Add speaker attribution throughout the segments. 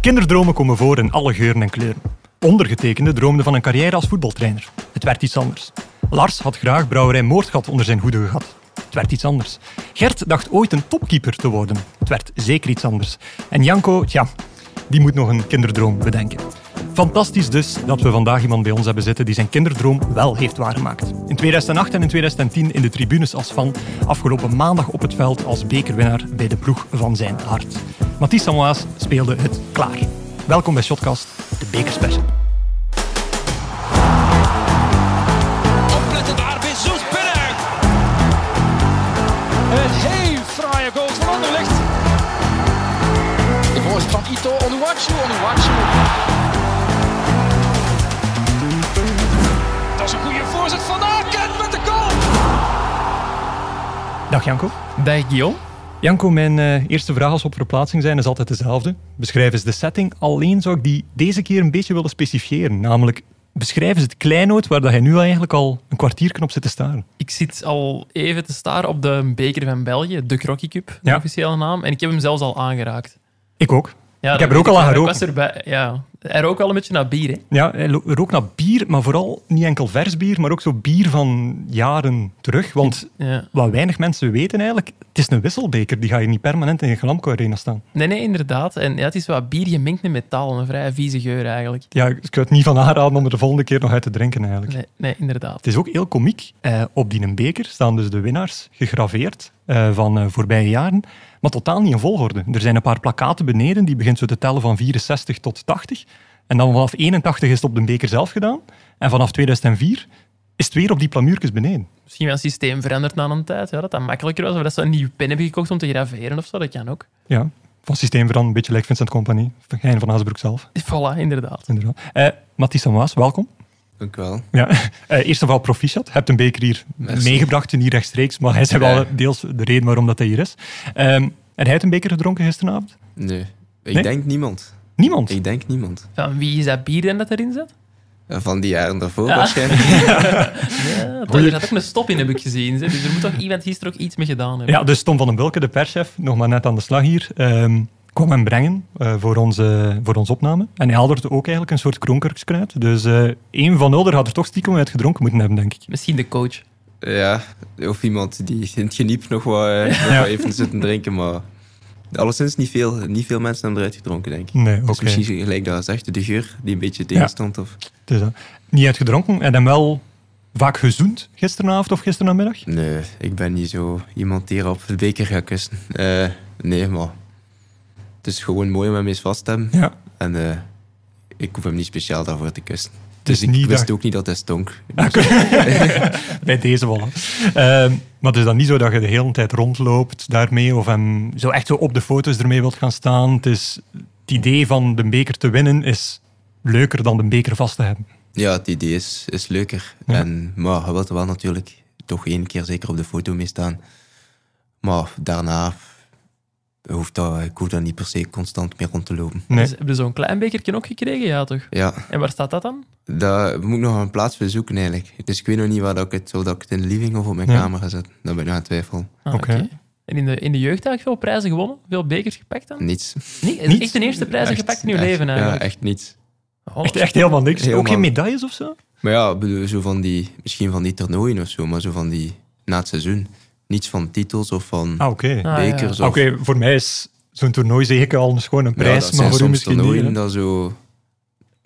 Speaker 1: Kinderdromen komen voor in alle geuren en kleuren. Ondergetekende droomde van een carrière als voetbaltrainer. Het werd iets anders. Lars had graag brouwerij Moordgat onder zijn hoede gehad. Het werd iets anders. Gert dacht ooit een topkeeper te worden. Het werd zeker iets anders. En Janko, ja, die moet nog een kinderdroom bedenken. Fantastisch dus dat we vandaag iemand bij ons hebben zitten die zijn kinderdroom wel heeft waargemaakt. In 2008 en in 2010 in de tribunes als fan, afgelopen maandag op het veld als bekerwinnaar bij de ploeg van zijn hart. Mathis Samoas speelde het klaar. Welkom bij Shotcast, de bekerspecial.
Speaker 2: Opletten daar bij Zoet binnen. Een heel fraaie goal van Anderlecht. De voorzet van Ito Onuwachu, Onuwachu. Dat is een goede voorzet van Aken met de goal.
Speaker 1: Dag Janko.
Speaker 3: Dag Guillaume.
Speaker 1: Janko, mijn eh, eerste vraag als we op verplaatsing zijn is altijd dezelfde. Beschrijf eens de setting. Alleen zou ik die deze keer een beetje willen specifieren. Namelijk, beschrijf eens het kleinoot waar dat jij nu eigenlijk al een kwartierknop zit te staren.
Speaker 3: Ik zit al even te staren op de beker van België, de Crocky Cup, de
Speaker 1: Ja.
Speaker 3: officiële naam. En ik heb hem zelfs al aangeraakt.
Speaker 1: Ik ook.
Speaker 3: Ja,
Speaker 1: Ik heb er
Speaker 3: dat
Speaker 1: ook
Speaker 3: weet
Speaker 1: al
Speaker 3: ik
Speaker 1: aan
Speaker 3: wel. Ik
Speaker 1: geroken.
Speaker 3: was erbij. Ja, er ook wel een beetje naar bier, hè.
Speaker 1: Ja, hij lo- rook naar bier, maar vooral niet enkel vers bier, maar ook zo bier van jaren terug. Want
Speaker 3: Ja.
Speaker 1: wat weinig mensen weten eigenlijk, het is een wisselbeker. Die ga je niet permanent in je Glamco Arena staan.
Speaker 3: Nee, nee, inderdaad. En ja, het is wat bier gemengd met metaal. Een vrij vieze geur eigenlijk.
Speaker 1: Ja, ik zou het niet van aanraden om er de volgende keer nog uit te drinken eigenlijk.
Speaker 3: Nee, nee inderdaad.
Speaker 1: Het is ook heel komiek. Eh, op die beker staan dus de winnaars gegraveerd eh, van eh, voorbije jaren, maar totaal niet in volgorde. Er zijn een paar plakaten beneden, die begint zo te tellen van 64 tot 80. En dan vanaf 81 is het op de beker zelf gedaan. En vanaf 2004 is het weer op die plamuurtjes beneden.
Speaker 3: Misschien wel het systeem veranderd na een tijd. Ja, dat dat makkelijker was. Of dat ze een nieuwe pen hebben gekocht om te graveren of zo. Dat kan ook.
Speaker 1: Ja, van systeem veranderen, een beetje like Vincent Company. Gein van Haasbroek zelf,
Speaker 3: Voilà, inderdaad.
Speaker 1: inderdaad. Eh Mathis en Waas, welkom.
Speaker 4: Dank u wel.
Speaker 1: Ja. Eh, eerst en vooral proficiat. Je hebt een beker hier
Speaker 4: Merci.
Speaker 1: meegebracht, niet rechtstreeks, maar hij is wel
Speaker 4: Ja.
Speaker 1: deels de reden waarom dat hij hier is. Ehm, en hij heeft een beker gedronken gisteravond?
Speaker 4: Nee. Ik
Speaker 1: Nee?
Speaker 4: denk niemand.
Speaker 1: Niemand.
Speaker 4: Ik denk niemand.
Speaker 3: Van wie is dat bier dan dat erin zit?
Speaker 4: Eh, Van die jaren daarvoor
Speaker 3: Ah.
Speaker 4: waarschijnlijk.
Speaker 3: Ja, daar zat ook een stop in, heb ik gezien. Zeg. Dus er moet toch iemand gisteren ook iets mee gedaan hebben.
Speaker 1: Ja, dus Tom van den Bulke, de perschef, nog maar net aan de slag hier, ehm, kwam hem brengen eh, voor, onze, voor onze opname. En hij haalde er ook eigenlijk een soort kronkurkskruid. Dus eh één van Ulder had er toch stiekem uit gedronken moeten hebben, denk ik.
Speaker 3: Misschien de coach.
Speaker 4: ja, of iemand die in het geniep nog wat, eh, nog
Speaker 1: Ja.
Speaker 4: wat even zit te drinken, maar... Alleszins niet veel, niet veel mensen hebben eruit gedronken, denk ik.
Speaker 1: Nee, oké.
Speaker 4: Dus misschien gelijk dat zegt, de geur die een beetje tegenstond. Of...
Speaker 1: Dus, eh, niet uitgedronken en dan wel vaak gezoend gisteravond of gisterenmiddag.
Speaker 4: Nee, ik ben niet zo iemand die op de beker gaat kussen. Eh, nee, maar... Het is gewoon mooi om hem eens vast te hebben.
Speaker 1: Ja.
Speaker 4: En eh, ik hoef hem niet speciaal daarvoor te kussen.
Speaker 1: is
Speaker 4: Dus ik
Speaker 1: niet
Speaker 4: wist
Speaker 1: dat-
Speaker 4: ook niet dat hij stonk.
Speaker 1: Bij deze wel. hè. Ehm, maar het is dan niet zo dat je de hele tijd rondloopt daarmee of hem zo echt zo op de foto's ermee wilt gaan staan. Het, is, het idee van de beker te winnen is leuker dan de beker vast te hebben.
Speaker 4: Ja, het idee is, is leuker.
Speaker 1: Ja.
Speaker 4: En, maar je wilt er wel natuurlijk toch één keer zeker op de foto mee staan. Maar daarna hoeft dat, ik hoef daar niet per se constant mee rond te lopen.
Speaker 1: Nee.
Speaker 3: Dus hebben ze zo'n klein bekertje ook gekregen? Ja, toch?
Speaker 4: Ja,
Speaker 3: En waar staat dat dan?
Speaker 4: daar moet ik nog een plaats voor zoeken eigenlijk. Dus ik weet nog niet waar dat ik het, zou dat ik het in de living of op mijn
Speaker 1: Ja.
Speaker 4: kamer ga zetten. Daar ben ik nog aan twijfel.
Speaker 3: Ah,
Speaker 1: Oké.
Speaker 3: En in de, in de jeugd eigenlijk veel prijzen gewonnen? Veel bekers gepakt dan?
Speaker 4: Niets.
Speaker 3: Nee, is
Speaker 1: Niets?
Speaker 3: echt de eerste prijzen
Speaker 4: Echt,
Speaker 3: gepakt in uw
Speaker 4: echt,
Speaker 3: leven
Speaker 4: Ja,
Speaker 3: eigenlijk?
Speaker 4: echt niets.
Speaker 3: Oh,
Speaker 1: Echt, echt helemaal niks.
Speaker 4: Helemaal-
Speaker 1: Ook geen medailles of zo?
Speaker 4: Maar ja, ik bedoel, zo van die, misschien van die toernooien of zo, maar zo van die na het seizoen. Niets van titels of van
Speaker 1: Ah, oké.
Speaker 3: Ah, ja.
Speaker 4: bekers
Speaker 1: Oké,
Speaker 4: of
Speaker 1: voor mij is zo'n toernooi zeker al een schone
Speaker 4: Ja,
Speaker 1: prijs,
Speaker 4: dat zijn
Speaker 1: maar voor u
Speaker 4: soms
Speaker 1: misschien
Speaker 4: toernooien
Speaker 1: niet. hè.
Speaker 4: Dat zo, dat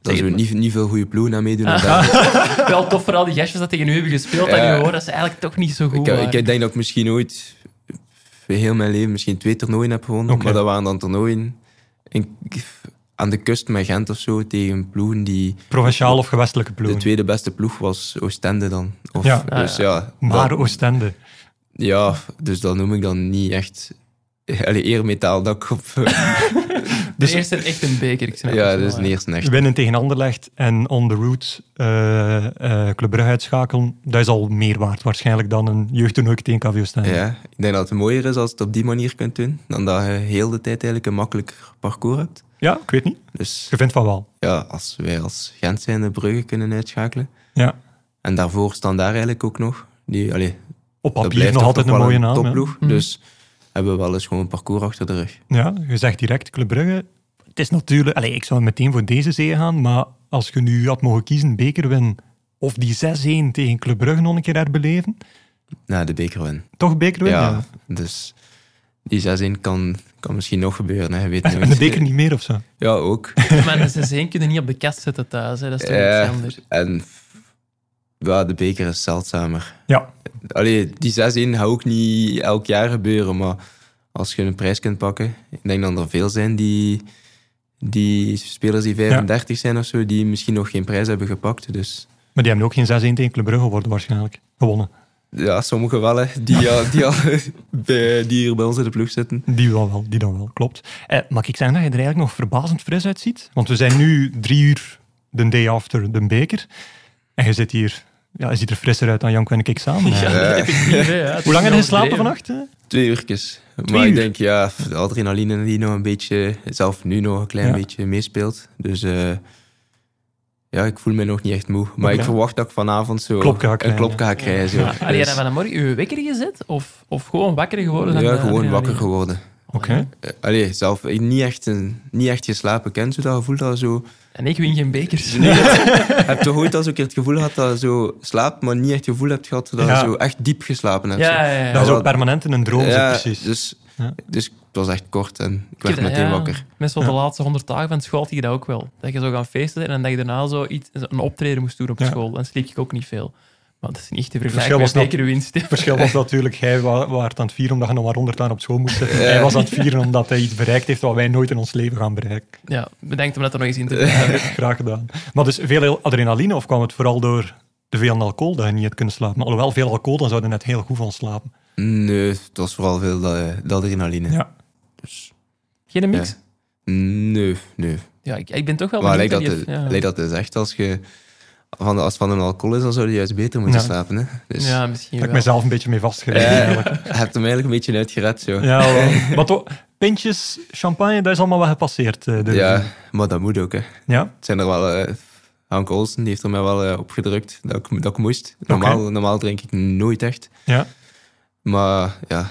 Speaker 3: Zeg
Speaker 4: zo
Speaker 3: het Oh,
Speaker 4: niet, niet veel goede ploegen aan meedoen. Daar-
Speaker 3: Wel tof voor al die gastjes dat tegen u hebben gespeeld. En
Speaker 4: Ja.
Speaker 3: je hoort dat ze eigenlijk toch niet zo goed
Speaker 4: ik,
Speaker 3: waren.
Speaker 4: ik denk dat ik misschien ooit in heel mijn leven misschien twee toernooien heb gewonnen.
Speaker 1: Oké.
Speaker 4: Maar dat waren dan toernooien in, aan de kust met Gent of zo tegen ploegen die...
Speaker 1: Provinciaal of gewestelijke
Speaker 4: De
Speaker 1: ploeg.
Speaker 4: tweede beste ploeg was Oostende dan. Of,
Speaker 1: Ja.
Speaker 4: dus ja,
Speaker 1: Maar
Speaker 4: dat-
Speaker 1: Oostende.
Speaker 4: ja, dus dat noem ik dan niet echt... eh, Allee, eermetaal dat ik op...
Speaker 3: Dus eerst een echt een beker. Ik snap het
Speaker 4: ja,
Speaker 3: wel,
Speaker 4: dus
Speaker 3: ja.
Speaker 4: niet eerst echt.
Speaker 1: Winnen tegen Anderlecht en on the route eh, eh, Club Brugge uitschakelen, dat is al meer waard waarschijnlijk dan een jeugdtoernooi tegen KV Oostende.
Speaker 4: Ja, ik denk dat het mooier is als je het op die manier kunt doen, dan dat je heel de tijd eigenlijk een makkelijker parcours hebt.
Speaker 1: Ja, ik weet niet.
Speaker 4: Dus
Speaker 1: Je vindt van wel.
Speaker 4: ja, als wij als Gent zijn de Brugge kunnen uitschakelen.
Speaker 1: Ja.
Speaker 4: En daarvoor staan daar eigenlijk ook nog. Die, allee, dat
Speaker 1: Op papier
Speaker 4: blijft
Speaker 1: Oh, nog
Speaker 4: toch
Speaker 1: altijd een
Speaker 4: wel
Speaker 1: mooie naam. Mhm. ja.
Speaker 4: Topploeg, Dus hebben we wel eens gewoon een parcours achter de rug.
Speaker 1: Ja, je zegt direct Club Brugge. Het is natuurlijk... Allee, ik zou meteen voor deze zee gaan, maar als je nu had mogen kiezen, bekerwin of die 6-1 tegen Club Brugge nog een keer herbeleven,
Speaker 4: Na de bekerwin.
Speaker 1: toch bekerwin?
Speaker 4: Ja, dus die 6-1 kan, kan misschien nog gebeuren. Hè. Je weet
Speaker 1: En
Speaker 4: nooit.
Speaker 1: de beker niet meer of zo.
Speaker 4: Ja, ook.
Speaker 3: Maar de 6 kunnen niet op de kast zitten thuis. Hè. Dat is toch iets
Speaker 4: Eh,
Speaker 3: anders.
Speaker 4: en ja, de beker is zeldzamer.
Speaker 1: Ja,
Speaker 4: Allee, die 6-1 gaat ook niet elk jaar gebeuren, maar als je een prijs kunt pakken, ik denk dat er veel zijn die, die spelers die 35 zijn of zo, die misschien nog geen prijs hebben gepakt. Dus
Speaker 1: maar die hebben ook geen 6-1 tegen Club Brugge geworden waarschijnlijk. Gewonnen.
Speaker 4: ja, sommigen wel, hè, die, al, die, al, bij, die hier bij ons in de ploeg zitten.
Speaker 1: Die dan wel, die dan wel, klopt. Eh, mag ik zeggen dat je er eigenlijk nog verbazend fris uitziet? Want we zijn nu drie uur de day after de beker. En je zit hier... Ja, je ziet er frisser uit dan Janko en ik samen.
Speaker 3: Ja, effectief, hè, ja. Het is
Speaker 1: Hoe lang heb je
Speaker 3: wel
Speaker 1: geslapen
Speaker 3: overdreven.
Speaker 1: vannacht? hè?
Speaker 4: Twee uurtjes. maar
Speaker 1: uur?
Speaker 4: ik denk, ja, de adrenaline die nog een beetje, zelf nu nog een klein
Speaker 1: Ja.
Speaker 4: beetje meespeelt. Dus eh, ja, ik voel me nog niet echt moe. Maar
Speaker 1: Oké.
Speaker 4: ik verwacht dat ik vanavond zo
Speaker 1: Klopje ga
Speaker 4: een
Speaker 1: krijgen.
Speaker 4: klopje ga krijgen. Zo.
Speaker 3: Maar Had je
Speaker 4: Dus,
Speaker 3: dan vanmorgen uw wekker gezet? Of, of gewoon wakker geworden? eh,
Speaker 4: ja,
Speaker 3: dan de
Speaker 4: gewoon
Speaker 3: adrenaline?
Speaker 4: wakker geworden.
Speaker 1: Oké.
Speaker 4: Eh, Allee, zelf ik niet echt, een, niet echt geslapen. Kent je dat gevoel dat zo...
Speaker 3: En ik win geen bekers.
Speaker 4: Heb je toch ooit al zo'n keer het gevoel gehad dat je zo slaapt, maar niet echt het gevoel hebt gehad dat je
Speaker 1: Ja.
Speaker 4: zo echt diep geslapen hebt?
Speaker 3: Ja,
Speaker 4: zo.
Speaker 3: ja, ja.
Speaker 1: Dat is ook
Speaker 4: dat-
Speaker 1: permanent in een droom, zo,
Speaker 4: Ja,
Speaker 1: precies.
Speaker 4: Dus,
Speaker 1: Ja.
Speaker 4: dus het was echt kort en ik
Speaker 3: Ik heb
Speaker 4: werd
Speaker 3: dat,
Speaker 4: meteen
Speaker 3: ja,
Speaker 4: wakker.
Speaker 3: Meestal de laatste honderd dagen van school had je dat ook wel. Dat je zo gaan feesten en dan dat je daarna zo iets, een optreden moest doen op
Speaker 1: Ja.
Speaker 3: school. Dan sliep ik ook niet veel. Maar dat is niet te
Speaker 1: verschil
Speaker 3: vergelijken met
Speaker 1: was
Speaker 3: zekere winst.
Speaker 1: Het verschil was natuurlijk, hij wa- waart aan het vieren omdat je nog maar 100 jaar op school moest zitten. Hij was aan het vieren omdat hij iets bereikt heeft wat wij nooit in ons leven gaan bereiken.
Speaker 3: Ja, bedankt om dat er nog eens in te vragen.
Speaker 1: Graag gedaan. Maar dus veel adrenaline of kwam het vooral door te veel aan alcohol dat je niet hebt kunnen slapen? Maar alhoewel veel alcohol, dan zou je net heel goed van slapen.
Speaker 4: Nee, het was vooral veel eh, de adrenaline.
Speaker 1: Ja.
Speaker 3: Geen mix?
Speaker 4: Ja. Nee, nee.
Speaker 3: Ja, ik, ik ben toch wel
Speaker 4: Maar
Speaker 3: benieuwd
Speaker 4: lijkt dat,
Speaker 3: naar Oh, die- ja.
Speaker 4: het- lijkt dat is echt als je van, als het van een alcohol is, dan zou je juist beter moeten
Speaker 1: Ja.
Speaker 4: slapen. Hè? Dus
Speaker 3: ja, misschien
Speaker 1: Daar heb ik
Speaker 3: wel.
Speaker 1: mezelf een beetje mee vastgelegd.
Speaker 4: Ja.
Speaker 1: eigenlijk.
Speaker 4: je hebt hem eigenlijk een beetje uitgered. Zo. Ja.
Speaker 1: Ja, wel. maar toch, pintjes, champagne, dat is allemaal wel gepasseerd. eh, de revue.
Speaker 4: maar dat moet ook. Hè.
Speaker 1: ja?
Speaker 4: Het zijn er wel. eh, Hank Olsen die heeft er mij wel eh, op gedrukt dat ik, dat ik moest. Normaal, normaal drink ik nooit echt.
Speaker 1: Ja.
Speaker 4: Maar ja,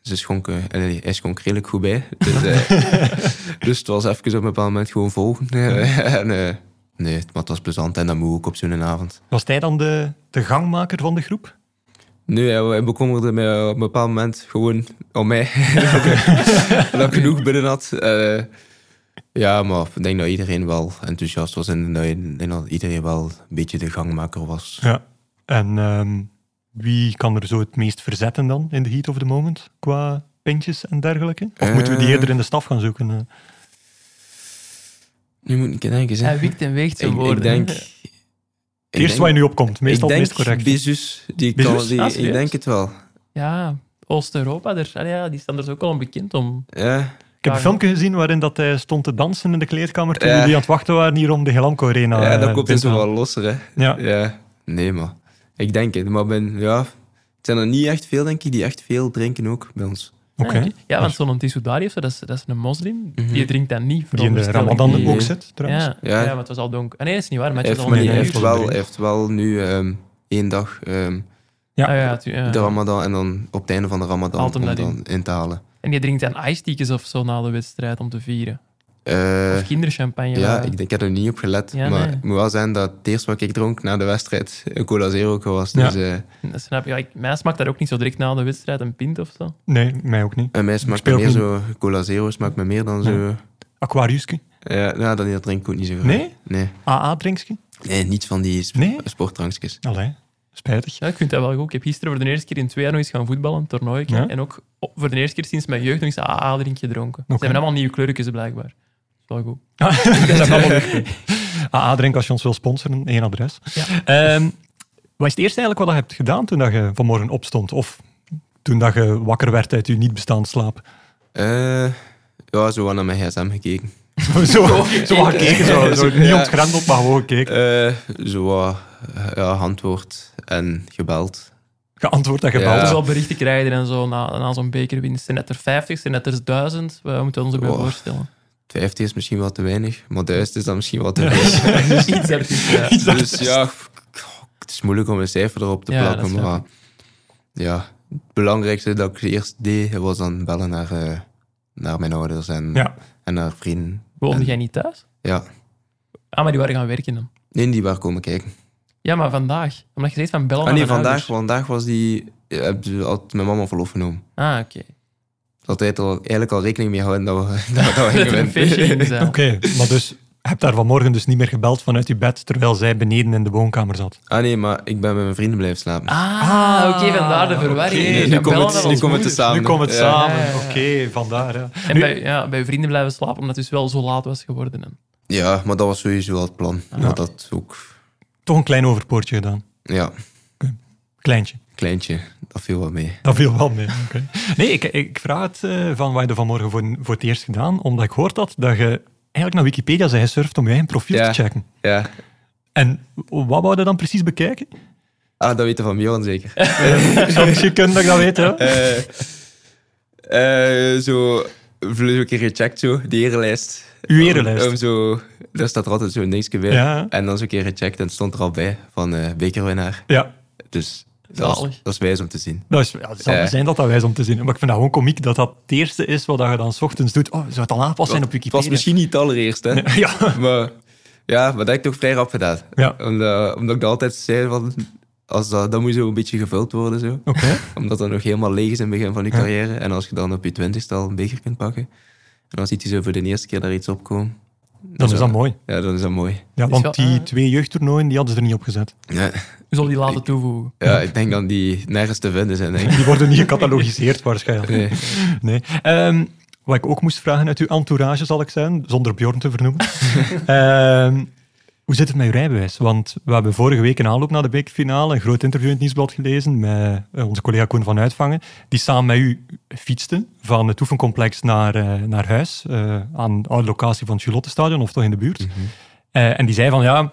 Speaker 4: ze schonken, en hij schonk redelijk goed bij. Dus, eh, dus het was even op een bepaald moment gewoon vol. en, eh, nee, maar het was plezant en dat moet ook op zo'n avond.
Speaker 1: Was hij dan de, de gangmaker van de groep?
Speaker 4: Nu, hij hij bekommerde mij op een bepaald moment gewoon om mij. dat ik genoeg binnen had. Eh, ja, maar ik denk dat iedereen wel enthousiast was en dat i- en dat iedereen wel een beetje de gangmaker was.
Speaker 1: Ja. En ehm, wie kan er zo het meest verzetten dan in de heat of the moment qua pintjes en dergelijke? Of moeten we die
Speaker 4: Eh.
Speaker 1: eerder in de staf gaan zoeken? eh?
Speaker 4: Nu moet ik denken,
Speaker 3: Hij
Speaker 4: zeg.
Speaker 3: wikt en weegt zijn
Speaker 4: ik,
Speaker 3: woorden.
Speaker 4: ik denk...
Speaker 3: hè.
Speaker 4: ik
Speaker 1: Het eerste
Speaker 4: denk-
Speaker 1: wat je nu opkomt, meestal
Speaker 4: ik
Speaker 1: het
Speaker 4: denk
Speaker 1: meest correct.
Speaker 4: Bezus, die kan,
Speaker 1: Bezus?
Speaker 4: die-
Speaker 3: Ah,
Speaker 4: ik
Speaker 3: serieus?
Speaker 4: denk het wel.
Speaker 3: Ja, Oost-Europa, daar- allee, ja, die staan er ook al bekend om.
Speaker 4: Ja,
Speaker 1: Ik heb een
Speaker 3: Ja.
Speaker 1: filmpje gezien waarin dat hij stond te dansen in de kleedkamer toen
Speaker 4: Ja.
Speaker 1: jullie aan het wachten waren hier om de Helamco Arena.
Speaker 4: ja
Speaker 1: eh,
Speaker 4: dat komt dus
Speaker 1: binnen te
Speaker 4: wel losser, hè.
Speaker 1: halen. Ja.
Speaker 4: Ja. Nee, maar ik denk het. Maar ben, ja, het zijn er niet echt veel, denk ik, die echt veel drinken ook bij ons.
Speaker 1: Oké.
Speaker 3: Ja, Ja, want zo'n Tisudari of zo, dat is, dat is een moslim. Die drinkt dat niet.
Speaker 1: Die in de
Speaker 3: veronderstel ik.
Speaker 1: Ramadan
Speaker 4: die-
Speaker 1: ook zit, trouwens.
Speaker 3: Ja, ja.
Speaker 4: Ja.
Speaker 3: maar het was al donker. Ah, nee, dat is niet waar. Maar
Speaker 4: Hij
Speaker 3: het is
Speaker 4: heeft,
Speaker 3: al
Speaker 4: maar die
Speaker 1: een
Speaker 4: heeft,
Speaker 1: uur
Speaker 4: wel,
Speaker 1: drinken.
Speaker 4: heeft wel nu ehm één dag ehm,
Speaker 1: Ja.
Speaker 3: Ah, ja, tu- ja.
Speaker 4: de Ramadan en dan op het einde van de Ramadan
Speaker 3: Haalt hem
Speaker 4: om
Speaker 3: dat
Speaker 4: dan in te halen.
Speaker 3: En je drinkt dan ijstiekjes of zo na de wedstrijd om te vieren.
Speaker 4: Eh,
Speaker 3: Of kinderchampagne.
Speaker 4: ja,
Speaker 3: maar-
Speaker 4: ik, ik heb er niet op gelet.
Speaker 3: Ja,
Speaker 4: maar
Speaker 3: nee.
Speaker 4: het moet wel zijn dat het eerst wat ik dronk na de wedstrijd een cola zero was.
Speaker 1: Ja.
Speaker 4: Dus eh
Speaker 3: Dat snap je. Ja, ik, mij smaakt dat ook niet zo direct na de wedstrijd, een pint of zo.
Speaker 1: Nee, mij ook niet.
Speaker 4: en mij smaakt
Speaker 1: speel ook
Speaker 4: me meer zo... Cola zero smaakt me meer dan zo...
Speaker 1: Aquariuske?
Speaker 4: Ja, nou, dan dat drink ik ook niet zo veel.
Speaker 1: Nee?
Speaker 4: Nee.
Speaker 1: AA-drinkske?
Speaker 4: Nee, niets van die sp-
Speaker 1: Nee?
Speaker 4: sportdrankjes.
Speaker 1: Allee, spijtig.
Speaker 3: Ja, ik vind dat wel goed. Ik heb gisteren voor de eerste keer in twee jaar nog eens gaan voetballen, een toernooi.
Speaker 1: Ja.
Speaker 3: En ook op- voor de eerste keer sinds mijn jeugd nog eens AA-drink gedronken. Ze hebben allemaal nieuwe kleurtjes blijkbaar. Dat is wel goed.
Speaker 1: Ah, dat is allemaal leuk. AA-drink als je ons wil sponsoren, één adres. Ehm, wat is het eerste eigenlijk wat je hebt gedaan toen dat je vanmorgen opstond? Of toen dat je wakker werd uit je niet bestaand slaap?
Speaker 4: Eh, ja, zo wat naar mijn gsm gekeken.
Speaker 1: Zo, zo, zo wat gekeken, zo, zo niet ontgrendeld, maar gewoon gekeken.
Speaker 4: Eh, zo wat eh, ja, antwoord en gebeld.
Speaker 1: Geantwoord dat je
Speaker 4: Ja.
Speaker 3: Dus
Speaker 1: belde.
Speaker 3: al berichten krijgen en zo na, na zo'n bekerwinst. Zijn het er 50, zijn het er 1000? We moeten ons erbij
Speaker 4: Wow.
Speaker 3: voorstellen.
Speaker 4: 50 is misschien wat te weinig, maar 1000 is dan misschien wat te veel.
Speaker 3: Iets ertussen.
Speaker 1: Iets
Speaker 4: dus
Speaker 1: daartussen.
Speaker 4: ja, het is moeilijk om een cijfer erop te
Speaker 3: Ja, dat
Speaker 4: plakken.
Speaker 3: snap
Speaker 4: Maar ja, het belangrijkste dat ik eerst deed was dan bellen naar, eh, naar mijn ouders en,
Speaker 1: Ja.
Speaker 4: en naar vrienden.
Speaker 3: Woonde
Speaker 4: En-
Speaker 3: jij niet thuis?
Speaker 4: Ja.
Speaker 3: Ah, maar die waren gaan werken dan.
Speaker 4: Nee, die waren komen kijken.
Speaker 3: Ja, maar vandaag. Omdat je zegt van bellen
Speaker 4: Ah
Speaker 3: naar
Speaker 4: nee,
Speaker 3: mijn
Speaker 4: vandaag,
Speaker 3: ouders.
Speaker 4: vandaag was die... Heb ze- had mijn mama verlof genomen.
Speaker 3: Ah, oké.
Speaker 4: Ze had altijd al, eigenlijk al rekening mee houden dat we, dat, dat we
Speaker 3: Dat er
Speaker 4: gingen
Speaker 3: een
Speaker 4: winnen.
Speaker 3: feestje ging zijn.
Speaker 1: Oké, maar dus heb daar vanmorgen dus niet meer gebeld vanuit je bed, terwijl zij beneden in de woonkamer zat.
Speaker 4: Ah nee, maar ik ben met mijn vrienden blijven slapen.
Speaker 3: Ah,
Speaker 1: Ah,
Speaker 3: oké, vandaar de
Speaker 1: oké.
Speaker 3: verwarring.
Speaker 1: Nee,
Speaker 3: Ja,
Speaker 1: nu
Speaker 4: nu
Speaker 3: bellen
Speaker 4: komt
Speaker 3: naar
Speaker 4: het,
Speaker 3: ons
Speaker 4: nu komt
Speaker 3: moeder.
Speaker 4: het samen.
Speaker 1: nu komt het
Speaker 4: Ja.
Speaker 1: samen.
Speaker 3: Ja, ja, ja.
Speaker 1: Oké, vandaar. Ja.
Speaker 3: En
Speaker 1: Nu-
Speaker 3: bij, ja, bij vrienden blijven slapen, omdat het dus wel zo laat was geworden. En...
Speaker 4: Ja, maar dat was sowieso wel het plan.
Speaker 1: Ja.
Speaker 4: Dat dat ook...
Speaker 1: Toch een klein overpoortje gedaan.
Speaker 4: Ja,
Speaker 1: Kleintje.
Speaker 4: kleintje. Dat viel wel mee.
Speaker 1: Dat viel wel mee. Oké. Nee, ik, ik vraag het eh, van wat je er vanmorgen voor, voor het eerst gedaan, omdat ik hoor dat, dat je eigenlijk naar Wikipedia zei gesurfd om je eigen profiel
Speaker 4: Ja.
Speaker 1: te checken.
Speaker 4: Ja.
Speaker 1: En wat wou je dan precies bekijken?
Speaker 4: Ah, dat weet je van Bjorn zeker.
Speaker 1: Zou misschien kunnen dat ik dat weet, ja?
Speaker 4: Eh, eh, zo, vlug een keer gecheckt zo, die erenlijst.
Speaker 1: Uw erenlijst.
Speaker 4: Om, om zo, daar staat er altijd zo'n dingetje bij.
Speaker 1: Ja.
Speaker 4: En dan is een keer gecheckt en het stond er al bij van eh, bekerwinnaar.
Speaker 1: Ja,
Speaker 4: Dus dat
Speaker 3: Zalig.
Speaker 4: is, dat is wijs om te zien.
Speaker 1: dat is, ja, het zal
Speaker 4: Eh.
Speaker 1: zijn dat dat wijs om te zien. Maar ik vind dat gewoon komiek dat dat het eerste is wat je dan 's ochtends doet. Oh, zou het al aanpas zijn op
Speaker 4: Het
Speaker 1: Wikipedia?
Speaker 4: was misschien niet het allereerst, hè.
Speaker 1: Ja,
Speaker 4: Maar ja, maar dat heb ik toch vrij rap gedaan.
Speaker 1: Ja.
Speaker 4: Omdat, omdat ik dat altijd zei van... Als dat, dat moet zo een beetje gevuld worden, zo.
Speaker 1: oké.
Speaker 4: Omdat dat nog helemaal leeg is in het begin van je carrière. En als je dan op je twintigste al een beker kunt pakken. En dan ziet hij zo voor de eerste keer daar iets opkomen.
Speaker 1: Dan is dat mooi.
Speaker 4: Ja, dan is dat mooi.
Speaker 1: Ja, want
Speaker 3: wel-
Speaker 1: die
Speaker 3: ah.
Speaker 1: twee jeugdtoernooien die hadden ze er niet op gezet.
Speaker 4: Ja,
Speaker 3: Je zal die later toevoegen.
Speaker 4: ja ik denk dat die nergens te vinden zijn, denk ik.
Speaker 1: Die worden niet gecatalogiseerd waarschijnlijk.
Speaker 4: Nee.
Speaker 1: Nee. Ehm, wat ik ook moest vragen uit uw entourage, zal ik zijn, zonder Bjorn te vernoemen. Ehm, hoe zit het met uw rijbewijs? Want we hebben vorige week in aanloop naar de bekerfinale een groot interview in het Nieuwsblad gelezen met eh, onze collega Koen van Uitvangen, die samen met u fietste van het oefencomplex naar, eh, naar huis, eh, aan de oude locatie van het Charlottestadion, of toch in de buurt. Eh, en die zei van, ja,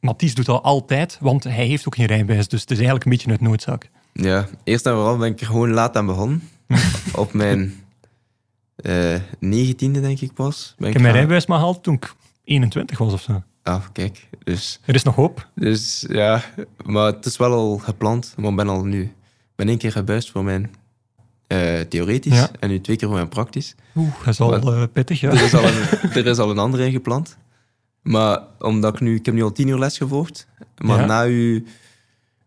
Speaker 1: Mathies doet dat altijd, want hij heeft ook geen rijbewijs, dus het is eigenlijk een beetje uit noodzaak.
Speaker 4: Ja, eerst en vooral ben ik er gewoon laat aan begonnen. Op mijn eh, negentiende, denk ik pas. Ben
Speaker 1: Ik heb mijn
Speaker 4: gaan-
Speaker 1: rijbewijs maar gehaald toen ik 21 was of zo.
Speaker 4: Ah, kijk. Dus,
Speaker 1: Er is nog hoop.
Speaker 4: dus ja, maar het is wel al gepland. Maar ik ben al nu... Ik ben één keer gebuist voor mijn eh, theoretisch.
Speaker 1: Ja.
Speaker 4: En nu twee keer voor mijn praktisch.
Speaker 1: Oeh, dat is al
Speaker 4: Maar-
Speaker 1: eh, pittig, ja.
Speaker 4: Er is, al een, er is al een andere ingepland. Maar omdat ik nu... Ik heb nu al tien uur les gevolgd. Maar
Speaker 1: Ja.
Speaker 4: na, je,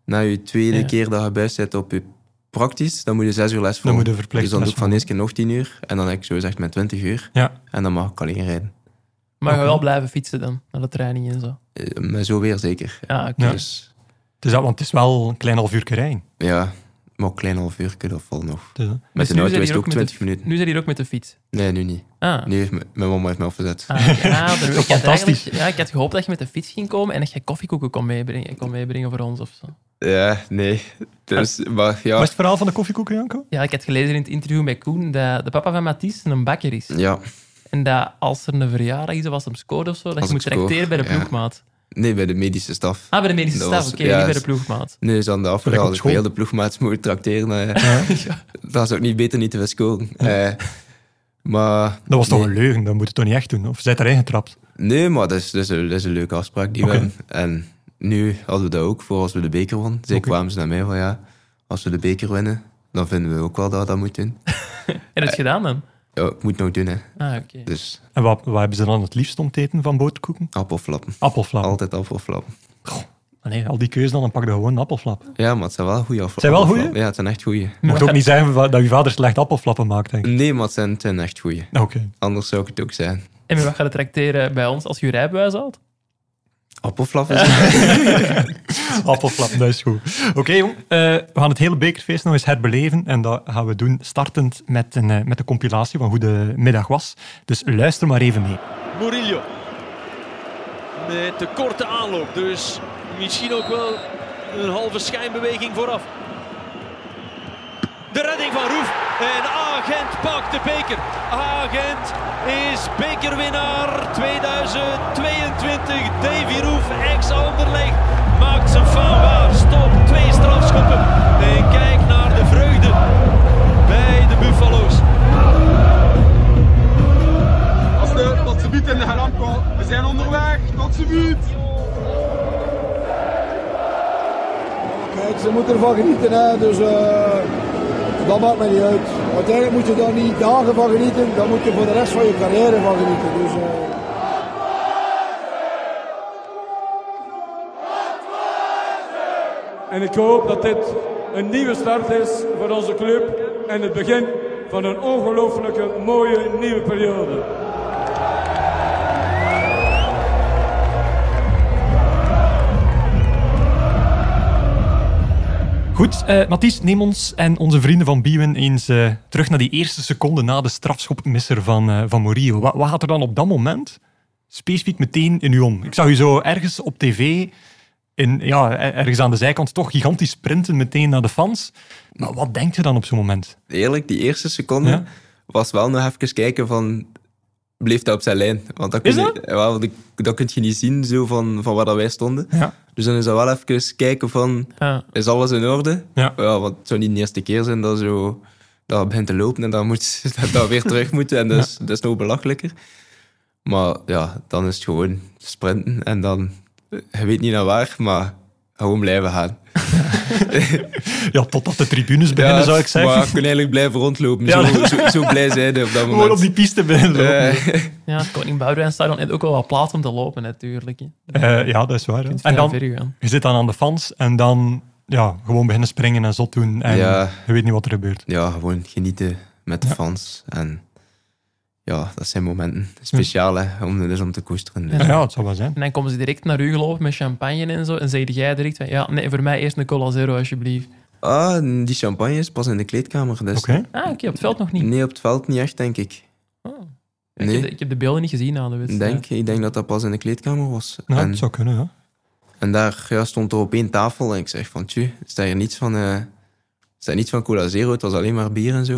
Speaker 4: na je tweede
Speaker 3: Ja.
Speaker 4: keer dat je buis zit op je praktisch, dan moet je zes uur les volgen.
Speaker 1: Dan moet je verplicht
Speaker 4: Dus dan doe
Speaker 1: les
Speaker 4: ik van eerst keer nog tien uur. En dan heb ik zo gezegd mijn twintig uur.
Speaker 1: Ja.
Speaker 4: En dan mag ik alleen rijden.
Speaker 3: Maar je
Speaker 1: Oké.
Speaker 3: wel blijven fietsen dan, naar de training en zo.
Speaker 4: Eh, Maar zo weer zeker.
Speaker 3: Ja, oké.
Speaker 1: Ja.
Speaker 4: Dus
Speaker 1: Het is dat, want het is wel een klein half uur rijden. Dus, eh.
Speaker 4: ja, maar een klein half uur, dat valt nog.
Speaker 1: Het is-
Speaker 4: Met
Speaker 3: dus nu
Speaker 4: een auto
Speaker 3: zijn
Speaker 4: is
Speaker 3: hier
Speaker 4: het
Speaker 3: ook
Speaker 4: ook
Speaker 3: met de-
Speaker 4: 20 minuten.
Speaker 3: Nu zijn die er ook met de fiets.
Speaker 4: Nee, nu niet.
Speaker 3: Ah.
Speaker 4: Nu heeft m- mijn mama heeft me afgezet.
Speaker 3: Ah, oké. Ah, dan- ik had
Speaker 1: Fantastisch.
Speaker 3: eigenlijk- Ja, ik had gehoopt dat je met de fiets ging komen en dat je koffiekoeken kon meebrengen, kon meebrengen voor ons of zo.
Speaker 4: Ja, nee. Dus, maar
Speaker 1: Wat
Speaker 4: ja.
Speaker 1: is het verhaal van de koffiekoeken, Janko?
Speaker 3: Ja, ik had gelezen in het interview met Koen dat de papa van Mathies een bakker is.
Speaker 4: Ja.
Speaker 3: En dat als er een verjaardag is of als hem scoort of zo, dat
Speaker 4: Als
Speaker 3: je moet
Speaker 4: ik scoor,
Speaker 3: tracteren bij de
Speaker 4: ja.
Speaker 3: ploegmaat.
Speaker 4: Nee, bij de medische staf.
Speaker 3: Ah, bij de medische
Speaker 4: Dat
Speaker 3: staf,
Speaker 4: was-
Speaker 3: oké,
Speaker 4: ja,
Speaker 3: niet bij
Speaker 4: is-
Speaker 3: de ploegmaat.
Speaker 4: Nee, is aan de
Speaker 1: Gelijk op
Speaker 4: afgehaald. Ik
Speaker 1: school.
Speaker 4: heel de ploegmaats moeten tracteren. eh. Dat is ook niet beter niet te scoren. Eh, maar...
Speaker 1: Dat was toch
Speaker 4: nee.
Speaker 1: een leugen, dat moet je toch niet echt doen? Of zij daarin getrapt?
Speaker 4: Nee, maar dat is, dat, is een, dat is een leuke afspraak die
Speaker 1: Oké.
Speaker 4: we hebben. En nu hadden we dat ook voor als we de beker wonnen. Zij
Speaker 1: Oké.
Speaker 4: kwamen ze naar mij van ja, als we de beker winnen, dan vinden we ook wel dat we dat moeten doen.
Speaker 3: En
Speaker 4: Eh.
Speaker 3: dat gedaan dan?
Speaker 4: Ja, ik moet het nog doen hè.
Speaker 3: Ah, oké.
Speaker 4: Dus
Speaker 1: En wat, wat hebben ze dan het liefst om te eten van boterkoeken?
Speaker 4: appelflappen.
Speaker 1: Appelflap.
Speaker 4: Altijd appelflappen.
Speaker 1: Allee, al die keuze dan, dan pak je gewoon een appelflap.
Speaker 4: Ja, maar het zijn wel goede
Speaker 1: Zijn
Speaker 4: appelflappen.
Speaker 1: wel goeie?
Speaker 4: Ja, het zijn echt goeie.
Speaker 1: Je moet ook niet zeggen wa- dat je vader slecht appelflappen maakt, denk ik.
Speaker 4: Nee, maar het zijn, het zijn echt goeie.
Speaker 1: Oké.
Speaker 4: Anders zou ik het ook zijn.
Speaker 3: En we gaan het tracteren bij ons als je je rijbewijs haalt?
Speaker 4: Appelflappen zijn...
Speaker 1: Appelflap, dat is goed. Oké, jong. eh, we gaan het hele bekerfeest nog eens herbeleven. En dat gaan we doen startend met een, eh, met een compilatie van hoe de middag was. Dus luister maar even mee.
Speaker 5: Murillo. Met de korte aanloop. Dus misschien ook wel een halve schijnbeweging vooraf. De redding van Roef. En Agent pakt de beker. Agent is bekerwinnaar 2022. Davy Roef, ex-Anderlecht, maakt zijn fout waar. Stop, twee strafschoppen. En kijk naar de vreugde bij de Buffalo's.
Speaker 6: Gasten, tot ze buurt in de Garamco. We zijn onderweg, tot ze buurt.
Speaker 7: Kijk, ze moeten ervan genieten, hè. dus eh, Dat maakt me niet uit. Uiteindelijk moet je daar niet dagen van genieten, daar moet je voor de rest van je carrière van genieten. Dus, eh,
Speaker 8: En ik hoop dat dit een nieuwe start is voor onze club en het begin van een ongelooflijke mooie nieuwe periode.
Speaker 1: Goed, eh Mathies, neem ons en onze vrienden van Biewen eens eh, terug naar die eerste seconde na de strafschopmisser van, eh, van Morillo. Wat, wat gaat er dan op dat moment specifiek meteen in u om? Ik zag u zo ergens op tv, in, ja, er- ergens aan de zijkant, toch gigantisch sprinten meteen naar de fans. Maar wat denkt u dan op zo'n moment?
Speaker 4: Eerlijk, die eerste seconde
Speaker 1: Ja.
Speaker 4: was wel nog even kijken van... Bleef dat op zijn lijn? Want dat kun,
Speaker 1: Is
Speaker 4: je,
Speaker 1: dat?
Speaker 4: eh, wel, die- dat kun je niet zien zo van, van waar dat wij stonden.
Speaker 1: Ja.
Speaker 4: Dus dan is dat wel even kijken van...
Speaker 3: Ja.
Speaker 4: Is alles in orde?
Speaker 1: Ja.
Speaker 4: want het zou niet de eerste keer zijn dat zo... Dat het begint te lopen en dat, moet, dat, dat weer terug moet. En dat is, dat is nog belachelijker. Maar ja, dan is het gewoon sprinten. En dan... eh, Je weet niet naar waar, maar gewoon blijven gaan.
Speaker 1: Ja, totdat de tribunes beginnen, zou ik zeggen.
Speaker 4: Maar ik kon eigenlijk blijven rondlopen.
Speaker 1: Ja.
Speaker 4: Zo, zo, zo blij zijn we op dat
Speaker 1: Gewoon
Speaker 4: moment.
Speaker 1: op die piste beginnen lopen.
Speaker 4: Eh,
Speaker 3: Ja, het Koning Boudewijnstadion heeft ook wel wat plaats om te lopen, natuurlijk. hè. Je
Speaker 1: Eh, ja, dat is waar. hè.
Speaker 3: kunt
Speaker 1: En
Speaker 3: vrij
Speaker 1: dan,
Speaker 3: ver gaan.
Speaker 1: je zit dan aan de fans en dan ja, gewoon beginnen springen en zot doen. En
Speaker 4: Ja.
Speaker 1: je weet niet wat er gebeurt.
Speaker 4: ja, gewoon genieten met de fans. En ja, dat zijn momenten. Speciaal hè, om, dus om te koesteren. Dus.
Speaker 1: Ja, ja het zou wel zijn.
Speaker 3: En dan komen ze direct naar u gelopen met champagne en zo. En zeg jij direct van, ja, nee, voor mij eerst een cola zero, alsjeblieft.
Speaker 4: Ah, en die champagne is pas in de kleedkamer. Dus.
Speaker 1: Oké.
Speaker 3: Ah, oké, op het veld nog niet.
Speaker 4: Nee, op het veld niet echt, denk ik.
Speaker 3: Oh. Ik,
Speaker 4: Nee.
Speaker 3: heb de, ik heb de beelden niet gezien aan de
Speaker 4: Ik
Speaker 3: wedstrijd.
Speaker 4: Denk, ik denk dat dat pas in de kleedkamer was.
Speaker 1: Nou,
Speaker 4: en,
Speaker 1: het zou kunnen, ja.
Speaker 4: en daar ja, stond er op één tafel en ik zeg van, tjoe, is daar hier niets van... eh, is daar niets van Cola Zero, het was alleen maar bier en zo.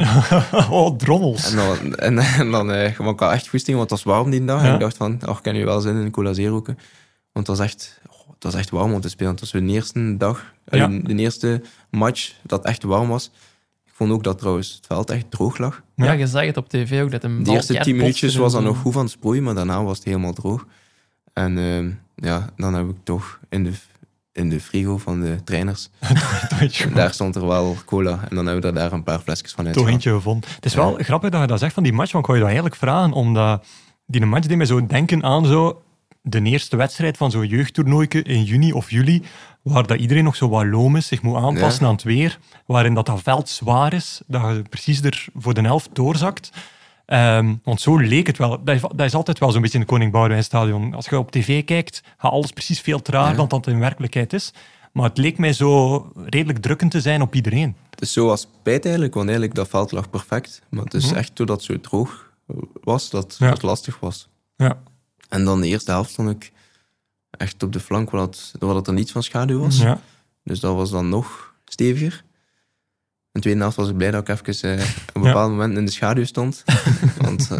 Speaker 1: Oh, drommels.
Speaker 4: En dan, en, en dan eh, gewoon ik had echt goesting, want het was warm die dag.
Speaker 1: Ja.
Speaker 4: En ik dacht van, oh, ik kan nu wel zin in cola zero roken. Want het was echt, oh, het was echt warm om te spelen. Het was de eerste dag, eh,
Speaker 1: Ja.
Speaker 4: de eerste match dat echt warm was. Ik vond ook dat trouwens het veld echt droog lag.
Speaker 3: Ja,
Speaker 1: Ja.
Speaker 3: je zag het op tv ook, dat hem
Speaker 4: De eerste tien minuutjes was dan nog goed van het sproeien, maar daarna was het helemaal droog. En ehm, ja, dan heb ik toch in de, in de frigo van de trainers, daar stond er wel cola. En dan hebben we er daar een paar flesjes van
Speaker 1: Toch
Speaker 4: uit.
Speaker 1: eentje gevonden. Het is wel grappig dat je dat zegt van die match, want ik wou je dat eigenlijk vragen, omdat die match deed mij zo denken aan zo de eerste wedstrijd van zo'n jeugdtoernooike in juni of juli, waar dat iedereen nog zo wat loom is, zich moet aanpassen
Speaker 4: Ja.
Speaker 1: aan het weer, waarin dat, dat veld zwaar is, dat je precies er voor de helft doorzakt. Ehm, want zo leek het wel. Dat is, dat is altijd wel zo'n beetje in het Koning Boudewijnstadion. Als je op tv kijkt, gaat alles precies veel trager dan dat het in werkelijkheid is. Maar het leek mij zo redelijk drukkend te zijn op iedereen.
Speaker 4: Het is zo als spijt eigenlijk, want eigenlijk dat veld lag perfect. Maar het is echt doordat het zo droog was, dat
Speaker 1: Mhm. Ja.
Speaker 4: het lastig was.
Speaker 1: Ja.
Speaker 4: En dan de eerste helft stond ik echt op de flank waar, dat, waar dat er niets van schaduw was.
Speaker 1: ja.
Speaker 4: Dus dat was dan nog steviger. In de tweede helft was ik blij dat ik even eh, op een bepaald moment in de schaduw stond. Want eh,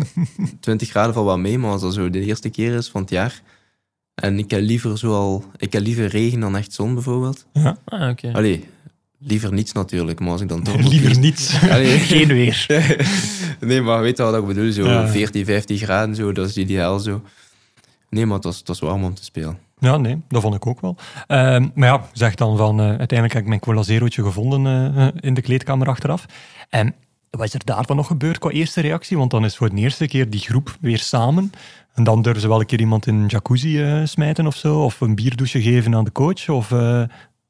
Speaker 4: 20 graden valt wel mee, maar als dat zo de eerste keer is van het jaar... En ik heb liever, zoal, ik heb liever regen dan echt zon bijvoorbeeld.
Speaker 3: Ah, oké.
Speaker 4: Allee, liever niets natuurlijk, maar als ik dan toch... nog
Speaker 1: Liever niets.
Speaker 4: Allee.
Speaker 1: Geen weer.
Speaker 4: nee, maar weet je wat ik bedoel? Zo
Speaker 1: Ja.
Speaker 4: 14, 15 graden, zo, dat is ideaal zo. Nee, maar het was, het was warm om te spelen.
Speaker 1: Ja, nee, dat vond ik ook wel. Ehm, maar ja, zeg dan van, eh, uiteindelijk heb ik mijn cola zerootje gevonden eh, eh, in de kleedkamer achteraf. En wat is er daar dan nog gebeurd qua eerste reactie? Want dan is voor de eerste keer die groep weer samen. En dan durven ze wel een keer iemand in een jacuzzi eh, smijten of zo. Of een bierdouche geven aan de coach. Of eh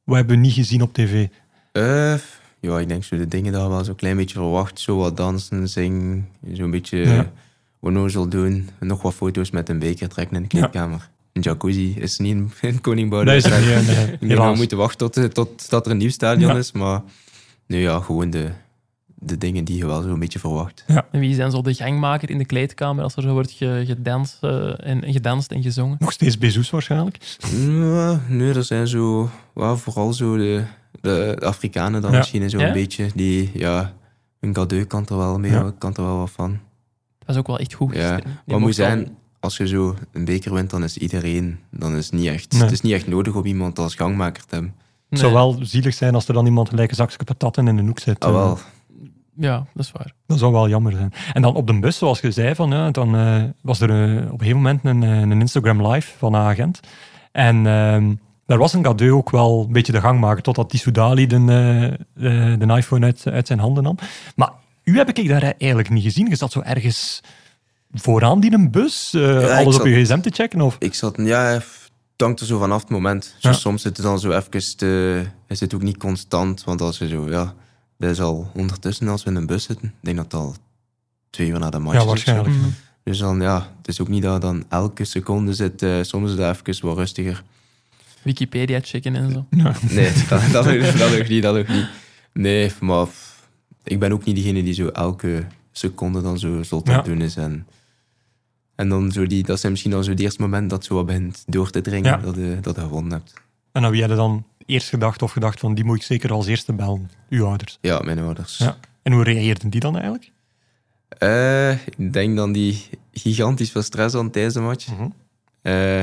Speaker 1: we hebben we niet gezien op tv.
Speaker 4: Eh, ja, ik denk zo de dingen daar wel zo'n klein beetje verwacht. Zo wat dansen, zingen, zo'n beetje
Speaker 1: Ja.
Speaker 4: ja. onnozel doen. Nog wat foto's met een beker trekken in de kleedkamer. Een jacuzzi is niet in, in Koningbouw.
Speaker 1: Dat is er
Speaker 4: dus
Speaker 1: niet,
Speaker 4: daar-
Speaker 1: eh,
Speaker 4: ik denk dat
Speaker 1: helaas.
Speaker 4: we moeten wachten tot, eh, tot dat er een nieuw stadion
Speaker 1: Ja.
Speaker 4: is. Maar nu ja, gewoon de, de dingen die je wel zo'n beetje verwacht.
Speaker 3: En wie zijn zo de gangmaker in de kleedkamer als er zo wordt ge- gedanst, eh, en, en gedanst en gezongen?
Speaker 1: Nog steeds Bezoes waarschijnlijk.
Speaker 4: Ja, nee, er zijn zo, ja, vooral zo de, de Afrikanen dan
Speaker 1: Ja.
Speaker 4: misschien zo'n
Speaker 3: Ja?
Speaker 4: beetje. Die, ja, hun cadeau kan er wel mee,
Speaker 1: Ja.
Speaker 4: kan er wel wat van.
Speaker 3: Dat was ook wel echt goed
Speaker 4: Ja.
Speaker 3: gisteren. Die
Speaker 4: Wat moet
Speaker 3: mocht wel-
Speaker 4: zijn, als je zo een beker wint, dan is iedereen, dan is het niet echt,
Speaker 1: Nee.
Speaker 4: het is niet echt nodig om iemand als gangmaker te hebben.
Speaker 1: Het
Speaker 3: Nee.
Speaker 1: zou wel zielig zijn als er dan iemand gelijk een zakje patatten in een hoek eh. zit.
Speaker 4: Ah, wel.
Speaker 3: Ja, dat is waar.
Speaker 1: Dat zou wel jammer zijn. En dan op de bus, zoals je zei, van, ja, dan eh, was er eh, op een gegeven moment een, eh, een Instagram live van een agent. En ehm, daar was een cadeau ook wel een beetje de gang maken, totdat die Soudali de, eh, eh, de iPhone uit, uit zijn handen nam. Maar u heb ik daar eigenlijk niet gezien. Je zat zo ergens vooraan die een bus, eh,
Speaker 4: ik
Speaker 1: alles op
Speaker 4: zat-
Speaker 1: je gsm te checken. Of...
Speaker 4: Ik zat, ja, f- het hangt er zo vanaf het moment. Zo
Speaker 1: Ja.
Speaker 4: Soms zit het dan zo even, te, is het ook niet constant, want als je zo, ja, dat is al ondertussen als we in een bus zitten, ik denk dat het al twee uur na de match is
Speaker 1: Ja,
Speaker 4: of zo.
Speaker 1: waarschijnlijk.
Speaker 4: Dus dan, ja, het is ook niet dat dan elke seconde zit, eh, soms is dat even wat rustiger.
Speaker 3: Wikipedia checken en zo.
Speaker 4: Nee, dat, dat, lukt- dat lukt niet, dat lukt niet. Nee, maar f- ik ben ook niet diegene die zo elke seconde dan zo zot aan
Speaker 1: Ja.
Speaker 4: het doen is. En, en dan zo die, dat zijn misschien dan zo het eerste moment dat zo wat begint door te dringen
Speaker 1: Ja.
Speaker 4: dat, je, dat je gewonnen hebt.
Speaker 1: En aan wie hadden dan eerst gedacht of gedacht van die moet ik zeker als eerste bellen, uw ouders.
Speaker 4: Ja, mijn ouders.
Speaker 1: Ja. En hoe reageerden die dan eigenlijk?
Speaker 4: Eh, ik denk dan die gigantisch veel stress aan tijdens de match.
Speaker 1: Mhm.
Speaker 4: Eh,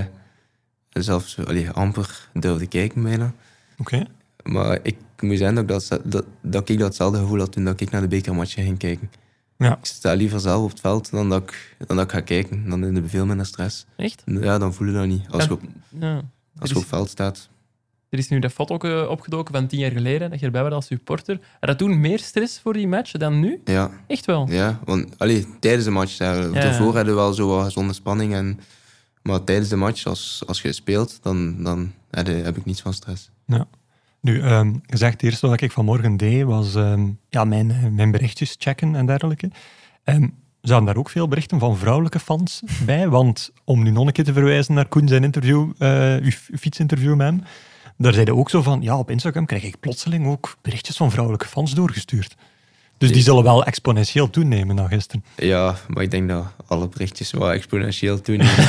Speaker 4: zelfs allee, amper durfde kijken bijna.
Speaker 1: Oké.
Speaker 4: Maar ik moet zeggen dat ik, dat, dat, dat ik datzelfde gevoel had toen dat ik naar de bekermatchen ging kijken.
Speaker 1: Ja.
Speaker 4: Ik sta liever zelf op het veld dan dat ik, dan dat ik ga kijken. Dan heb je veel minder stress.
Speaker 3: Echt?
Speaker 4: Ja, dan voel je dat niet. Als
Speaker 3: En-
Speaker 4: je op,
Speaker 3: Ja. Er
Speaker 4: als je op
Speaker 3: is,
Speaker 4: het veld staat.
Speaker 3: er is nu dat foto ook, eh, opgedoken van tien jaar geleden, dat je erbij was als supporter. Had dat toen meer stress voor die match dan nu?
Speaker 4: Ja,
Speaker 3: Echt wel.
Speaker 4: ja want allee, tijdens de match. Hè, Daarvoor hadden we wel zo wat gezonde spanning. En, maar tijdens de match, als, als je speelt, dan, dan heb, je- heb ik niets van stress.
Speaker 1: Nu, ehm je zegt het eerste wat ik vanmorgen deed was ehm, ja, mijn, eh, mijn berichtjes checken en dergelijke. Ehm zaten daar ook veel berichten van vrouwelijke fans bij? Want om nu nog een keer te verwijzen naar Koen zijn interview, eh, uw f- fietsinterview met hem, daar zeiden ook zo van, ja, op Instagram krijg ik plotseling ook berichtjes van vrouwelijke fans doorgestuurd. Dus die zullen wel exponentieel toenemen na gisteren.
Speaker 4: Ja, maar ik denk dat alle berichtjes wel exponentieel toenemen.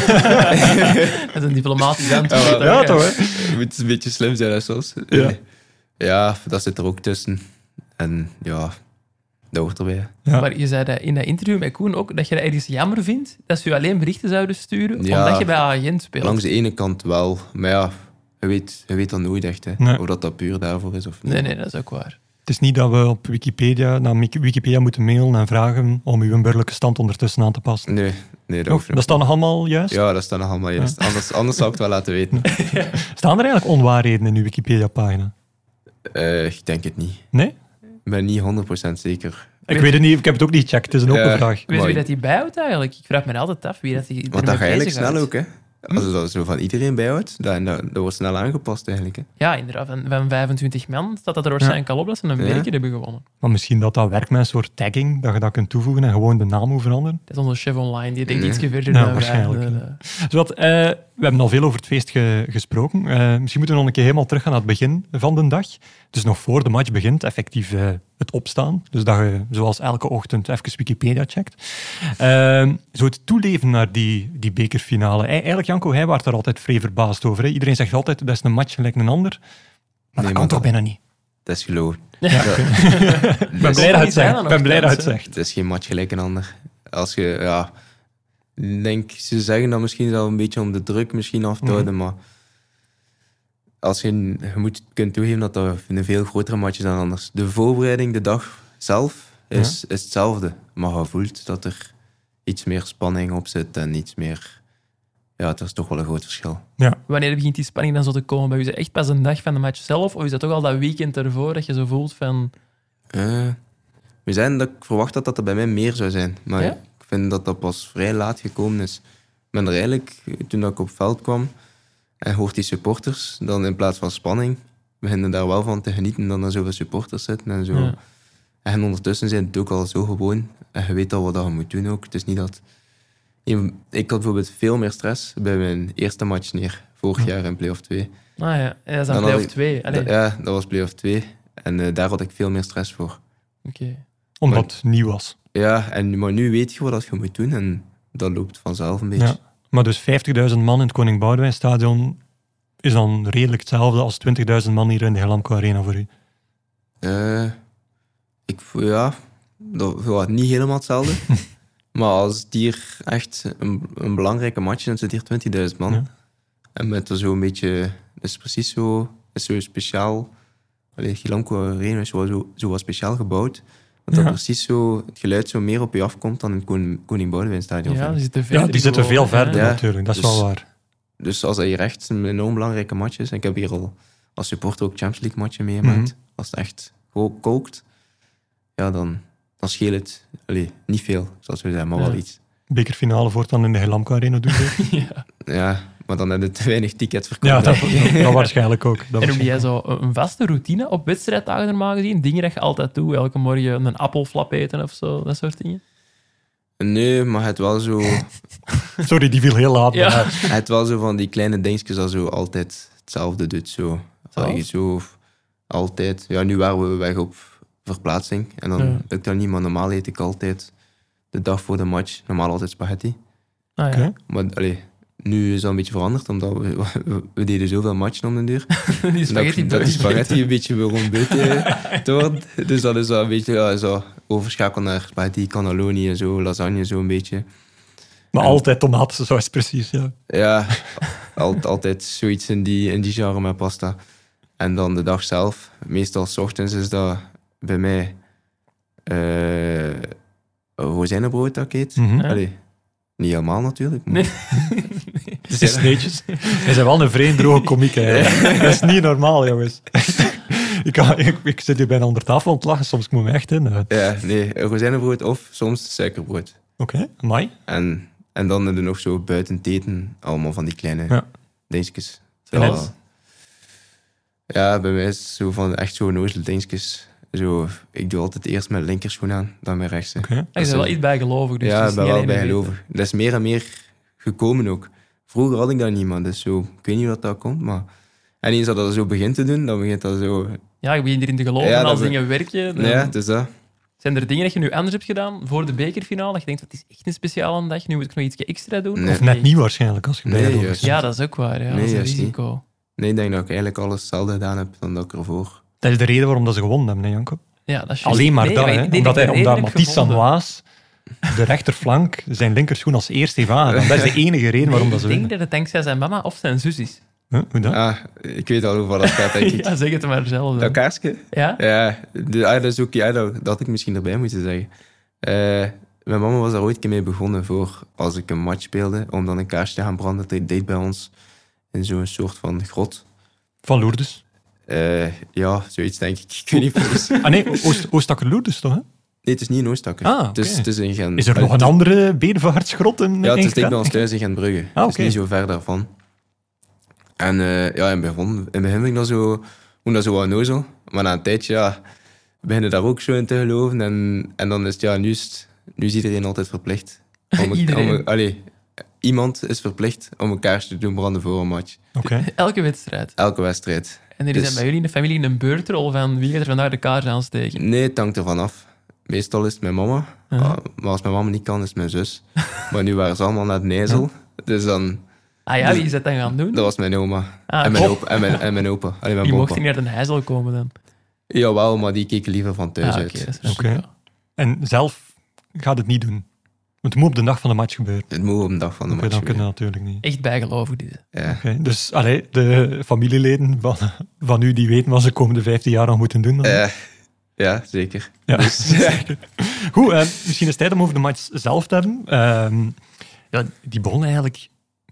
Speaker 3: Dat is een diplomatisch antwoord.
Speaker 4: Ja,
Speaker 3: hè.
Speaker 4: ja,
Speaker 1: toch, hè?
Speaker 4: Het is een beetje slim zijn, hè, soms.
Speaker 1: Ja.
Speaker 4: ja, dat zit er ook tussen. En ja, dat hoort erbij.
Speaker 1: Ja.
Speaker 3: Maar je zei dat in dat interview met Koen ook dat je dat ergens jammer vindt dat ze je alleen berichten zouden sturen
Speaker 4: Ja.
Speaker 3: omdat je bij agent speelt.
Speaker 4: Langs de ene kant wel, maar ja, je weet, je weet dan nooit echt hè,
Speaker 1: Nee.
Speaker 4: of dat, dat puur daarvoor is of niet.
Speaker 3: Nee, nee, dat is ook waar.
Speaker 1: Het is niet dat we op Wikipedia, naar Mik- Wikipedia moeten mailen en vragen om uw burgerlijke stand ondertussen aan te passen.
Speaker 4: Nee, nee, dat
Speaker 1: Toch?
Speaker 4: hoeft
Speaker 1: Oh, Dat
Speaker 4: niet.
Speaker 1: staat nog allemaal juist?
Speaker 4: Ja, dat staat nog allemaal juist. Anders, anders zou ik het wel laten weten.
Speaker 1: Staan er eigenlijk onwaarheden in uw Wikipedia-pagina?
Speaker 4: Eh, ik denk het niet.
Speaker 1: Nee?
Speaker 4: Ik ben niet 100% zeker.
Speaker 1: Ik weet het niet, ik heb het ook niet gecheckt. Het is een open
Speaker 4: Ja.
Speaker 1: vraag.
Speaker 3: Weet je wie
Speaker 4: Mooi.
Speaker 3: dat die bijhoudt eigenlijk? Ik vraag me altijd af wie dat die
Speaker 4: Want dat
Speaker 3: ermee
Speaker 4: gaat eigenlijk
Speaker 3: bezighoudt.
Speaker 4: snel ook, hè? Als je dat zo van iedereen bijhoudt, dan, dan, dat wordt snel aangepast eigenlijk. Hè.
Speaker 3: Ja, inderdaad. Van, van 25 man staat dat er waarschijnlijk al op dat ze een
Speaker 4: Ja.
Speaker 3: beker hebben gewonnen.
Speaker 1: Maar misschien dat dat werkt met een soort tagging, dat je dat kunt toevoegen en gewoon de naam moet veranderen.
Speaker 3: Dat is onze chef online, die denkt
Speaker 4: Nee.
Speaker 3: iets verder
Speaker 1: Ja,
Speaker 3: dan wij.
Speaker 1: waarschijnlijk,
Speaker 3: Eh,
Speaker 1: ja.
Speaker 3: eh,
Speaker 1: Zowat, eh, we hebben al veel over het feest ge- gesproken. Eh, misschien moeten we nog een keer helemaal teruggaan naar het begin van de dag. Dus nog voor de match begint, effectief eh, het opstaan. Dus dat je, zoals elke ochtend, even Wikipedia checkt. Eh, zo het toeleven naar die, die bekerfinale. Ei- eigenlijk, Janko, hij was daar altijd vrij verbaasd over. hè. Iedereen zegt altijd, dat is een match gelijk een ander. Maar
Speaker 4: maar
Speaker 1: dat kan toch
Speaker 4: dat-
Speaker 1: bijna niet?
Speaker 4: Dat is geloof.
Speaker 1: Ik ben blij dat je het
Speaker 3: Zijn
Speaker 1: zegt.
Speaker 3: er
Speaker 1: Ik
Speaker 3: nog
Speaker 1: ben blij dat je het
Speaker 3: kansen?
Speaker 1: zegt.
Speaker 4: Het is geen match gelijk een ander. Als je, ja, ik denk, ze zeggen dat misschien wel een beetje om de druk misschien af te houden, maar als je, je moet, kunt toegeven dat dat een veel grotere match is dan anders. De voorbereiding, de dag zelf, is, is hetzelfde. Maar je voelt dat er iets meer spanning op zit en iets meer, ja, het is toch wel een groot verschil.
Speaker 3: Wanneer begint die spanning dan zo te komen? Bij u is het echt pas een dag van de match zelf? Of is dat toch al dat weekend ervoor dat je zo voelt van...
Speaker 4: Eh, we zijn dat ik verwacht had dat er bij mij meer zou zijn. Maar
Speaker 3: Ja?
Speaker 4: ik vind dat dat pas vrij laat gekomen is. Ik ben er eigenlijk, toen dat ik op veld kwam en hoort die supporters, dan in plaats van spanning, beginnen daar wel van te genieten dat er zoveel supporters zitten en zo.
Speaker 3: Ja.
Speaker 4: En ondertussen zijn het ook al zo gewoon. En je weet al wat dat je moet doen ook. Het is niet dat... je- Ik had bijvoorbeeld veel meer stress bij mijn eerste match neer. Vorig jaar in play-off 2.
Speaker 3: Ah ja, en dat is dan
Speaker 4: Dan
Speaker 3: play
Speaker 4: had
Speaker 3: of
Speaker 4: ik-
Speaker 3: twee. Allee,
Speaker 4: Dat- ja, dat was play-off 2. En eh, daar had ik veel meer stress voor.
Speaker 3: oké.
Speaker 1: Omdat het nieuw was.
Speaker 4: Ja, en, maar nu weet je wat dat je moet doen en dat loopt vanzelf een beetje.
Speaker 1: Ja. Maar dus 50.000 man in het Koning Boudewijn Stadion is dan redelijk hetzelfde als 20.000 man hier in de Helamco Arena voor u.
Speaker 4: Ja, Eh, ik, v- ja dat ja, niet helemaal hetzelfde. maar als het hier echt een, een belangrijke match is, dan zit hier 20.000 man.
Speaker 1: Ja.
Speaker 4: En met er zo een beetje, dat is precies zo, is zo speciaal. Allee, Gilamco Arena is wel zo, zo wat speciaal gebouwd. Dat, dat
Speaker 1: Ja.
Speaker 4: precies zo, het geluid zo meer op je afkomt dan in het Koning, Koning Boudewijn Stadion.
Speaker 3: Ja, die zitten veel
Speaker 1: Ja, die zitten veel verder
Speaker 4: Ja.
Speaker 1: natuurlijk, dat is
Speaker 4: Dus-
Speaker 1: wel waar.
Speaker 4: Dus als dat hier echt een enorm belangrijke match is, en ik heb hier al als supporter ook Champions League matchen meegemaakt, als het echt ko- kookt, ja, dan, dan scheelt het allee, niet veel, zoals we zeggen, maar wel
Speaker 3: Ja.
Speaker 4: iets.
Speaker 1: Bekerfinale voortaan in de Helamco Arena doen. denk ik.
Speaker 3: ja.
Speaker 4: Ja, maar dan hebben we te weinig tickets verkocht.
Speaker 1: ja, dat, dat waarschijnlijk ook. Dat
Speaker 3: En noem jij
Speaker 1: waarschijnlijk.
Speaker 3: zo een een vaste routine op wedstrijddagen normaal gezien? Dingen dat je altijd doet, elke morgen een appelflap eten of zo, dat soort dingen?
Speaker 4: Nee, maar het wel zo,
Speaker 1: Sorry, die viel heel laat.
Speaker 3: Ja.
Speaker 1: maar, eh,
Speaker 4: het wel zo van die kleine dingetjes dat zo altijd hetzelfde doet. Zo. Dat je zo altijd. Ja, nu waren we weg op verplaatsing en dan
Speaker 3: Ja.
Speaker 4: lukt dat niet, maar normaal eet ik altijd de dag voor de match, normaal altijd spaghetti.
Speaker 3: Ah, ja.
Speaker 1: Oké.
Speaker 4: Maar allee, nu is dat een beetje veranderd, omdat we, we, we deden zoveel matchen om de duur.
Speaker 3: Die
Speaker 4: Dat,
Speaker 3: spaghetti
Speaker 4: ik- dat die
Speaker 3: dood.
Speaker 4: spaghetti een beetje weer een beetje te wordt. Dus dat is wel een beetje ja, zo overschakeld naar spaghetti, cannelloni en zo, lasagne zo een beetje.
Speaker 1: maar altijd tomatensaus, precies. Ja.
Speaker 4: Ja, al- altijd zoiets in die, in die genre met pasta. En dan de dag zelf. Meestal 's ochtends is dat bij mij eh rozijnenbrood dat ik eet.
Speaker 1: Mhm.
Speaker 4: Allee, niet helemaal natuurlijk. maar-
Speaker 3: Nee.
Speaker 1: Het is sneetjes. Hij zijn wel een vreemd droge komiek. eigenlijk. Dat is niet normaal, jongens. ik, kan, ik, ik zit hier bijna onder tafel aan het lachen. Soms moet ik me echt in. eh. Oké,
Speaker 4: Ja, nee, rozijnenbrood of soms suikerbrood.
Speaker 1: amai.
Speaker 4: En, en dan doen we nog zo buiten het eten allemaal van die kleine
Speaker 1: Ja.
Speaker 4: dingetjes.
Speaker 3: En
Speaker 4: Ja.
Speaker 3: het?
Speaker 4: ja, bij mij is het zo van echt zo'n nozel dingetjes. Zo, ik doe altijd eerst mijn linkerschoen aan, dan mijn rechtse.
Speaker 1: Oké.
Speaker 3: Ik ben Ah, wel iets bijgelovig, dus
Speaker 4: ja,
Speaker 3: het
Speaker 4: ik
Speaker 3: is
Speaker 4: ben
Speaker 3: niet
Speaker 4: wel
Speaker 3: alleen een
Speaker 4: bijgelovig. Dat is meer en meer gekomen ook. Vroeger had ik dat niet, man. Dus zo, ik weet niet wat dat komt, maar... En eens dat dat zo begint te doen, dan begint dat zo...
Speaker 3: beetje. Ja, je begint erin te geloven
Speaker 4: Ja,
Speaker 3: en
Speaker 4: dat
Speaker 3: als
Speaker 4: we-
Speaker 3: dingen werken. dan-
Speaker 4: Nee, ja, het is dat.
Speaker 3: Zijn er dingen dat je nu anders hebt gedaan voor de bekerfinale? Dat je denkt, dat is echt een speciale dag, nu moet ik nog iets extra doen?
Speaker 4: Nee.
Speaker 3: Of
Speaker 1: Net niet waarschijnlijk als je
Speaker 4: Nee,
Speaker 1: bij
Speaker 4: juist.
Speaker 3: Ja, dat is ook waar. Ja.
Speaker 4: Nee,
Speaker 3: dat is een
Speaker 4: juist niet.
Speaker 3: risico.
Speaker 4: Nee, ik denk dat ik eigenlijk alles hetzelfde gedaan heb dan dat ik ervoor.
Speaker 1: Dat is de reden waarom dat ze gewonnen hebben, hè, Janko.
Speaker 3: Ja, dat is juist.
Speaker 1: Alleen maar
Speaker 3: Nee,
Speaker 1: dat,
Speaker 3: ik
Speaker 1: hè.
Speaker 3: denk dat
Speaker 1: omdat
Speaker 3: ik
Speaker 1: hij,
Speaker 3: de
Speaker 1: omdat
Speaker 3: reden heb
Speaker 1: Mathies
Speaker 3: gevonden.
Speaker 1: Sanois de rechterflank zijn linkerschoen als eerste heeft aangedaan. Dat is de enige reden waarom dat ze
Speaker 3: Ik denk
Speaker 1: winnen.
Speaker 3: dat het dankzij zijn mama of zijn zus is.
Speaker 1: Huh? Hoe dat?
Speaker 4: Ah, ik weet al over dat gaat, denk ik.
Speaker 3: Ja, zeg het maar zelf.
Speaker 4: Dat
Speaker 3: dan.
Speaker 4: kaarsje?
Speaker 3: Ja?
Speaker 4: Ja, de, ah, dat is ook ja, dat, dat had ik misschien erbij moeten zeggen. Eh, mijn mama was daar ooit een keer mee begonnen voor als ik een match speelde, om dan een kaarsje te gaan branden. Dat deed bij ons in zo'n soort van grot.
Speaker 1: Van Lourdes.
Speaker 4: Eh, ja, zoiets denk ik. Ik weet niet precies.
Speaker 1: Ah nee, Oost, Oostakker Lourdes toch? Hè?
Speaker 4: Nee, het is niet in Oostakker.
Speaker 1: Ah, oké.
Speaker 4: het, is, het is in Gent.
Speaker 1: Is er
Speaker 4: Eh,
Speaker 1: nog een
Speaker 4: het-
Speaker 1: andere bedevaartsgrot in
Speaker 4: Ja, het
Speaker 1: in
Speaker 4: is dicht bij
Speaker 1: Gent?
Speaker 4: ons thuis in Gentbrugge.
Speaker 1: Ah,
Speaker 4: Het is
Speaker 1: oké.
Speaker 4: niet zo ver daarvan. En eh, ja, in het begin, in het begin vind ik dat zo, hoe dat zo wat nozel. Maar na een tijdje, ja, beginnen daar ook zo in te geloven. En, en dan is het, ja, nu is, het- nu is iedereen altijd verplicht. Om,
Speaker 3: Iedereen.
Speaker 4: om- allee, iemand is verplicht om een kaarsje te doen branden voor een match.
Speaker 1: Oké.
Speaker 3: Elke wedstrijd.
Speaker 4: Elke wedstrijd.
Speaker 3: En er is
Speaker 4: Dus-
Speaker 3: dan bij jullie in de familie een beurtrol van wie gaat er vandaag de kaars aansteken.
Speaker 4: Nee, het hangt ervan af. Meestal is het mijn mama.
Speaker 1: Uh-huh.
Speaker 4: Ah, Maar als mijn mama niet kan, is het mijn zus. maar nu waren ze allemaal naar het nezel.
Speaker 1: Uh-huh.
Speaker 4: Dus dan,
Speaker 3: Ah ja, wie is dat dan gaan doen?
Speaker 4: dat was mijn oma.
Speaker 3: Ah,
Speaker 4: en, mijn
Speaker 3: top.
Speaker 4: opa, en, mijn, en mijn opa. Allee, mijn
Speaker 3: Die mocht
Speaker 4: opa.
Speaker 3: niet naar Den Heizel komen dan.
Speaker 4: Jawel, maar die keken liever van thuis
Speaker 3: Ah, oké,
Speaker 4: uit.
Speaker 3: dat is raar.
Speaker 1: Oké. En zelf gaat het niet doen. Want het moet op de dag van de match gebeuren.
Speaker 4: Het moet op een dag van de
Speaker 1: Oké,
Speaker 4: match
Speaker 1: dan kunnen
Speaker 4: gebeuren.
Speaker 1: we natuurlijk niet.
Speaker 3: Echt bijgelovig. Dit.
Speaker 4: Ja.
Speaker 1: Oké, Dus allee, de familieleden van, van u die weten wat ze de komende 15 jaar nog moeten doen. dan-
Speaker 4: Eh, ja, zeker.
Speaker 1: Ja. Goed, eh, misschien is het tijd om over de match zelf te hebben. Ehm, ja, die begon eigenlijk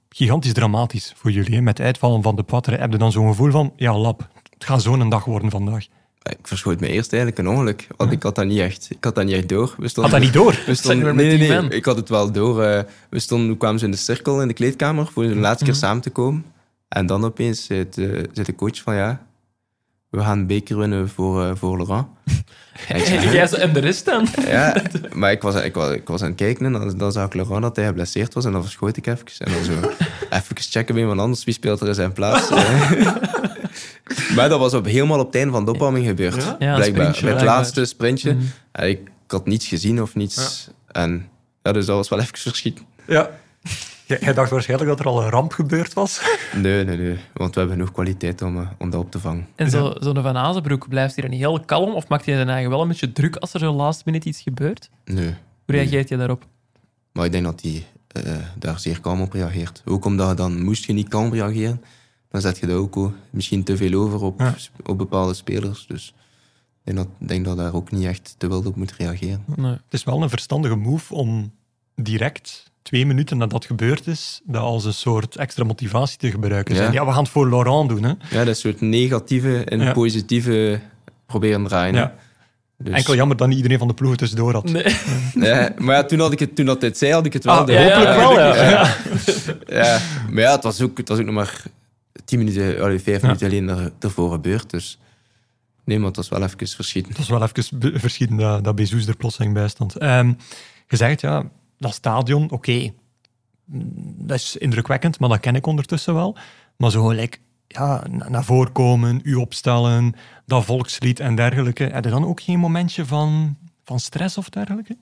Speaker 1: gigantisch dramatisch voor jullie. hè. Met het uitvallen van de patre heb je dan zo'n gevoel van... Ja, lap, het gaat zo'n dag worden vandaag.
Speaker 4: Ik verschoot me eerst eigenlijk een ongeluk, want ik had dat niet echt, ik had dat niet echt door. We
Speaker 1: Had
Speaker 4: stonden,
Speaker 1: dat niet door?
Speaker 4: We stonden,
Speaker 3: Zijn we
Speaker 4: nee,
Speaker 3: met
Speaker 4: nee,
Speaker 3: die
Speaker 4: nee,
Speaker 3: man?
Speaker 4: ik had het wel door. eh, we stonden, we kwamen ze in de cirkel in de kleedkamer voor
Speaker 3: Mhm.
Speaker 4: de laatste keer samen te komen. En dan opeens zit, eh, zit de coach van, ja, we gaan een beker winnen voor, eh, voor Laurent. En ik zeg,
Speaker 3: Jij zo- en de rest dan?
Speaker 4: Ja, maar ik was, ik, was, ik was aan het kijken en dan, dan zag ik Laurent dat hij geblesseerd was en dan verschoot ik even. En dan zo, even checken bij iemand anders, wie speelt er in zijn plaats. maar dat was op, helemaal op het einde van de opwarming gebeurd.
Speaker 3: Ja, een
Speaker 4: blijkbaar.
Speaker 3: sprintje,
Speaker 4: Bij het
Speaker 3: blijkbaar. Mm.
Speaker 4: laatste sprintje. En ik, ik had niets gezien of niets. En ja, dus dat was wel even verschiet.
Speaker 1: Ja. Jij dacht waarschijnlijk dat er al een ramp gebeurd was.
Speaker 4: Nee, nee, nee. Want we hebben genoeg kwaliteit om, eh, om dat op te vangen.
Speaker 3: En zo- zo'n Van Azenbroek, blijft hij dan heel kalm of maakt hij dan eigenlijk wel een beetje druk als er zo last minute iets gebeurt?
Speaker 4: Nee.
Speaker 3: Hoe reageert je daarop?
Speaker 4: Maar ik denk dat hij eh, daar zeer kalm op reageert. Ook omdat je dan moest je niet kalm reageren, dan zet je daar ook oh, misschien te veel over op,
Speaker 1: Ja.
Speaker 4: sp- op bepaalde spelers. Dus ik denk dat, ik denk dat daar ook niet echt te wild op moet reageren.
Speaker 3: Nee.
Speaker 1: Het is wel een verstandige move om direct twee minuten nadat gebeurd is, dat als een soort extra motivatie te gebruiken
Speaker 4: Ja.
Speaker 1: zijn. Ja, we gaan het voor Laurent doen. Hè.
Speaker 4: Ja, dat is een soort negatieve en
Speaker 1: Ja.
Speaker 4: positieve proberen draaien. hè.
Speaker 1: Ja.
Speaker 4: Dus-
Speaker 1: Enkel jammer dat niet iedereen van de ploeg het tussendoor had.
Speaker 3: Nee.
Speaker 4: Ja, maar ja, toen, had ik het, toen dat dit zei, had ik het wel.
Speaker 1: Ah,
Speaker 4: de
Speaker 1: ja,
Speaker 4: hoop.
Speaker 1: hopelijk wel, ja.
Speaker 4: Ja, Maar ja, het was ook, het was ook nog maar tien minuten, allee, vijf minuten alleen er, ervoor gebeurd. Dus nee, maar het was wel even verschieten.
Speaker 1: Het was Dus wel even be- verschieten dat, dat Bezoes er plotseling bij stond. Ehm, gezegd, ja, dat stadion, oké, Mm, dat is indrukwekkend, maar dat ken ik ondertussen wel. Maar zo gelijk, ja, na- naar voren komen, u opstellen, dat volkslied en dergelijke. Heb je dan ook geen momentje van, van stress of dergelijke?